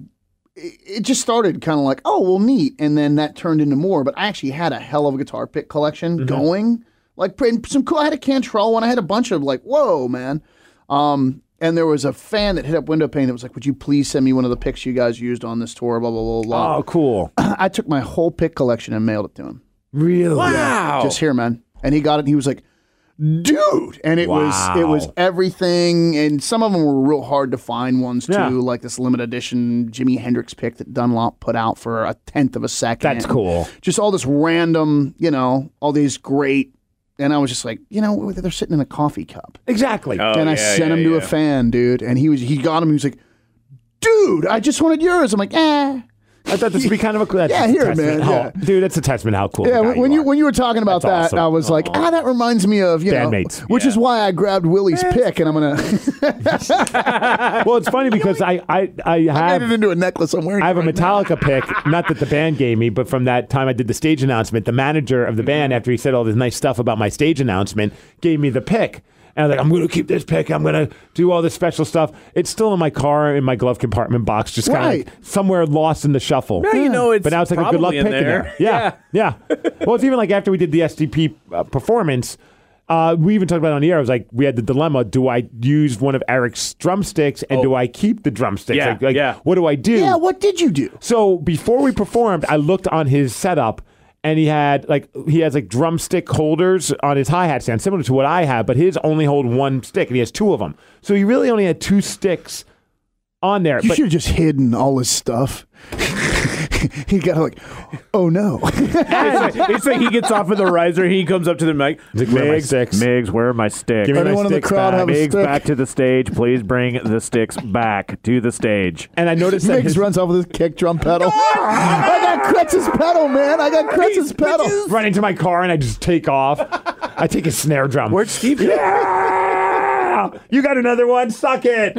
Speaker 3: it it just started kind of like oh well neat, and then that turned into more. But I actually had a hell of a guitar pick collection
Speaker 2: Mm-hmm.
Speaker 3: going. Like and some cool. I had a Cantrell one. I had a bunch of like whoa man. Um, and there was a fan that hit up window pane that was like, "Would you please send me one of the picks you guys used on this tour?" Blah blah blah blah.
Speaker 2: Oh, cool.
Speaker 3: I took my whole pick collection and mailed it to him.
Speaker 2: Really?
Speaker 4: Wow.
Speaker 3: just here, man. And he got it. And he was like, dude. And it was it was
Speaker 2: Wow.
Speaker 3: everything. And some of them were real hard to find ones too,
Speaker 2: Yeah.
Speaker 3: like this limited edition Jimi Hendrix pick that Dunlop put out for a tenth of a second.
Speaker 2: That's cool.
Speaker 3: Just all this random, you know, all these great. And I was just like, you know, they're sitting in a coffee cup.
Speaker 2: Exactly.
Speaker 3: and I sent him to a fan, dude. And he was he got him. He was like, dude, I just wanted yours. I'm like, eh.
Speaker 2: I thought this would be kind of a cool. that's Oh,
Speaker 3: Yeah,
Speaker 2: just a
Speaker 3: here,
Speaker 2: testament
Speaker 3: man,
Speaker 2: how-
Speaker 3: yeah.
Speaker 2: Dude, that's a testament how cool.
Speaker 3: Yeah,
Speaker 2: of a guy
Speaker 3: when when you
Speaker 2: are.
Speaker 3: when you were talking about that,
Speaker 2: That's awesome. Oh.
Speaker 3: I was like, ah, that reminds me of you
Speaker 2: Bandmates.
Speaker 3: know, which is why I grabbed Willie's pick, and I'm gonna
Speaker 2: well, it's funny because I I I
Speaker 3: made it
Speaker 2: have.
Speaker 3: into a necklace I'm wearing.
Speaker 2: I have a
Speaker 3: right
Speaker 2: Metallica pick, not that the band gave me, but from that time I did the stage announcement, the manager
Speaker 3: Mm-hmm.
Speaker 2: of the band, after he said all this nice stuff about my stage announcement, gave me the pick. And I was like, I'm going to keep this pick. I'm going to do all this special stuff. It's still in my car, in my glove compartment box, just kind of
Speaker 3: Right.
Speaker 2: somewhere lost in the shuffle.
Speaker 4: Yeah, you know, it's
Speaker 2: but now it's like a good luck
Speaker 4: probably in
Speaker 2: pick in
Speaker 4: there.
Speaker 2: there. Yeah, yeah. well, it's even like after we did the SDP uh, performance, uh, we even talked about it on the air. I was like, we had the dilemma: do I use one of Eric's drumsticks and do I keep the drumsticks?
Speaker 4: Oh. Yeah,
Speaker 2: like, like,
Speaker 4: yeah.
Speaker 2: What do I do?
Speaker 3: now. Yeah, what did you do?
Speaker 2: So before we performed, I looked on his setup and he had like he has like drumstick holders on his hi hat stand, similar to what I have, but his only hold one stick, and he has two of them. So he really only had two sticks on there.
Speaker 3: You
Speaker 2: but
Speaker 3: should have just hidden all his stuff. he got like, oh no.
Speaker 4: It's like, it's like he gets off of the riser. He comes up to the mic.
Speaker 2: He's like, "Where are my sticks?"
Speaker 4: Migs, where are my sticks?
Speaker 2: Give me
Speaker 3: Anyone in the
Speaker 2: sticks
Speaker 3: crowd
Speaker 2: back.
Speaker 3: have a
Speaker 4: Migs,
Speaker 3: stick?
Speaker 4: back to the stage. Please bring the sticks back to the stage.
Speaker 2: and I noticed that
Speaker 3: Migs
Speaker 2: his,
Speaker 3: runs off with his kick drum pedal. I got Kretz's pedal, man. I got Kretz's pedal.
Speaker 2: run into my car and I just take off. I take his snare drum.
Speaker 4: Where'd Steve go?
Speaker 2: Yeah! You got another one? Suck it!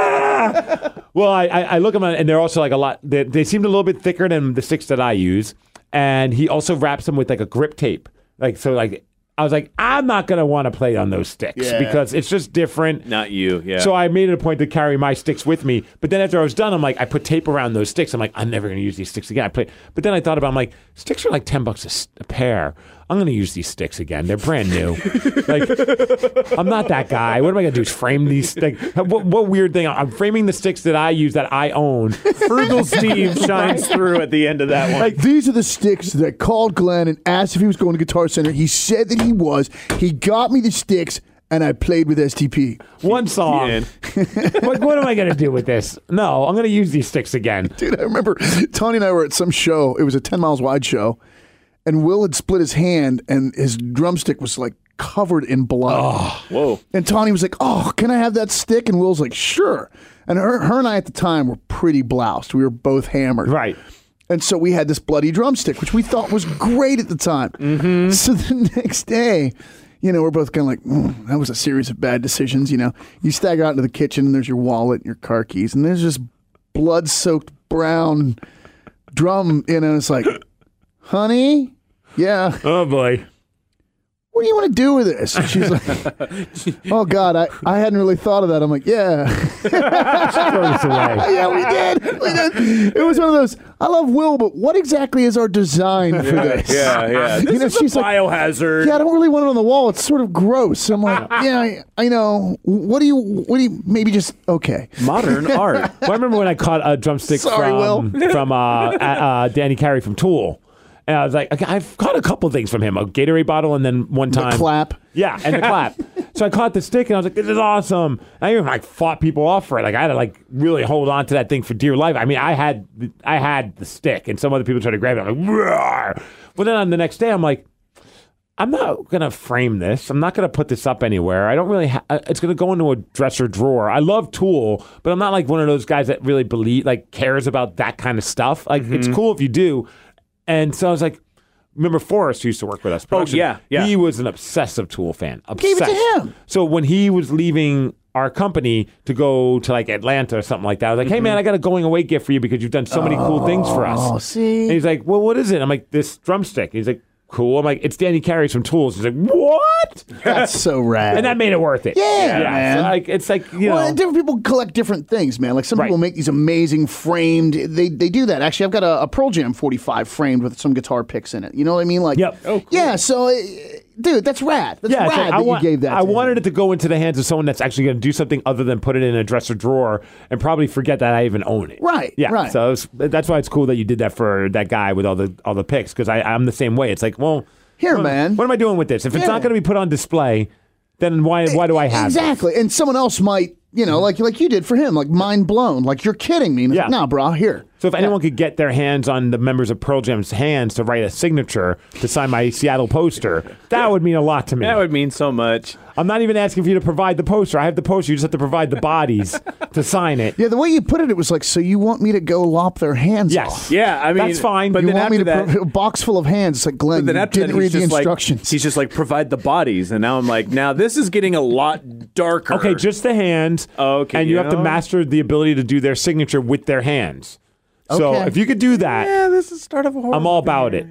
Speaker 2: Ah! Well, I, I, I look at them and they're also like a lot. They, they seemed a little bit thicker than the sticks that I use, and he also wraps them with like a grip tape. Like so, like I was like, I'm not gonna want to play on those sticks
Speaker 3: Yeah.
Speaker 2: because it's just different.
Speaker 4: Not you. Yeah.
Speaker 2: So I made it a point to carry my sticks with me. But then after I was done, I'm like, I put tape around those sticks. I'm like, I'm never going to use these sticks again. I play. But then I thought about, I'm like, sticks are like ten bucks a, s- a pair. I'm going to use these sticks again. They're brand new. like, I'm not that guy. What am I going to do? Is frame these? Like, what, what weird thing? I'm framing the sticks that I use that I own.
Speaker 4: Frugal Steve shines through at the end of that one.
Speaker 3: Like these are the sticks that called Glenn and asked if he was going to Guitar Center. He said that he was. He got me the sticks and I played with STP.
Speaker 2: One song. like, what am I going to do with this? No, I'm going to use these sticks again.
Speaker 3: Dude, I remember Tony and I were at some show. It was a 10 miles wide show. And Will had split his hand and his drumstick was like covered in blood.
Speaker 4: Whoa.
Speaker 3: And Tony was like, Oh, can I have that stick? And Will's like, Sure. And her, her and I at the time were pretty bloused. We were both hammered.
Speaker 2: Right.
Speaker 3: And so we had this bloody drumstick, which we thought was great at the time. Mm-hmm. So the next day, you know, we're both kind of like, "Mm, that was a series of bad decisions. You know, you stagger out into the kitchen and there's your wallet and your car keys, and there's just blood soaked brown drum. You know, it's like, honey, yeah,
Speaker 2: Oh boy.
Speaker 3: what do you want to do with this? And she's like, oh God, I, I hadn't really thought of that. I'm like, yeah.
Speaker 2: Throw this away.
Speaker 3: Yeah, we did. We did. It was one of those. I love Will, but what exactly is our design for this?
Speaker 4: Yeah, yeah.
Speaker 3: You
Speaker 4: This
Speaker 3: know,
Speaker 4: is
Speaker 3: she's
Speaker 4: a
Speaker 3: like,
Speaker 4: biohazard.
Speaker 3: yeah, I don't really want it on the wall. It's sort of gross. I'm like, yeah, I, I know. What do you? What do you? Maybe just okay.
Speaker 4: Modern art.
Speaker 2: Well, I remember when I caught a drumstick
Speaker 3: Sorry,
Speaker 2: from from uh, a- uh, Danny Carey from Tool, and I was like, okay, I've caught a couple things from him: a Gatorade bottle, and then one time
Speaker 3: clap.
Speaker 2: Yeah, and the clap. so I caught the stick, and I was like, "This is awesome!" I even like fought people off for it. Like I had to like really hold on to that thing for dear life. I mean, I had I had the stick, and some other people tried to grab it. I'm like, Roar! but then on the next day, I'm like. I'm not going to frame this. I'm not going to put this up anywhere. I don't really, ha- uh, it's going to go into a dresser drawer. I love Tool, but I'm not like one of those guys that really believe, like cares about that kind of stuff. Like it's
Speaker 3: Mm-hmm.
Speaker 2: cool if you do. And so I was like, remember Forrest who used to work
Speaker 3: Oh,
Speaker 2: with us. production?
Speaker 4: yeah, yeah.
Speaker 2: He was an obsessive Tool fan.
Speaker 3: it
Speaker 2: Obsessed.
Speaker 3: to him.
Speaker 2: So when he was leaving our company to go to like Atlanta or something like that, I was like, hey man, I got a going away gift for you because you've done so many cool things for us.
Speaker 3: Mm-hmm. Oh, see?
Speaker 2: And he's like, well, what is it? I'm like, this drumstick. He's like, cool. I'm like, it's Danny Carey's from Tools. He's like, what?
Speaker 3: That's so rad.
Speaker 2: And that made it worth it.
Speaker 3: Yeah, man.
Speaker 2: so, like, it's like, you
Speaker 3: well,
Speaker 2: know.
Speaker 3: and different people collect different things, man. Like some
Speaker 2: Right.
Speaker 3: people make these amazing framed. They they do that. Actually, I've got a, a Pearl Jam 45 framed with some guitar picks in it. You know what I mean? Like,
Speaker 2: Yep. Oh, cool.
Speaker 3: yeah. So, eh, dude, that's rad. That's
Speaker 2: yeah,
Speaker 3: rad
Speaker 2: it's like,
Speaker 3: that
Speaker 2: I, want-
Speaker 3: you gave that.
Speaker 2: I
Speaker 3: to him.
Speaker 2: wanted it to go into the hands of someone that's actually going to do something other than put it in a dresser drawer and probably forget that I even own it.
Speaker 3: Right,
Speaker 2: Yeah.
Speaker 3: right.
Speaker 2: So it's- that's why it's cool that you did that for that guy with all the all the picks because I'm the same way. It's like, well,
Speaker 3: Here,
Speaker 2: what-
Speaker 3: man.
Speaker 2: What am I doing with this? If it's
Speaker 3: Yeah. E,
Speaker 2: not going to be put on display, then why why do I have this?
Speaker 3: exactly? And someone else might, you know, like like you did for him, like mind blown. Like you're kidding me. And it's
Speaker 2: Yeah.
Speaker 3: like, Nah, brah. Here.
Speaker 2: So if anyone could get their hands on the members of Pearl Jam's hands to write a signature to sign my Seattle poster, that would mean a lot to me.
Speaker 4: That would mean so much.
Speaker 2: I'm not even asking for you to provide the poster. I have the poster. You just have to provide the bodies to sign it.
Speaker 3: Yeah, the way you put it, it was like, so you want me to go lop their hands
Speaker 2: Yes.
Speaker 3: off?
Speaker 4: Yeah, I mean,
Speaker 2: That's fine.
Speaker 4: But
Speaker 2: You
Speaker 3: You
Speaker 4: then
Speaker 3: want
Speaker 4: after
Speaker 3: me to
Speaker 4: that,
Speaker 3: pro- a box full of hands? It's like Glenn,
Speaker 4: but then
Speaker 3: you
Speaker 4: after
Speaker 3: didn't
Speaker 4: that,
Speaker 3: read
Speaker 4: he's
Speaker 3: the
Speaker 4: just
Speaker 3: instructions.
Speaker 4: like, he's just like, provide the bodies, and now I'm like, now this is getting a lot darker.
Speaker 2: Okay, just the hands.
Speaker 4: Okay,
Speaker 2: And you
Speaker 4: yeah.
Speaker 2: have to master the ability to do their signature with their hands. So
Speaker 3: Okay.
Speaker 2: if you could do that,
Speaker 4: yeah, this is the start of a whole.
Speaker 2: I'm all about it.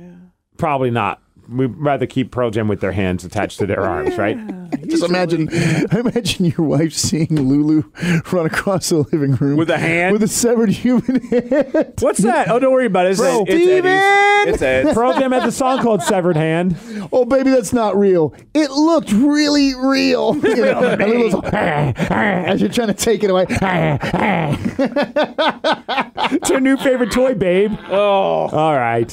Speaker 2: Probably not. we'd rather keep Pearl Jam with their hands attached to their arms, right?
Speaker 3: Just imagine, imagine your wife seeing Lulu run across the living room
Speaker 4: With a hand?
Speaker 3: with a severed human hand.
Speaker 4: What's that? Oh, don't worry about it. It's,
Speaker 2: Bro,
Speaker 4: Ed- it's Eddie's. It's Ed's.
Speaker 2: Pearl Jam has a song called "Severed Hand."
Speaker 3: Oh, baby, that's not real. It looked really real. You know? and Lulu's like, "Ah, ah," as you're trying to take it away. "Ah, ah."
Speaker 2: It's her new favorite toy, babe. Oh. All right.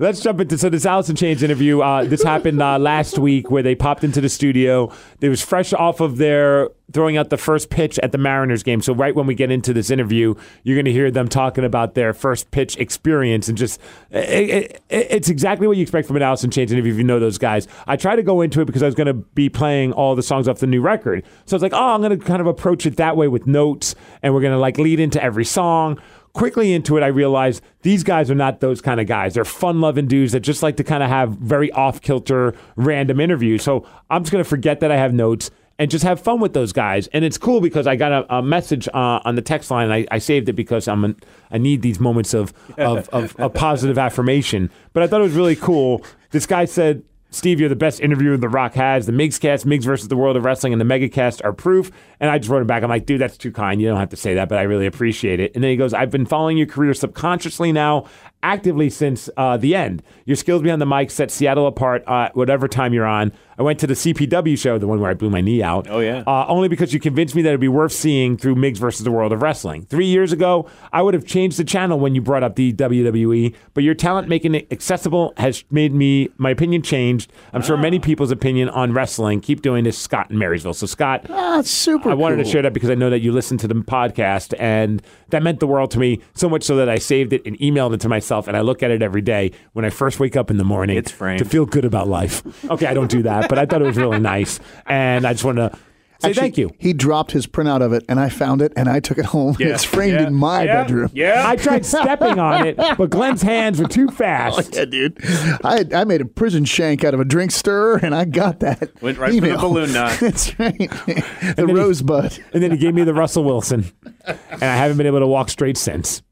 Speaker 2: Let's jump into so this Allison Chains interview. Uh, this happened uh, last week where they popped into the studio. They was fresh off of their throwing out the first pitch at the Mariners game. So right when we get into this interview, you're going to hear them talking about their first pitch experience and just it, it, it's exactly what you expect from an Allison Chains interview if you know those guys. I try to go into it because I was going to be playing all the songs off the new record. So I was like, oh, I'm going to kind of approach it that way with notes and we're going to like lead into every song quickly into it, I realized these guys are not those kind of guys. They're fun loving dudes that just like to kind of have very off kilter, random interviews. So I'm just going to forget that I have notes and just have fun with those guys. And it's cool because I got a, a message uh, on the text line. I, I saved it because I'm an, I need these moments of, of, of, of positive affirmation. But I thought it was really cool. This guy said, Steve, you're the best interviewer The Rock has. The Migs cast, Migs versus the World of Wrestling, and the Megacast are proof. And I just wrote him back. I'm like, dude, that's too kind. You don't have to say that, but I really appreciate it. And then he goes, I've been following your career subconsciously now, actively since uh, the end. Your skills behind the mic set Seattle apart uh, whatever time you're on. I went to the CPW show, the one where I blew my knee out.
Speaker 4: Oh, yeah.
Speaker 2: Uh, only because you convinced me that it'd be worth seeing through Migs versus the World of Wrestling. Three years ago, I would have changed the channel when you brought up the WWE, but your talent making it accessible has made me my opinion changed. I'm
Speaker 3: Ah.
Speaker 2: sure many people's opinion on wrestling. Keep doing this, Scott in Marysville. So Scott,
Speaker 3: Ah, it's super
Speaker 2: I wanted to
Speaker 3: cool.
Speaker 2: share that because I know that you listened to the podcast, and that meant the world to me. So much so that I saved it and emailed it to myself, and I look at it every day when I first wake up in the morning.
Speaker 4: It's framed.
Speaker 2: to feel good about life. Okay, I don't do that, but I thought it was really nice, and I just wanted to say
Speaker 3: Actually,
Speaker 2: thank you.
Speaker 3: He dropped his printout of it, and I found it, and I took it home.
Speaker 4: Yeah.
Speaker 3: It's framed
Speaker 4: Yeah.
Speaker 3: in my
Speaker 4: Yeah.
Speaker 3: bedroom.
Speaker 4: Yeah.
Speaker 2: I tried stepping on it, but Glenn's hands were too fast.
Speaker 3: Oh, Yeah, dude. I I made a prison shank out of a drink stirrer, and I got that.
Speaker 4: Went right for the balloon knot.
Speaker 3: That's right. The
Speaker 2: then he-
Speaker 3: rosebud.
Speaker 2: And then he gave me the Russell Wilson, and I haven't been able to walk straight since.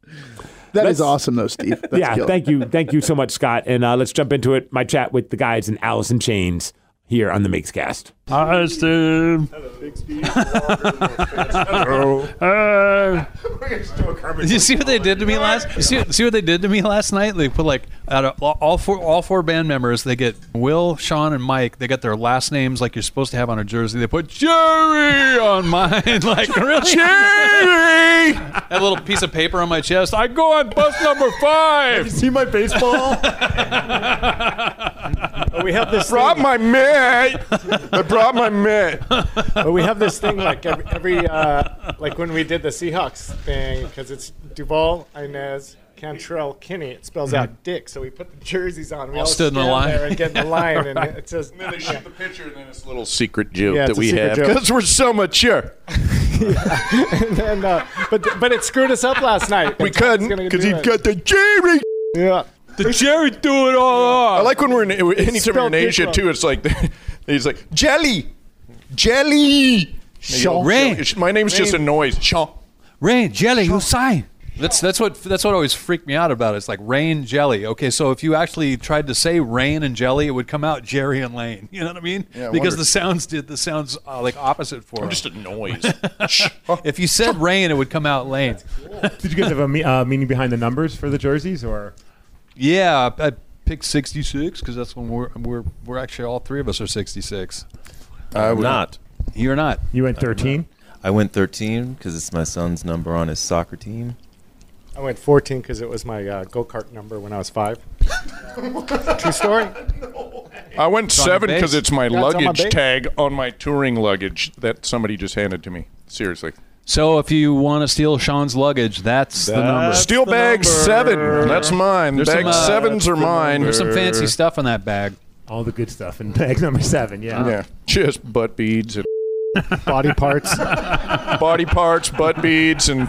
Speaker 3: That
Speaker 2: Let's-
Speaker 3: is awesome, though, Steve. That's
Speaker 2: yeah,
Speaker 3: killer.
Speaker 2: thank you, thank you so much, Scott. And uh, let's jump into it. My chat with the guys in Alice in Chains here on the Mixcast.
Speaker 9: Uh,
Speaker 10: Hi, Steve. Hello.
Speaker 9: You see what they did to me last? You see, see what they did to me last night? They put like out of all- all four all four band members, they get Will, Sean, and Mike. They got their last names like you're supposed to have on a jersey. They put Jerry on mine, like really. Jerry. that little piece of paper on my chest. I go on bus number five.
Speaker 2: See my baseball?
Speaker 10: Oh, we have this
Speaker 11: brought my mitt. I brought my mitt.
Speaker 10: But we have this thing like every, every uh, like when we did the Seahawks thing because it's Duval, Inez, Cantrell, Kinney. It spells
Speaker 11: Mm-hmm.
Speaker 10: out Dick, so we put the jerseys on. We all,
Speaker 9: stood in the
Speaker 10: stand
Speaker 9: line.
Speaker 10: there and get in the line, and it says
Speaker 11: And then they shoot the picture, and then it's a little secret joke
Speaker 10: Yeah, it's
Speaker 11: that
Speaker 10: a
Speaker 11: we
Speaker 10: secret
Speaker 11: have
Speaker 10: joke.
Speaker 11: because we're so mature.
Speaker 10: and then, uh, but but it screwed us up last night. It's-
Speaker 11: We
Speaker 10: it's
Speaker 11: couldn't
Speaker 10: gonna
Speaker 11: because
Speaker 10: do
Speaker 11: he
Speaker 10: it.
Speaker 11: got the Jerry.
Speaker 10: yeah.
Speaker 9: The Jerry threw it all
Speaker 11: I
Speaker 9: off.
Speaker 11: like when we're in anytime we're
Speaker 10: spelled
Speaker 11: in Asia
Speaker 10: different.
Speaker 11: too. It's like he's like jelly, jelly. Shaw.
Speaker 9: Rain.
Speaker 11: My name's just a noise. Shaw.
Speaker 9: Rain jelly, you sign. That's that's what that's what always freaked me out about. It. It's like rain jelly. Okay, so if you actually tried to say rain and jelly, it would come out Jerry and Lane. You know what I mean?
Speaker 11: Yeah, I
Speaker 9: because
Speaker 11: wondered.
Speaker 9: the sounds did the sounds uh, like opposite for.
Speaker 11: I'm
Speaker 9: them.
Speaker 11: just a noise.
Speaker 9: If you said rain, it would come out Lane.
Speaker 2: Did you guys have a me- uh, meaning behind the numbers for the jerseys, or
Speaker 9: Yeah, I I picked 66 because that's when we're we're we're actually all three of us are 66.
Speaker 11: I would
Speaker 12: Not.
Speaker 9: You're not.
Speaker 2: you went thirteen?
Speaker 12: I went 13 because it's my son's number on his soccer team.
Speaker 10: I went 14 because it was my uh, go kart number when I was five. True story.
Speaker 11: I went
Speaker 9: on
Speaker 11: seven
Speaker 9: the base.
Speaker 11: because it's my
Speaker 10: it's on my
Speaker 11: luggage
Speaker 10: base.
Speaker 11: tag on my touring luggage that somebody just handed to me. Seriously.
Speaker 9: So if you want to steal Sean's luggage, that's, the number.
Speaker 11: Steel bag seven. That's mine.
Speaker 9: There's
Speaker 11: bag
Speaker 9: some, uh,
Speaker 11: sevens are mine.
Speaker 9: There's some fancy stuff in that bag.
Speaker 2: All the good stuff in bag number seven. Yeah.
Speaker 11: Yeah, just butt beads and
Speaker 10: Body parts.
Speaker 11: body parts, butt beads, and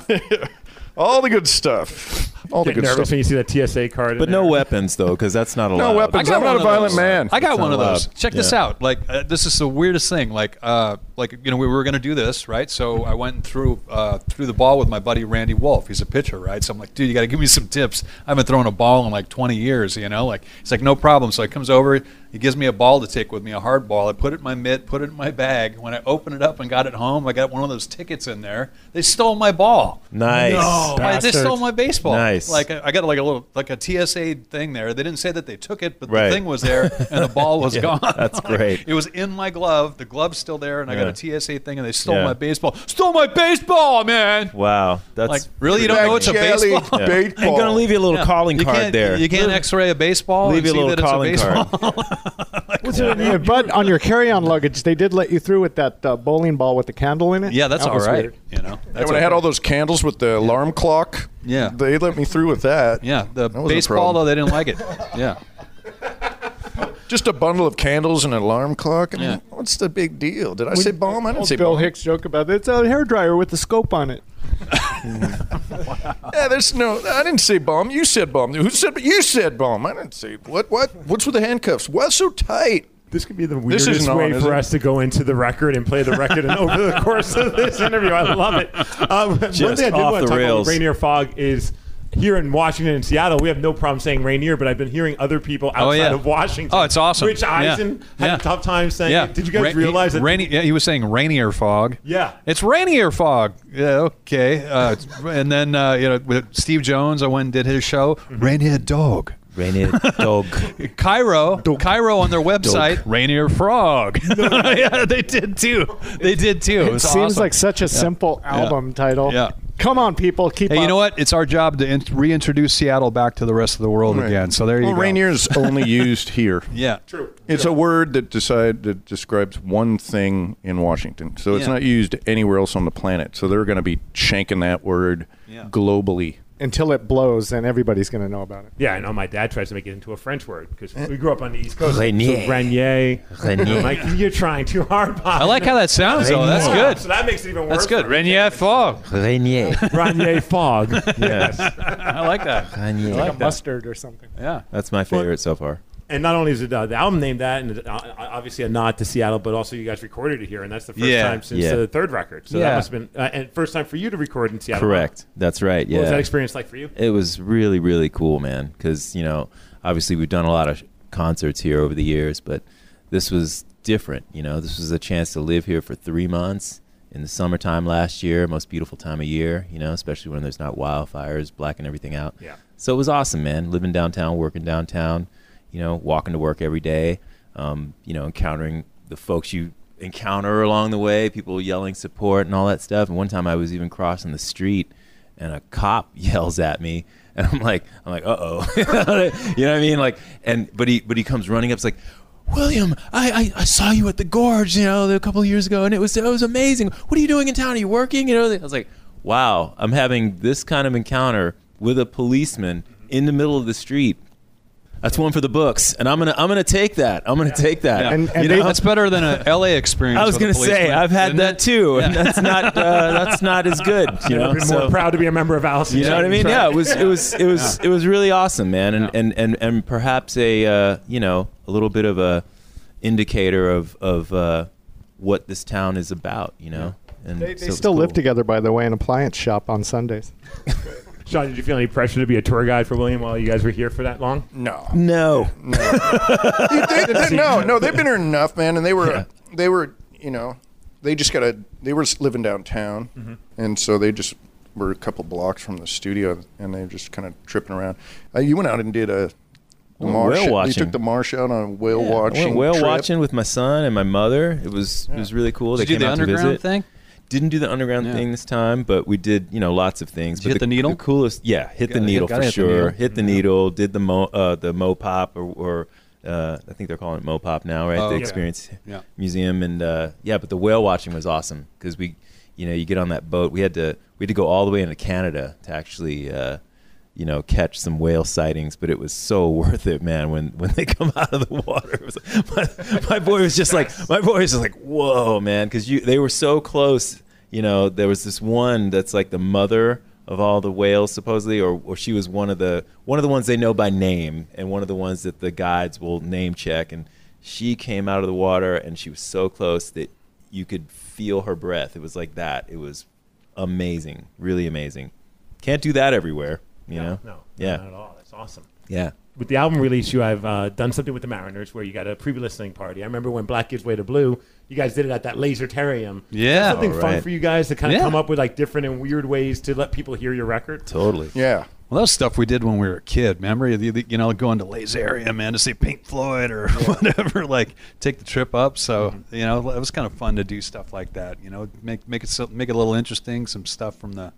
Speaker 11: all the good stuff. All the
Speaker 2: Get
Speaker 11: good
Speaker 2: nervous
Speaker 11: stuff.
Speaker 2: when you see that TSA card. in
Speaker 12: But no weapons though, because that's not allowed.
Speaker 11: No weapons. I'm not a violent man.
Speaker 9: I got
Speaker 12: It's
Speaker 9: one
Speaker 12: not
Speaker 9: of those.
Speaker 12: allowed.
Speaker 9: Check this
Speaker 12: Yeah.
Speaker 9: out. Like uh, this is the weirdest thing. Like uh, like you know we were gonna do this right. So I went and threw uh, threw the ball with my buddy Randy Wolf. He's a pitcher, right? So I'm like, dude, you got to give me some tips. I haven't thrown a ball in like 20 years. You know, like he's like, no problem. So he comes over. He gives me a ball to take with me, a hard ball. I put it in my mitt, put it in my bag. When I opened it up and got it home, I got one of those tickets in there. They stole my ball.
Speaker 12: Nice.
Speaker 9: No, my- they
Speaker 12: Bastards.
Speaker 9: stole my baseball.
Speaker 12: Nice.
Speaker 9: Like I I got like a little like a TSA thing there. They didn't say that they took it, but
Speaker 12: Right.
Speaker 9: the thing was there and the ball was
Speaker 12: Yeah,
Speaker 9: gone.
Speaker 12: that's
Speaker 9: Like,
Speaker 12: great.
Speaker 9: It was in my glove. The glove's still there, and I
Speaker 12: Yeah.
Speaker 9: got a TSA thing, and they stole
Speaker 12: Yeah.
Speaker 9: my baseball. Stole my baseball, man.
Speaker 12: Wow, that's
Speaker 9: like really, you don't
Speaker 12: Back
Speaker 9: know it's a
Speaker 12: jelly
Speaker 9: baseball.
Speaker 12: Yeah. baseball. I'm gonna leave you a little calling
Speaker 9: You
Speaker 12: card
Speaker 9: can't-
Speaker 12: there.
Speaker 9: You can't X-ray a baseball.
Speaker 12: Leave
Speaker 9: and
Speaker 12: you a
Speaker 9: see
Speaker 12: little
Speaker 9: that it's
Speaker 12: calling
Speaker 9: baseball.
Speaker 10: What's your name? But on your carry-on luggage, they did let you through with that uh, bowling ball with the candle in it.
Speaker 9: Yeah, that's
Speaker 10: That
Speaker 9: all
Speaker 10: was
Speaker 9: right.
Speaker 10: weird.
Speaker 9: You know,
Speaker 11: And
Speaker 9: that's
Speaker 11: when I had
Speaker 9: okay.
Speaker 11: all those candles with the alarm clock,
Speaker 9: Yeah.
Speaker 11: they let me through with that.
Speaker 9: yeah, the
Speaker 11: wasn't a
Speaker 9: baseball
Speaker 11: problem.
Speaker 9: though they didn't like it. Yeah,
Speaker 11: Just a bundle of candles and an alarm clock. I mean,
Speaker 9: Yeah.
Speaker 11: what's the big deal? Did I say bomb? I didn't
Speaker 10: Old
Speaker 11: say
Speaker 10: Bill
Speaker 11: bomb.
Speaker 10: Hicks joke about it. It's a hairdryer with the scope on it.
Speaker 11: Yeah, there's no. I didn't say bomb. You said bomb. Who said? You said bomb. I didn't say what. What? What's with the handcuffs? Why so tight?
Speaker 2: This could be the
Speaker 11: This
Speaker 2: weirdest
Speaker 11: isn't on,
Speaker 2: way
Speaker 11: is
Speaker 2: for
Speaker 11: it?
Speaker 2: us to go into the record and play the record and over the course of this interview. I love it. Um, one
Speaker 12: Just
Speaker 2: thing I did
Speaker 12: off
Speaker 2: want to talk
Speaker 12: the
Speaker 2: about
Speaker 12: rails.
Speaker 2: with Rainier Fog is here in Washington and Seattle, we have no problem saying Rainier, but I've been hearing other people outside
Speaker 9: Oh, yeah.
Speaker 2: of Washington.
Speaker 9: Oh, it's awesome.
Speaker 2: Rich
Speaker 9: Yeah.
Speaker 2: Eisen had
Speaker 9: Yeah.
Speaker 2: a tough time saying
Speaker 9: yeah.
Speaker 2: it. Did you guys
Speaker 9: Ra- he-
Speaker 2: realize that?
Speaker 9: rainy? Yeah, he was saying rainier fog.
Speaker 2: Yeah.
Speaker 9: It's rainier fog. Yeah, okay. Uh, and then uh, you know, with Steve Jones, I went and did his show.
Speaker 2: Mm-hmm.
Speaker 9: Rainier dog.
Speaker 12: Rainier dog.
Speaker 9: Cairo, Cairo on their website, Rainier Frog. yeah, they did too. They did too. It,
Speaker 10: It,
Speaker 9: was
Speaker 10: seems
Speaker 9: awesome.
Speaker 10: like such a simple album title.
Speaker 9: Yeah.
Speaker 10: Come on, people, keep
Speaker 9: Hey,
Speaker 10: up.
Speaker 9: you know what? It's our job to in- reintroduce Seattle back to the rest of the world
Speaker 11: Right.
Speaker 9: again. So there you
Speaker 11: Well,
Speaker 9: go.
Speaker 11: Rainier's only used here.
Speaker 9: Yeah.
Speaker 11: It's a word that decide that describes one thing in Washington. So it's
Speaker 9: Yeah.
Speaker 11: not used anywhere else on the planet. So they're going to be shanking that word
Speaker 9: Yeah.
Speaker 11: globally.
Speaker 10: Until it blows, and everybody's going to know about it.
Speaker 2: Yeah, I know my dad tries to make it into a French word because we grew up on the East Coast.
Speaker 12: Rainier.
Speaker 2: So Rainier.
Speaker 12: Rainier.
Speaker 2: I'm like, you're trying too hard, Bob.
Speaker 9: I like how that sounds though. That's
Speaker 2: Yeah,
Speaker 9: good.
Speaker 2: So that makes it even worse.
Speaker 9: That's good. Rainier Frog.
Speaker 12: Rainier.
Speaker 2: Rainier Fog.
Speaker 12: Yes.
Speaker 9: I like that.
Speaker 12: Rainier.
Speaker 10: Like a mustard or something.
Speaker 9: Yeah.
Speaker 12: That's my favorite so far.
Speaker 2: and not only is it uh, the album named that, and uh, obviously a nod to Seattle, but also you guys recorded it here, and that's the first
Speaker 9: Yeah.
Speaker 2: time since
Speaker 12: Yeah.
Speaker 2: the third record. So
Speaker 9: Yeah.
Speaker 2: that must have been uh, and first time for you to record in Seattle.
Speaker 12: Correct. That's right. Yeah.
Speaker 2: What was that experience like for you?
Speaker 12: it was really really cool man because you know obviously we've done a lot of sh- concerts here over the years but this was different you know this was a chance to live here for three months in the summertime last year most beautiful time of year you know especially when there's not wildfires blacking everything out
Speaker 2: Yeah.
Speaker 12: so it was awesome man living downtown working downtown you know walking to work every day um, you know encountering the folks you encounter along the way people yelling support and all that stuff and one time i was even crossing the street and a cop yells at me and I'm like I'm like uh-oh you know what I mean like and but he but he comes running up it's like William I, I, I saw you at the gorge you know a couple of years ago and it was it was amazing what are you doing in town are you working you know I was like wow I'm having this kind of encounter with a policeman in the middle of the street that's one for the books and I'm gonna I'm gonna take that I'm gonna take that
Speaker 10: And- and
Speaker 12: You
Speaker 10: they-
Speaker 12: know?
Speaker 9: That's better than a LA experience.
Speaker 12: I was
Speaker 9: with
Speaker 12: gonna
Speaker 9: a
Speaker 12: say
Speaker 9: policeman,
Speaker 12: I've had
Speaker 9: isn't
Speaker 12: that
Speaker 9: it?
Speaker 12: too and that's not uh, that's not as good you know
Speaker 2: I've been more
Speaker 12: so-
Speaker 2: proud to be a member of Allison.
Speaker 12: you know what I mean? Yeah, it was it was it was it was really awesome, man, and and and, and perhaps a uh, you know a little bit of a indicator of of uh, what this town is about, you know. And
Speaker 10: They,
Speaker 12: so
Speaker 10: they
Speaker 12: it was
Speaker 10: still live
Speaker 12: cool.
Speaker 10: together, by the way, in an appliance shop on Sundays.
Speaker 2: Sean, did you feel any pressure to be a tour guide for William while you guys were here for that long?
Speaker 11: No.
Speaker 12: No,
Speaker 11: Dude, they- they- no, no, they've been here enough, man, and they were, they were, you know, they just got a, they were s- living downtown,
Speaker 12: Mm-hmm.
Speaker 11: and so they just were a couple blocks from the studio, and they were just kind of tripping around. Uh, you went out and did a the
Speaker 12: Went
Speaker 11: marsh.
Speaker 12: whale
Speaker 11: You
Speaker 12: watching.
Speaker 11: took the marsh out on a whale
Speaker 12: Yeah, I went
Speaker 11: watching.
Speaker 12: whale
Speaker 11: trip.
Speaker 12: watching with my son and my mother. It was it was really cool.
Speaker 9: Did
Speaker 12: they
Speaker 9: you
Speaker 12: came
Speaker 9: do the
Speaker 12: out to
Speaker 9: underground
Speaker 12: visit.
Speaker 9: thing?
Speaker 12: Didn't do the underground
Speaker 9: Yeah.
Speaker 12: thing this time, but we did, you know, lots of things.
Speaker 9: Did you
Speaker 12: But
Speaker 9: hit the needle?
Speaker 12: coolest, yeah, hit the
Speaker 9: Gotta hit-
Speaker 12: needle
Speaker 9: gotta
Speaker 12: for
Speaker 9: hit the
Speaker 12: sure.
Speaker 9: needle.
Speaker 12: Hit the needle. Did the mo uh, the mopop or, or uh, I think they're calling it mopop now, right?
Speaker 9: Oh,
Speaker 12: the
Speaker 9: okay.
Speaker 12: Experience
Speaker 9: Yeah.
Speaker 12: Museum and uh, yeah, but the whale watching was awesome because we, you know, you get on that boat. We had to we had to go all the way into Canada to actually. Uh, you know, catch some whale sightings, but it was so worth it, man. When when they come out of the water, it was like, my, my boy was just like, my boy was just like, whoa, man, because you they were so close. You know, there was this one that's like the mother of all the whales supposedly, or, or she was one of the one of the ones they know by name, and one of the ones that the guides will name check. And she came out of the water, and she was so close that you could feel her breath. It was like that. It was amazing, really amazing. Can't do that everywhere, you know.
Speaker 2: no,
Speaker 12: yeah,
Speaker 2: not at all. That's awesome.
Speaker 12: yeah.
Speaker 2: with the album release, you have uh, done something with the Mariners where you got a pre-listening party. I remember when Black Gives Way to Blue, you guys did it at that Laser Terrarium.
Speaker 9: Yeah.
Speaker 2: That's something
Speaker 9: All
Speaker 2: fun
Speaker 9: right.
Speaker 2: for you guys to kind of
Speaker 9: Yeah.
Speaker 2: come up with like different and weird ways to let people hear your record.
Speaker 12: Totally.
Speaker 11: Yeah.
Speaker 9: Well, that was stuff we did when we were a kid. Remember, you, you know, going to Lays Area, man, to see Pink Floyd or whatever. Like, take the trip up. So,
Speaker 11: Mm-hmm.
Speaker 9: you know, it was kind of fun to do stuff like that. You know, make make it so- make it a little interesting. Some stuff from the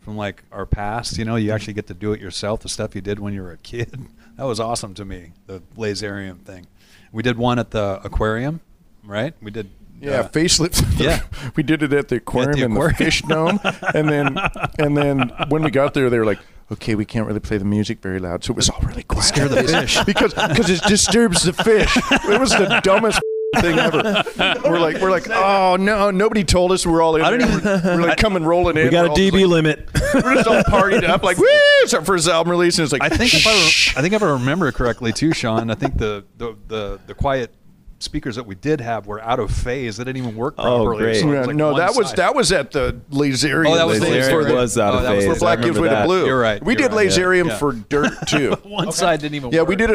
Speaker 9: from like our past. You know, you actually get to do it yourself. The stuff you did when you were a kid. That was awesome to me. The Lays Area thing. We did one at the aquarium, right? We did.
Speaker 11: Yeah,
Speaker 9: uh,
Speaker 11: facelift.
Speaker 9: Yeah.
Speaker 11: we did it at the aquarium,
Speaker 9: aquarium.
Speaker 11: and the fish dome, and then and then when we got there, they were like, "Okay, we can't really play the music very loud, so it was all really quiet."
Speaker 9: Scare the fish.
Speaker 11: because because it disturbs the fish. It was the dumbest thing ever. We're like we're like, oh no, nobody told us. We're all in. I don't even. We're like coming rolling in.
Speaker 12: We got
Speaker 11: We're
Speaker 12: a
Speaker 11: all just
Speaker 12: DB limit.
Speaker 11: like- we're just all partied up, like woo! It's our first album release, and it's like
Speaker 9: I think if I, re- I think if I remember correctly too, Sean, I think the the, the the quiet speakers that we did have were out of phase. They didn't even work properly.
Speaker 12: great.
Speaker 9: So it
Speaker 11: Yeah,
Speaker 9: was like
Speaker 11: no,
Speaker 9: one
Speaker 11: that was
Speaker 9: side.
Speaker 11: that was at the Laserium.
Speaker 9: Oh, that was
Speaker 11: thing
Speaker 9: Laserium.
Speaker 11: for the-
Speaker 12: was out
Speaker 9: Oh,
Speaker 12: of
Speaker 9: that was
Speaker 12: phase.
Speaker 11: for Black
Speaker 12: I
Speaker 11: Gives
Speaker 12: remember
Speaker 11: Way to
Speaker 12: that.
Speaker 11: Blue.
Speaker 9: You're right,
Speaker 11: We
Speaker 9: you're
Speaker 11: did
Speaker 9: right.
Speaker 11: Laserium
Speaker 9: Yeah.
Speaker 11: for Dirt too.
Speaker 9: one side didn't even.
Speaker 11: Yeah,
Speaker 9: work.
Speaker 11: we did a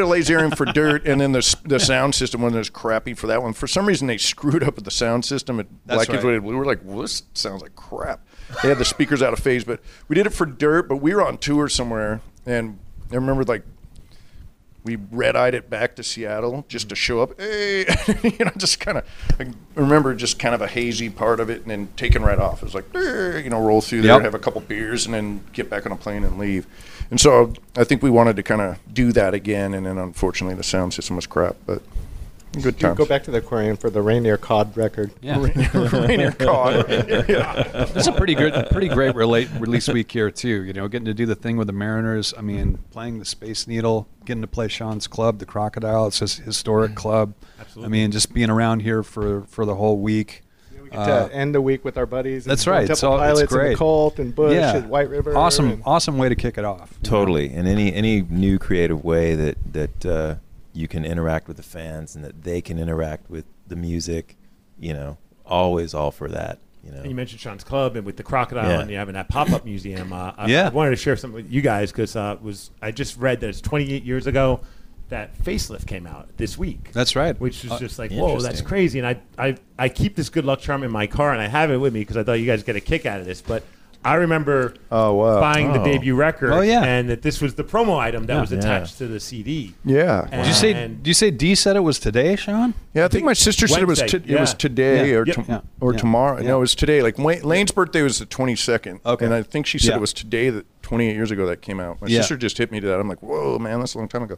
Speaker 11: laserium for dirt, and then the s- the sound system one that was crappy for that one. For some reason, they screwed up with the sound system at
Speaker 9: That's
Speaker 11: Black Kids
Speaker 9: right.
Speaker 11: Way to Blue. We were like, well, this sounds like crap. They had the speakers out of phase, but we did it for dirt. But we were on tour somewhere, and I remember like we red eyed it back to Seattle just to show up. Hey, you know, just kind of. I remember just kind of a hazy part of it, and then taking right off. It was like, "Eh," you know, roll through there,
Speaker 9: Yep.
Speaker 11: have a couple beers, and then get back on a plane and leave. And so I think we wanted to kind of do that again, and then unfortunately the sound system was crap, but good
Speaker 10: You
Speaker 11: times.
Speaker 10: go back to the aquarium for the reindeer cod record.
Speaker 9: Yeah.
Speaker 11: Rainier Cod. yeah.
Speaker 9: That's a pretty good, pretty great relate, release week here too. You know, getting to do the thing with the Mariners. I mean, playing the Space Needle, getting to play Sean's club, the Crocodile. It's his historic club. Absolutely. I mean, just being around here for for the whole week. Uh,
Speaker 10: We get to end the week with our buddies.
Speaker 9: That's right.
Speaker 10: Temple
Speaker 9: It's all- it's
Speaker 10: Pilots and
Speaker 9: great.
Speaker 10: the Colt and Bush and White River.
Speaker 9: Awesome,
Speaker 10: and-
Speaker 9: awesome way to kick it off.
Speaker 12: Totally. And any any new creative way that that uh, you can interact with the fans and that they can interact with the music, you know, always all for that. You know.
Speaker 2: And you mentioned Sean's Club and with the crocodile
Speaker 12: Yeah.
Speaker 2: and you having that pop-up museum. Uh, I,
Speaker 9: Yeah.
Speaker 2: I wanted to share something with you guys because uh, was I just read that it's 28 years ago that Facelift came out this week.
Speaker 9: That's right.
Speaker 2: Which is
Speaker 9: Uh,
Speaker 2: just like, whoa, that's
Speaker 12: interesting.
Speaker 2: crazy. And I, I, I keep this good luck charm in my car and I have it with me because I thought you guys get a kick out of this, but. I remember
Speaker 11: Oh, wow.
Speaker 2: buying the
Speaker 12: Oh.
Speaker 2: debut record,
Speaker 9: Oh, yeah.
Speaker 2: and that this was the promo item that
Speaker 9: Yeah.
Speaker 2: was
Speaker 9: Yeah.
Speaker 2: attached to the CD.
Speaker 11: Yeah.
Speaker 2: And-
Speaker 9: Did you say?
Speaker 2: and-
Speaker 9: Did you say D said it was today, Sean?
Speaker 11: Yeah, I think my sister said it was
Speaker 2: Wednesday,
Speaker 11: t- it was
Speaker 2: yeah.
Speaker 11: today
Speaker 9: Yeah.
Speaker 11: or
Speaker 2: Yep.
Speaker 11: tom-
Speaker 9: Yeah.
Speaker 11: or
Speaker 9: Yeah.
Speaker 11: tomorrow.
Speaker 9: Yeah.
Speaker 11: No, it was today. Like Wayne, Lane's birthday was the 22nd.
Speaker 9: Okay.
Speaker 11: And I think she said
Speaker 9: Yeah.
Speaker 11: it was today that 28 years ago that came out. My
Speaker 9: Yeah.
Speaker 11: sister just hit me to that. I'm like, "Whoa, man, that's a long time ago."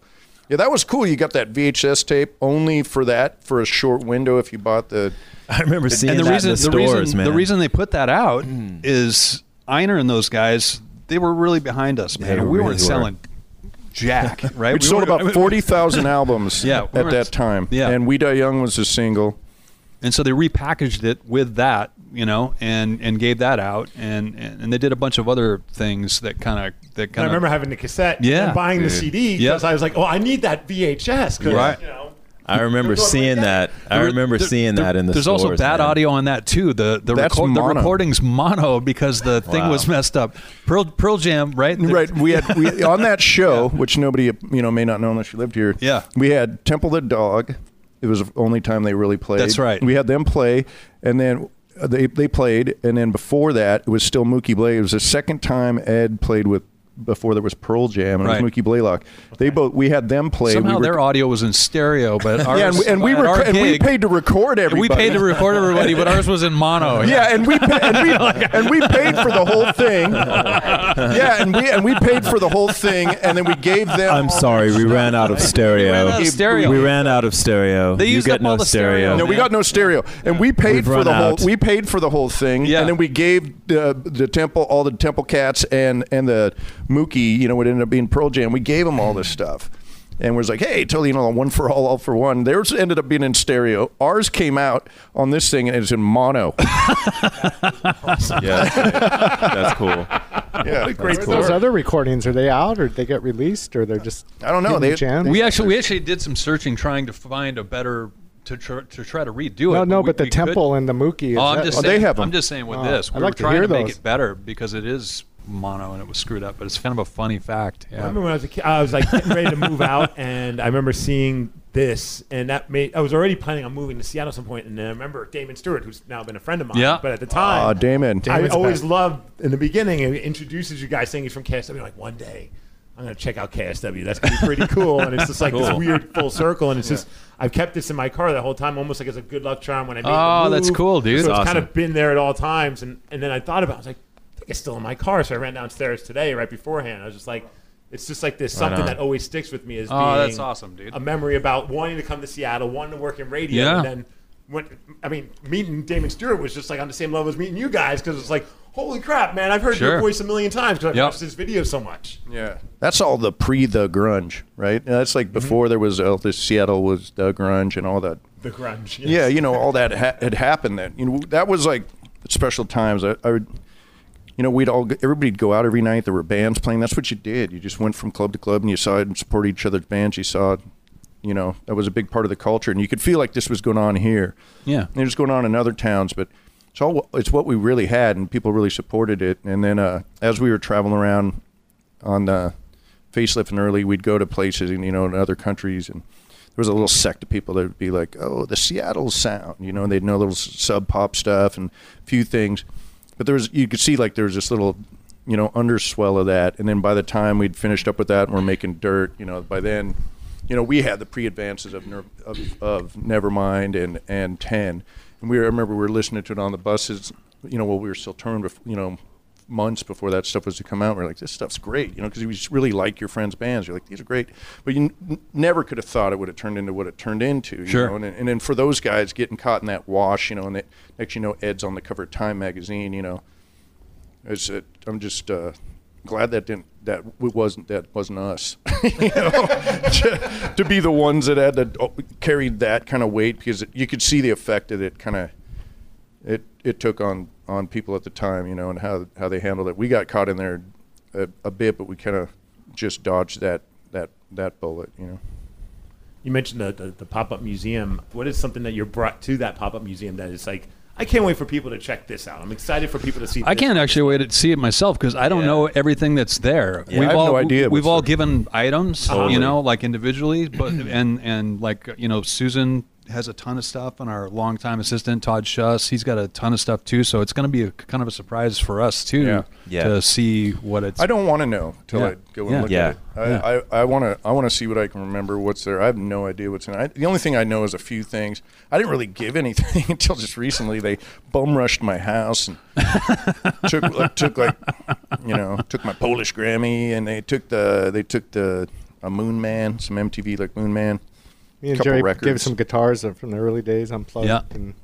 Speaker 11: Yeah, that was cool. You got that VHS tape only for that for a short window if you bought the
Speaker 12: I remember seeing that in the stores,
Speaker 9: reason,
Speaker 12: man.
Speaker 9: The Hmm. reason they put that out is Einer and those guys, they were really behind us, man.
Speaker 12: They
Speaker 9: we
Speaker 12: really
Speaker 9: weren't
Speaker 12: were.
Speaker 9: selling jack, right?
Speaker 11: we sold about
Speaker 9: weren't-
Speaker 11: 40,000 albums
Speaker 9: Yeah, we
Speaker 11: at
Speaker 9: were-
Speaker 11: that time.
Speaker 9: yeah.
Speaker 11: And We Die Young was a single.
Speaker 9: And so they repackaged it with that, you know, and and gave that out and and, and they did a bunch of other things that kind of that
Speaker 2: And I
Speaker 9: kind
Speaker 2: remember
Speaker 9: of
Speaker 2: having the cassette
Speaker 9: Yeah.
Speaker 2: and buying the
Speaker 9: Dude.
Speaker 2: CD because
Speaker 9: Yep.
Speaker 2: I was like, oh, I need that VHS. 'cause,
Speaker 9: Right.
Speaker 2: You know,
Speaker 12: I remember seeing that. I remember seeing that in the
Speaker 9: There's
Speaker 12: stores.
Speaker 9: also bad
Speaker 12: man.
Speaker 9: audio on that too. The the,
Speaker 11: That's
Speaker 9: record, the
Speaker 11: mono.
Speaker 9: recording's mono because the thing
Speaker 12: Wow.
Speaker 9: was messed up. Pearl Pearl Jam, right?
Speaker 11: Right. We had we, on that show, which nobody you know may not know unless you lived here.
Speaker 9: Yeah.
Speaker 11: We had Temple the Dog. It was the only time they really played.
Speaker 9: That's right.
Speaker 11: We had them play, and then uh, they they played, and then before that it was still Mookie Blaylock. It was the second time Ed played with before there was Pearl Jam and it
Speaker 9: Right.
Speaker 11: was Mookie Blaylock. They both we had them play.
Speaker 9: Somehow
Speaker 11: we were,
Speaker 9: their audio was in stereo, but ours,
Speaker 11: yeah, and we, and we
Speaker 9: at
Speaker 11: were
Speaker 9: our
Speaker 11: and we
Speaker 9: gig-
Speaker 11: paid to record
Speaker 9: And we
Speaker 11: everybody.
Speaker 9: paid to record everybody, but ours was in mono.
Speaker 11: Yeah, and we pa- and we and we paid for the whole thing. Yeah, and we and we paid for the whole thing, and then we gave them.
Speaker 12: I'm sorry, we ran out of stereo.
Speaker 9: ran out of stereo.
Speaker 12: We ran out of stereo.
Speaker 9: They
Speaker 12: you
Speaker 9: used
Speaker 12: get
Speaker 9: up
Speaker 12: no
Speaker 9: all the stereo,
Speaker 12: stereo.
Speaker 11: No, we got no stereo, and we paid
Speaker 12: We've
Speaker 11: for
Speaker 12: run
Speaker 11: the
Speaker 12: out.
Speaker 11: whole. We paid for the whole thing,
Speaker 9: Yeah.
Speaker 11: and then we gave the, the temple all the temple cats and and the Mookie. You know, what ended up being Pearl Jam. We gave them all this stuff, and was like, hey, totally, you know, one for all, all for one. Theirs ended up being in stereo. Ours came out on this thing and it's in mono.
Speaker 12: yeah, that's cool.
Speaker 11: Yeah, great.
Speaker 10: Were those other recordings are they out or did they get released or they're just I don't jammed?
Speaker 9: we actually we actually did some searching trying to find a better to tr- to try to redo it.
Speaker 10: no no
Speaker 9: we-
Speaker 10: but the
Speaker 9: we couldn't.
Speaker 10: temple and the Mookie. is
Speaker 9: Oh, I'm
Speaker 10: that-
Speaker 9: just saying, I'm just saying with
Speaker 10: Oh,
Speaker 9: this,
Speaker 10: I'd
Speaker 9: we
Speaker 10: like
Speaker 9: were
Speaker 10: to
Speaker 9: trying
Speaker 10: hear
Speaker 9: to, make
Speaker 10: those.
Speaker 9: it better because it is mono and it was screwed up. But it's kind of a funny fact.
Speaker 2: I
Speaker 9: Yeah.
Speaker 2: remember when I was a kid, I was like getting ready to move out, and I remember seeing this, and that made I was already planning on moving to Seattle at some point, and then I remember Damon Stewart, who's now been a friend of mine,
Speaker 11: Yeah.
Speaker 2: but at the time,
Speaker 11: Aw, Damon.
Speaker 2: I
Speaker 11: Damon's
Speaker 2: always
Speaker 11: back.
Speaker 2: loved in the beginning. It introduces you guys saying he's from KSW. Like one day, I'm gonna check out KSW. That's gonna be pretty cool, and it's just like this
Speaker 9: Cool.
Speaker 2: weird full circle, and it's just I've kept this in my car the whole time, almost like it's a good luck charm when I make the
Speaker 9: Oh, that's
Speaker 2: move.
Speaker 9: cool, dude.
Speaker 2: So it's
Speaker 9: That's
Speaker 2: kind
Speaker 9: awesome.
Speaker 2: of been there at all times, and and then I thought about, it, I was like, I think it's still in my car, so I ran downstairs today right beforehand. I was just like. It's just like this
Speaker 9: Right
Speaker 2: something
Speaker 9: on.
Speaker 2: that always sticks with me is
Speaker 9: Oh,
Speaker 2: being
Speaker 9: that's awesome, dude.
Speaker 2: a memory about wanting to come to Seattle, wanting to work in radio,
Speaker 9: Yeah.
Speaker 2: and then when I mean meeting Damon Stewart was just like on the same level as meeting you guys because it's like holy crap, man, I've heard your
Speaker 11: Sure.
Speaker 2: voice a million times because I've
Speaker 11: Yep.
Speaker 2: watched this video so much.
Speaker 11: Yeah. That's all the pre the grunge, right? And That's
Speaker 9: Mm-hmm.
Speaker 11: like before there was all this Seattle was the grunge and all that.
Speaker 2: The grunge. yes.
Speaker 11: Yeah, you know, all that ha- had happened then. You know, that was like special times. I, I would, you know, we'd all, everybody'd go out every night. There were bands playing. That's what you did. You just went from club to club and you saw it and supported each other's bands. You saw, you know, that was a big part of the culture. And you could feel like this was going on here.
Speaker 9: Yeah.
Speaker 11: And it was going on in other towns, but it's all, it's what we really had and people really supported it. And then uh, as we were traveling around on uh, facelift and early, we'd go to places and, you know, in other countries and, there was a little sect of people that would be like, "Oh, the Seattle sound," you know, and they'd know little sub pop stuff and a few things. But there was, you could see like there was this little, you know, underswell of that. And then by the time we'd finished up with that and we're making dirt, you know, by then, you know, we had the pre advances of, Nir- of of Nevermind and and Ten, and we were, I remember we were listening to it on the buses, you know, while we were still turned, bef- you know. Months before that stuff was to come out, we are like, "This stuff's great," you know, because you just really like your friends' bands. You're like, "These are great," but you n- never could have thought it would have turned into what it turned into. You
Speaker 9: Sure.
Speaker 11: Know? And, and then for those guys getting caught in that wash, you know, and that, next you know, Ed's on the cover of Time magazine. You know, it's it, I'm just uh, glad that didn't that w- wasn't that wasn't us. you know, to, to be the ones that had to oh, carried that kind of weight because it, you could see the effect that it kind of it it took on on people at the time. You know, and how how they handled it. We got caught in there a, a bit, but we kind of just dodged that that that bullet. You know.
Speaker 2: You mentioned the the, the pop up museum. What is something that you're brought to that pop up museum that is like I can't wait for people to check this out. I'm excited for people to see.
Speaker 9: I
Speaker 2: this.
Speaker 9: can't actually wait to see it myself because I don't know everything that's there.
Speaker 2: Yeah, I have
Speaker 9: all,
Speaker 2: no idea
Speaker 9: We've
Speaker 2: what's
Speaker 9: all given items,
Speaker 2: Totally.
Speaker 9: you know, like individually, but and and like you know, Susan has a ton of stuff, and our longtime assistant Todd Shuss, he's got a ton of stuff too. So it's going to be a, kind of a surprise for us too
Speaker 11: Yeah.
Speaker 12: Yeah.
Speaker 9: to see what it's.
Speaker 11: I don't want to know till
Speaker 9: Yeah.
Speaker 11: I go and
Speaker 9: Yeah.
Speaker 11: look
Speaker 9: Yeah.
Speaker 11: at it. I,
Speaker 9: Yeah.
Speaker 11: I, I want to I want to see what I can remember. What's there? I have no idea what's in. it. I, the only thing I know is a few things. I didn't really give anything until just recently. They bum rushed my house and took like, took like you know took my Polish Grammy and they took the they took the a Moon Man some MTV like Moon Man.
Speaker 10: Me and
Speaker 11: couple
Speaker 10: Jerry
Speaker 11: records.
Speaker 10: gave some guitars from the early days, unplugged,
Speaker 11: Yeah.
Speaker 10: and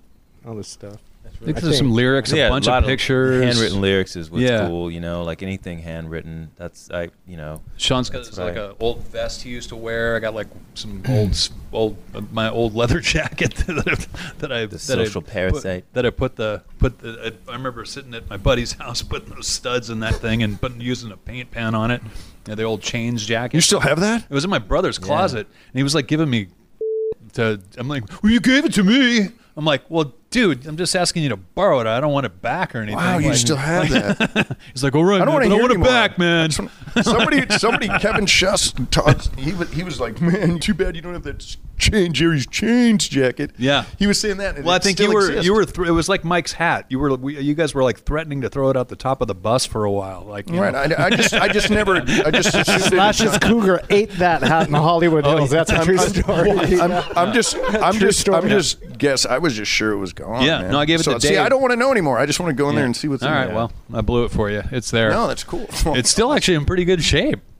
Speaker 10: all this stuff.
Speaker 9: I think there's some lyrics,
Speaker 12: Yeah,
Speaker 9: a bunch
Speaker 12: lot
Speaker 9: of pictures,
Speaker 12: handwritten lyrics is what's
Speaker 9: yeah.
Speaker 12: cool. You know, like anything handwritten. That's I, you know.
Speaker 9: Sean's got
Speaker 12: that's
Speaker 9: this,
Speaker 12: what
Speaker 9: like
Speaker 12: I-
Speaker 9: a old vest he used to wear. I got like some old s- old uh, my old leather jacket that I, that I
Speaker 12: The
Speaker 9: that
Speaker 12: social
Speaker 9: I put-
Speaker 12: parasite.
Speaker 9: that I put the put the I, I remember sitting at my buddy's house putting those studs in that thing and putting using a paint pan on it. Yeah, the old chains jacket. You
Speaker 11: still have that?
Speaker 9: It was in my brother's closet, and he was like giving me to I'm like, well, you gave it to me. I'm like, well, dude, I'm just asking you to borrow it. I don't want it back or anything.
Speaker 11: Wow, you
Speaker 9: Like-
Speaker 11: still have that.
Speaker 9: He's like, all right,
Speaker 11: I
Speaker 9: I don't man, but
Speaker 11: don't wanna
Speaker 9: I
Speaker 11: hear
Speaker 9: want it
Speaker 11: anymore.
Speaker 9: back, man.
Speaker 11: somebody, somebody, Kevin Schuss, Todd, he was, he was like, man, too bad you don't have that chain, Jerry's chains jacket.
Speaker 9: Yeah,
Speaker 11: he was saying that. and
Speaker 9: well, I
Speaker 11: it
Speaker 9: think you
Speaker 11: still
Speaker 9: were
Speaker 11: exists.
Speaker 9: you were thr it was like Mike's hat. You were we, you guys were like threatening to throw it out the top of the bus for a while. Like you
Speaker 11: Right,
Speaker 9: know.
Speaker 11: I- I just- I just never- I just assumed it was
Speaker 10: Slash's Cougar ate that hat in Hollywood
Speaker 9: Oh,
Speaker 10: Hills. That's a true story.
Speaker 11: I'm, I'm just, I'm
Speaker 10: True
Speaker 11: just,
Speaker 10: story.
Speaker 11: I'm just guess. I was just sure it was gone.
Speaker 9: Yeah,
Speaker 11: man.
Speaker 9: no, I gave it
Speaker 11: so,
Speaker 9: to
Speaker 11: See,
Speaker 9: Dave.
Speaker 11: I don't want to know anymore. I just want to go in there
Speaker 9: Yeah.
Speaker 11: and see what's
Speaker 9: All
Speaker 11: in
Speaker 9: right,
Speaker 11: there.
Speaker 9: well, I blew it for you. It's there.
Speaker 11: No, that's cool.
Speaker 9: it's still actually in pretty good shape.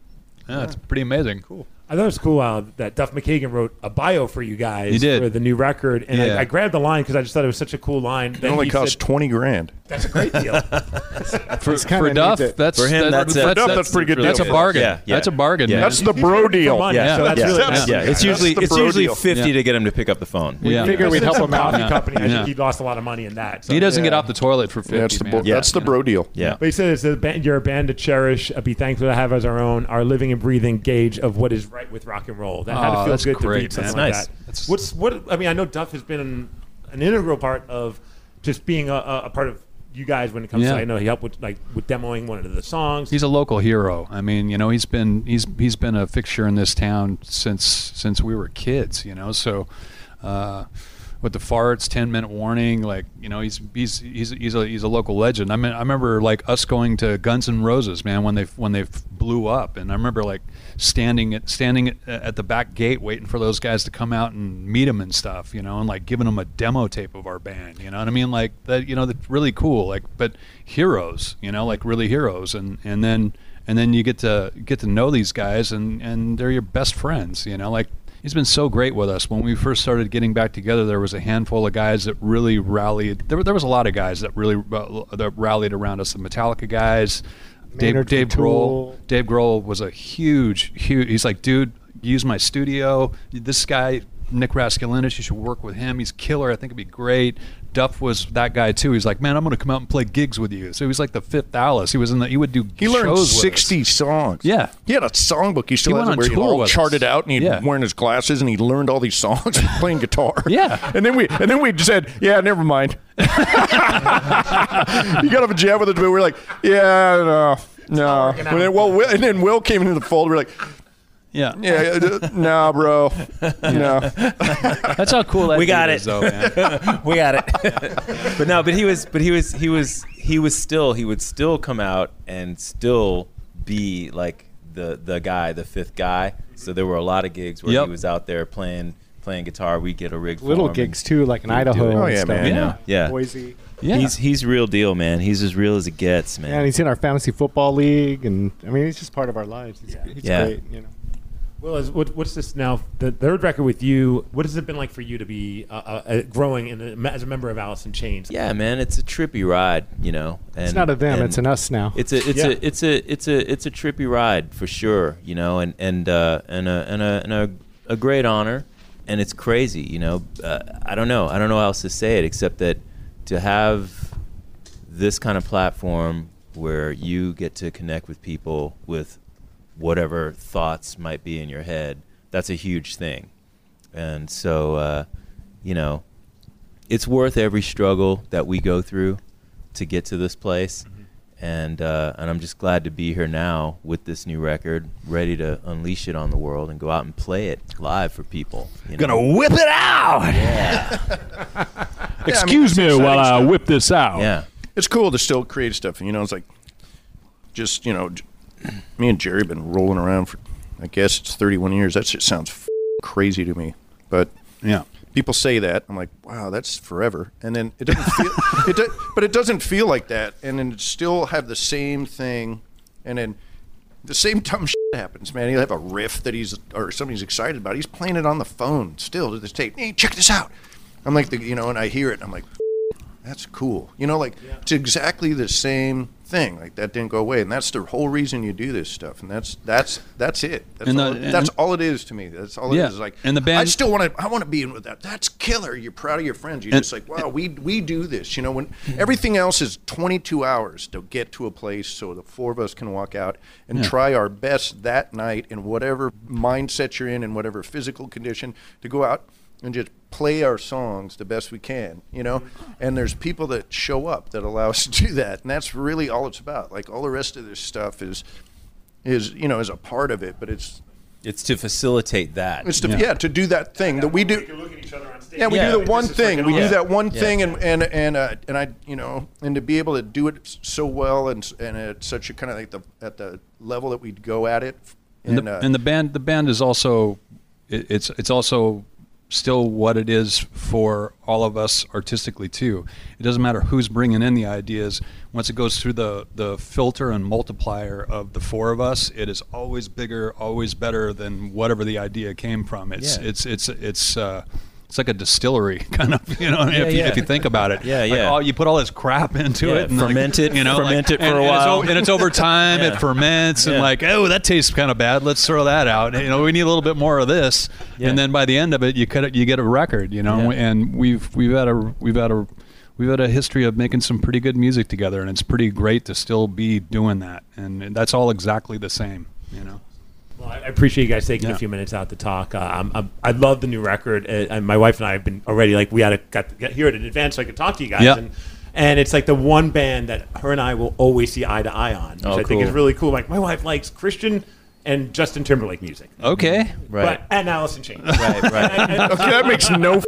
Speaker 9: Yeah, it's pretty amazing. Cool.
Speaker 2: I thought it was cool uh, that Duff McKagan wrote a bio for you guys
Speaker 9: He did.
Speaker 2: for the new record, and
Speaker 9: Yeah.
Speaker 2: I, I grabbed the line because I just thought it was such a cool line.
Speaker 11: it only cost twenty grand.
Speaker 10: That's a great deal.
Speaker 9: For, for Duff, that's
Speaker 12: For him,
Speaker 9: that-
Speaker 12: that's a-
Speaker 9: that's,
Speaker 12: Duff, that's a pretty good
Speaker 9: That's
Speaker 12: deal.
Speaker 9: a bargain.
Speaker 12: Yeah, yeah.
Speaker 9: That's a bargain.
Speaker 12: Yeah.
Speaker 9: man.
Speaker 12: That's the bro deal. Yeah,
Speaker 9: Yeah,
Speaker 12: so that's really- that's- yeah, it's usually-
Speaker 9: the
Speaker 12: it's
Speaker 9: bro
Speaker 12: usually
Speaker 9: deal.
Speaker 12: 50 to get him to pick up the phone.
Speaker 2: We
Speaker 9: Yeah.
Speaker 2: figure we'd help him out.
Speaker 9: Yeah.
Speaker 2: Company. I
Speaker 9: Yeah.
Speaker 2: think he lost a lot of money in that.
Speaker 9: He doesn't get
Speaker 2: Yeah.
Speaker 9: off the toilet for fifty.
Speaker 11: that's the
Speaker 9: man.
Speaker 11: bo- that's the bro deal.
Speaker 12: Yeah.
Speaker 2: But he said it's a band, you're a band to cherish, uh, be thankful to have as our own, our living and breathing gauge of what is right with rock and roll. That had
Speaker 9: Oh,
Speaker 2: to feel
Speaker 9: that's
Speaker 2: good to
Speaker 9: great,
Speaker 2: beat something
Speaker 9: man.
Speaker 2: like
Speaker 9: That's
Speaker 2: that. What's what? I mean, I know Duff has been an, an integral part of just being a, a, a part of you guys when it comes
Speaker 9: Yeah.
Speaker 2: to. I know he helped with like with demoing one of the songs.
Speaker 9: He's a local hero. I mean, you know, he's been he's he's been a fixture in this town since since we were kids. You know, so uh, with the farts, ten minute warning, like you know, he's he's he's he's a he's a local legend. I mean, I remember like us going to Guns N' Roses, man, when they when they blew up, and I remember like standing at standing at- at the back gate waiting for those guys to come out and meet him and stuff, you know, and like giving them a demo tape of our band, you know what I mean? Like that, you know, that's really cool. Like, but heroes, you know, like really heroes, and and then and then you get to get to know these guys, and and they're your best friends, you know, like. He's been so great with us. When we first started getting back together, there was a handful of guys that really rallied. There, were- there was a lot of guys that really uh, that rallied around us. The Metallica guys, Dave,
Speaker 10: Maynard
Speaker 9: Dave
Speaker 10: from Tool.
Speaker 9: Grohl, Dave Grohl was a huge, huge. He's like, dude, use my studio. This guy, Nick Raskulinis, you should work with him. He's killer. I think it'd be great. Duff was that guy too. He's like, man, I'm gonna come out and play gigs with you. So he was like the fifth Alice. He was in the. He would do.
Speaker 11: He learned
Speaker 9: shows with us.
Speaker 11: 60 songs.
Speaker 9: Yeah.
Speaker 11: He had a songbook. He still
Speaker 9: He
Speaker 11: has
Speaker 9: went on
Speaker 11: it where he
Speaker 9: tour
Speaker 11: all
Speaker 9: with us.
Speaker 11: charted out and he'd
Speaker 9: Yeah.
Speaker 11: wearing his glasses and he learned all these songs playing guitar.
Speaker 9: Yeah.
Speaker 11: And then we and then we said, yeah, never mind. you got up a jab with it, but we were like, yeah, no, no. And then, well, Will, and then Will came into the fold. We are like,
Speaker 9: Yeah.
Speaker 11: yeah, uh, nah, bro, no.
Speaker 9: That's how cool that
Speaker 12: We
Speaker 9: dude
Speaker 12: got it.
Speaker 9: is, though, man.
Speaker 12: we got it. but no, but he was, but he was, he was, he was still, he would still come out and still be like the the guy, the fifth guy. So there were a lot of gigs where
Speaker 9: Yep.
Speaker 12: he was out there playing playing guitar. We would get a rig, for
Speaker 10: Little
Speaker 12: him
Speaker 10: gigs
Speaker 12: and
Speaker 10: too, like in
Speaker 12: he would do
Speaker 10: Idaho
Speaker 12: it.
Speaker 10: and Oh, yeah, stuff. man.
Speaker 12: You
Speaker 10: Yeah.
Speaker 12: know? yeah,
Speaker 10: Boise.
Speaker 9: Yeah.
Speaker 12: He's he's real deal, man. He's as real as it gets, man.
Speaker 10: Yeah, and he's in our fantasy football league, and I mean, he's just part of our lives. He's, he's
Speaker 12: Yeah.
Speaker 10: great, you know.
Speaker 2: Well, is, what, what's this now? The third record with you. What has it been like for you to be uh, uh, uh, growing in, as a member of Alice in Chains?
Speaker 12: Yeah, man, it's a trippy ride, you know. And,
Speaker 10: It's not a them,
Speaker 12: and
Speaker 10: it's an us now.
Speaker 12: It's a it's
Speaker 2: Yeah.
Speaker 12: a it's a it's a it's a trippy ride for sure, you know, and and uh, and a and a and a, a great honor, and it's crazy, you know. Uh, I don't know, I don't know how else to say it except that to have this kind of platform where you get to connect with people with whatever thoughts might be in your head, that's a huge thing, and so uh, you know it's worth every struggle that we go through to get to this place. And uh, and I'm just glad to be here now with this new record, ready to unleash it on the world and go out and play it live for people. You know?
Speaker 11: Gonna whip it out.
Speaker 9: Excuse me while I whip this out.
Speaker 12: yeah,
Speaker 11: it's cool to still create stuff. You know, it's like just you know, j- me and Jerry been rolling around for I guess it's 31 years. That shit sounds f- crazy to me, but
Speaker 9: Yeah.
Speaker 11: people say that I'm like, wow, that's forever. And then it doesn't feel it, do, but it doesn't feel like that. And then it still have the same thing, and then the same dumb shit happens, man. He'll have a riff that he's or something he's excited about. He's playing it on the phone still to this tape. Hey, check this out. I'm like, the, you know, and I hear it. I'm like, that's cool. You know, like it's exactly the same thing. Like that didn't go away, and that's the whole reason you do this stuff. And that's that's that's it. That's,
Speaker 9: And the-
Speaker 11: all, that's
Speaker 9: and-
Speaker 11: all it is to me. That's all
Speaker 9: Yeah.
Speaker 11: it is. Like,
Speaker 9: And the
Speaker 11: I
Speaker 9: band-
Speaker 11: still want to. I want to be in with that. That's killer. You're proud of your friends. You're
Speaker 9: And- Mm-hmm.
Speaker 11: just like, wow, we we do this. You know, when everything else is 22 hours to get to a place, so the four of us can walk out and try our best that night in whatever mindset you're in and whatever physical condition to go out and just play our songs the best we can. You know, and there's people that show up that allow us to do that, and that's really all it's about. Like all the rest of this stuff is is you know is a part of it, but it's
Speaker 12: it's to facilitate that.
Speaker 11: it's to, yeah. to do that thing that we do. Yeah, we
Speaker 12: Yeah.
Speaker 11: do the one
Speaker 2: This is fucking
Speaker 11: thing. We do
Speaker 12: awesome.
Speaker 11: that one
Speaker 12: Yeah.
Speaker 11: thing, and and and uh, and I, you know, and to be able to do it s- so well, and s- and at such a kind of like the at the level that we'd go at it, and,
Speaker 9: and, the,
Speaker 11: uh,
Speaker 9: and the band the band is also it, it's it's also still what it is for all of us artistically too it doesn't matter who's bringing in the ideas once it goes through the the filter and multiplier of the four of us it is always bigger always better than whatever the idea came from it's
Speaker 12: Yeah.
Speaker 9: it's it's it's uh it's like a distillery kind of, you know,
Speaker 12: Yeah,
Speaker 9: if, you,
Speaker 12: yeah.
Speaker 9: if you think about it.
Speaker 12: Yeah,
Speaker 9: Like,
Speaker 12: yeah.
Speaker 9: all- you put all this crap into
Speaker 12: Yeah,
Speaker 9: it. And like,
Speaker 12: ferment it,
Speaker 9: You know, like-
Speaker 12: ferment it for
Speaker 9: and-
Speaker 12: a
Speaker 9: and it's
Speaker 12: while.
Speaker 9: o- and it's over time.
Speaker 12: Yeah.
Speaker 9: It ferments and
Speaker 12: Yeah.
Speaker 9: like, oh, that tastes kind of bad. Let's throw that out. You know, we need a little bit more of this. And then by the end of it, you cut it, you get a record. You know, and we've we've had a we've had a we've had a history of making some pretty good music together, and it's pretty great to still be doing that. And that's all exactly the same. You know.
Speaker 2: Well, I I appreciate you guys taking
Speaker 9: Yeah.
Speaker 2: a few minutes out to talk. Uh, I'm, I'm, I love the new record, uh, and my wife and I have been already like we had a, got, got here it in advance so I could talk to you guys.
Speaker 9: Yeah.
Speaker 2: And, and it's like the one band that her and I will always see eye to eye on, which
Speaker 9: Oh,
Speaker 2: I think is
Speaker 9: cool.
Speaker 2: really cool. Like my wife likes Christian and Justin Timberlake music.
Speaker 9: Okay.
Speaker 2: But, and Allison Chain.
Speaker 12: Right,
Speaker 2: And- and-
Speaker 11: okay, that makes no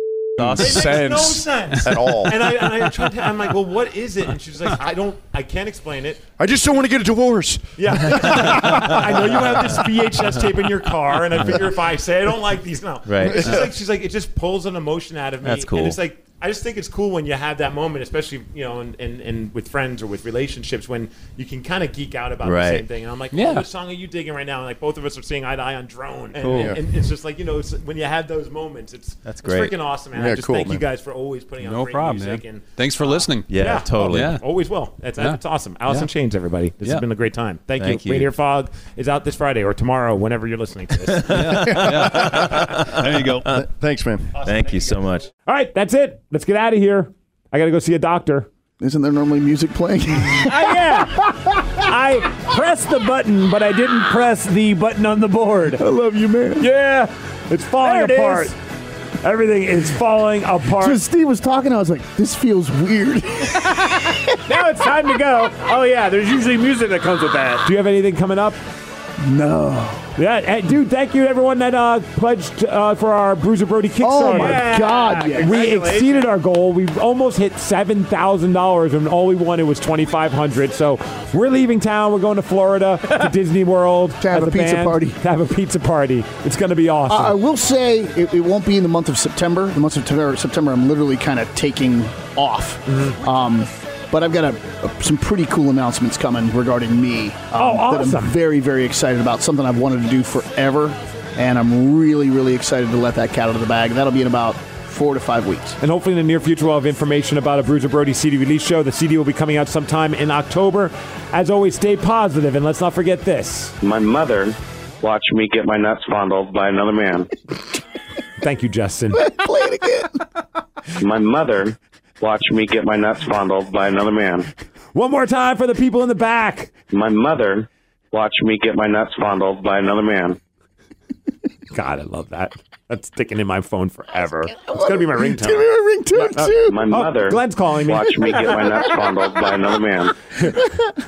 Speaker 2: It
Speaker 11: f-
Speaker 2: makes no sense
Speaker 11: at all.
Speaker 2: And I, and I tried to, I'm like, well, what is it? And she was like, I don't, I can't explain it.
Speaker 11: I just don't want to get a divorce.
Speaker 2: Yeah. I know you have this VHS tape in your car, and I figure if I say I don't like these, no.
Speaker 12: Right.
Speaker 2: It's just like she's like it just pulls an emotion out of me.
Speaker 12: That's
Speaker 2: And
Speaker 12: cool.
Speaker 2: it's like I just think it's cool when you have that moment, especially you know, and and, and with friends or with relationships, when you can kind of geek out about the
Speaker 12: Right.
Speaker 2: same thing. And I'm like,
Speaker 12: Yeah.
Speaker 2: oh, what song are you digging right now? And like both of us are seeing eye to eye on drone. And,
Speaker 12: Cool.
Speaker 2: and, it's just like you know, it's, when you have those moments, it's
Speaker 12: That's
Speaker 2: it's
Speaker 12: great.
Speaker 2: freaking awesome. And I
Speaker 12: Yeah,
Speaker 2: just
Speaker 12: cool,
Speaker 2: thank you
Speaker 12: man.
Speaker 2: guys for always putting out
Speaker 9: No
Speaker 2: great
Speaker 9: problem,
Speaker 2: music
Speaker 9: man.
Speaker 2: and Oh,
Speaker 9: Thanks for listening.
Speaker 12: Yeah, totally.
Speaker 9: Yeah.
Speaker 2: Always will. That's,
Speaker 9: Yeah.
Speaker 2: that's awesome. Allison
Speaker 9: Yeah.
Speaker 2: Chains, everybody. This
Speaker 9: Yeah.
Speaker 2: has been a great time. Thank,
Speaker 12: Thank
Speaker 2: you.
Speaker 12: you.
Speaker 2: Reindeer Fog is out this Friday or tomorrow, whenever you're listening to this.
Speaker 9: There you go.
Speaker 11: Thanks, man.
Speaker 12: Thank you so much.
Speaker 2: All right, that's it. Let's get out of here. I got to go see a doctor.
Speaker 3: Isn't there normally music playing?
Speaker 2: I, yeah. I pressed the button, but I didn't press the button on the board.
Speaker 3: I love you, man.
Speaker 2: Yeah. It's falling
Speaker 3: There it
Speaker 2: apart. Everything is falling apart.
Speaker 3: So Steve was talking. I was like, this feels weird.
Speaker 2: now it's time to go. Oh, yeah. There's usually music that comes with that. Do you have anything coming up?
Speaker 3: no.
Speaker 2: Oh. Yeah, and dude, thank you to everyone that uh, pledged uh, for our Bruiser Brody Kickstarter.
Speaker 3: Oh my God, yes.
Speaker 2: We
Speaker 3: Congratulations.
Speaker 2: exceeded our goal. We almost hit seven thousand dollars, and all we wanted was twenty five hundred. So we're leaving town. We're going to Florida to Disney World to
Speaker 3: have a pizza party.
Speaker 2: To have a pizza party. It's going to be
Speaker 3: I I
Speaker 2: awesome.
Speaker 3: will say it, it won't be in the month of September. The month of September, September I'm literally kind of taking off. Um, but I've got a, a- some pretty cool announcements coming regarding me um,
Speaker 2: Oh,
Speaker 3: that
Speaker 2: awesome.
Speaker 3: I'm very, very excited about. Something I've wanted to do forever, and I'm really, really excited to let that cat out of the bag. That'll be in about four to five weeks.
Speaker 2: and hopefully in the near future we'll have information about a Bruiser Brody CD release show. The CD will be coming out sometime in October. As always, stay positive, and let's not forget this.
Speaker 7: My mother watched me get my nuts fondled by another man.
Speaker 2: Thank you, Justin.
Speaker 3: Play it again.
Speaker 7: My mother watched me get my nuts fondled by another man.
Speaker 2: One more time for the people in the back.
Speaker 7: My mother watched me get my nuts fondled by another man.
Speaker 2: God, I love that. That's sticking in my phone forever. It's gonna be my
Speaker 3: It's gonna be
Speaker 2: ringtone.
Speaker 3: my ringtone too.
Speaker 7: My
Speaker 2: Oh,
Speaker 7: mother
Speaker 2: Glenn's calling me.
Speaker 7: watched me get my nuts fondled by another man.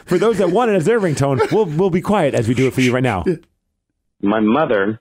Speaker 2: For those that want it as their ringtone, we'll we'll be quiet as we do it for you right now.
Speaker 7: My mother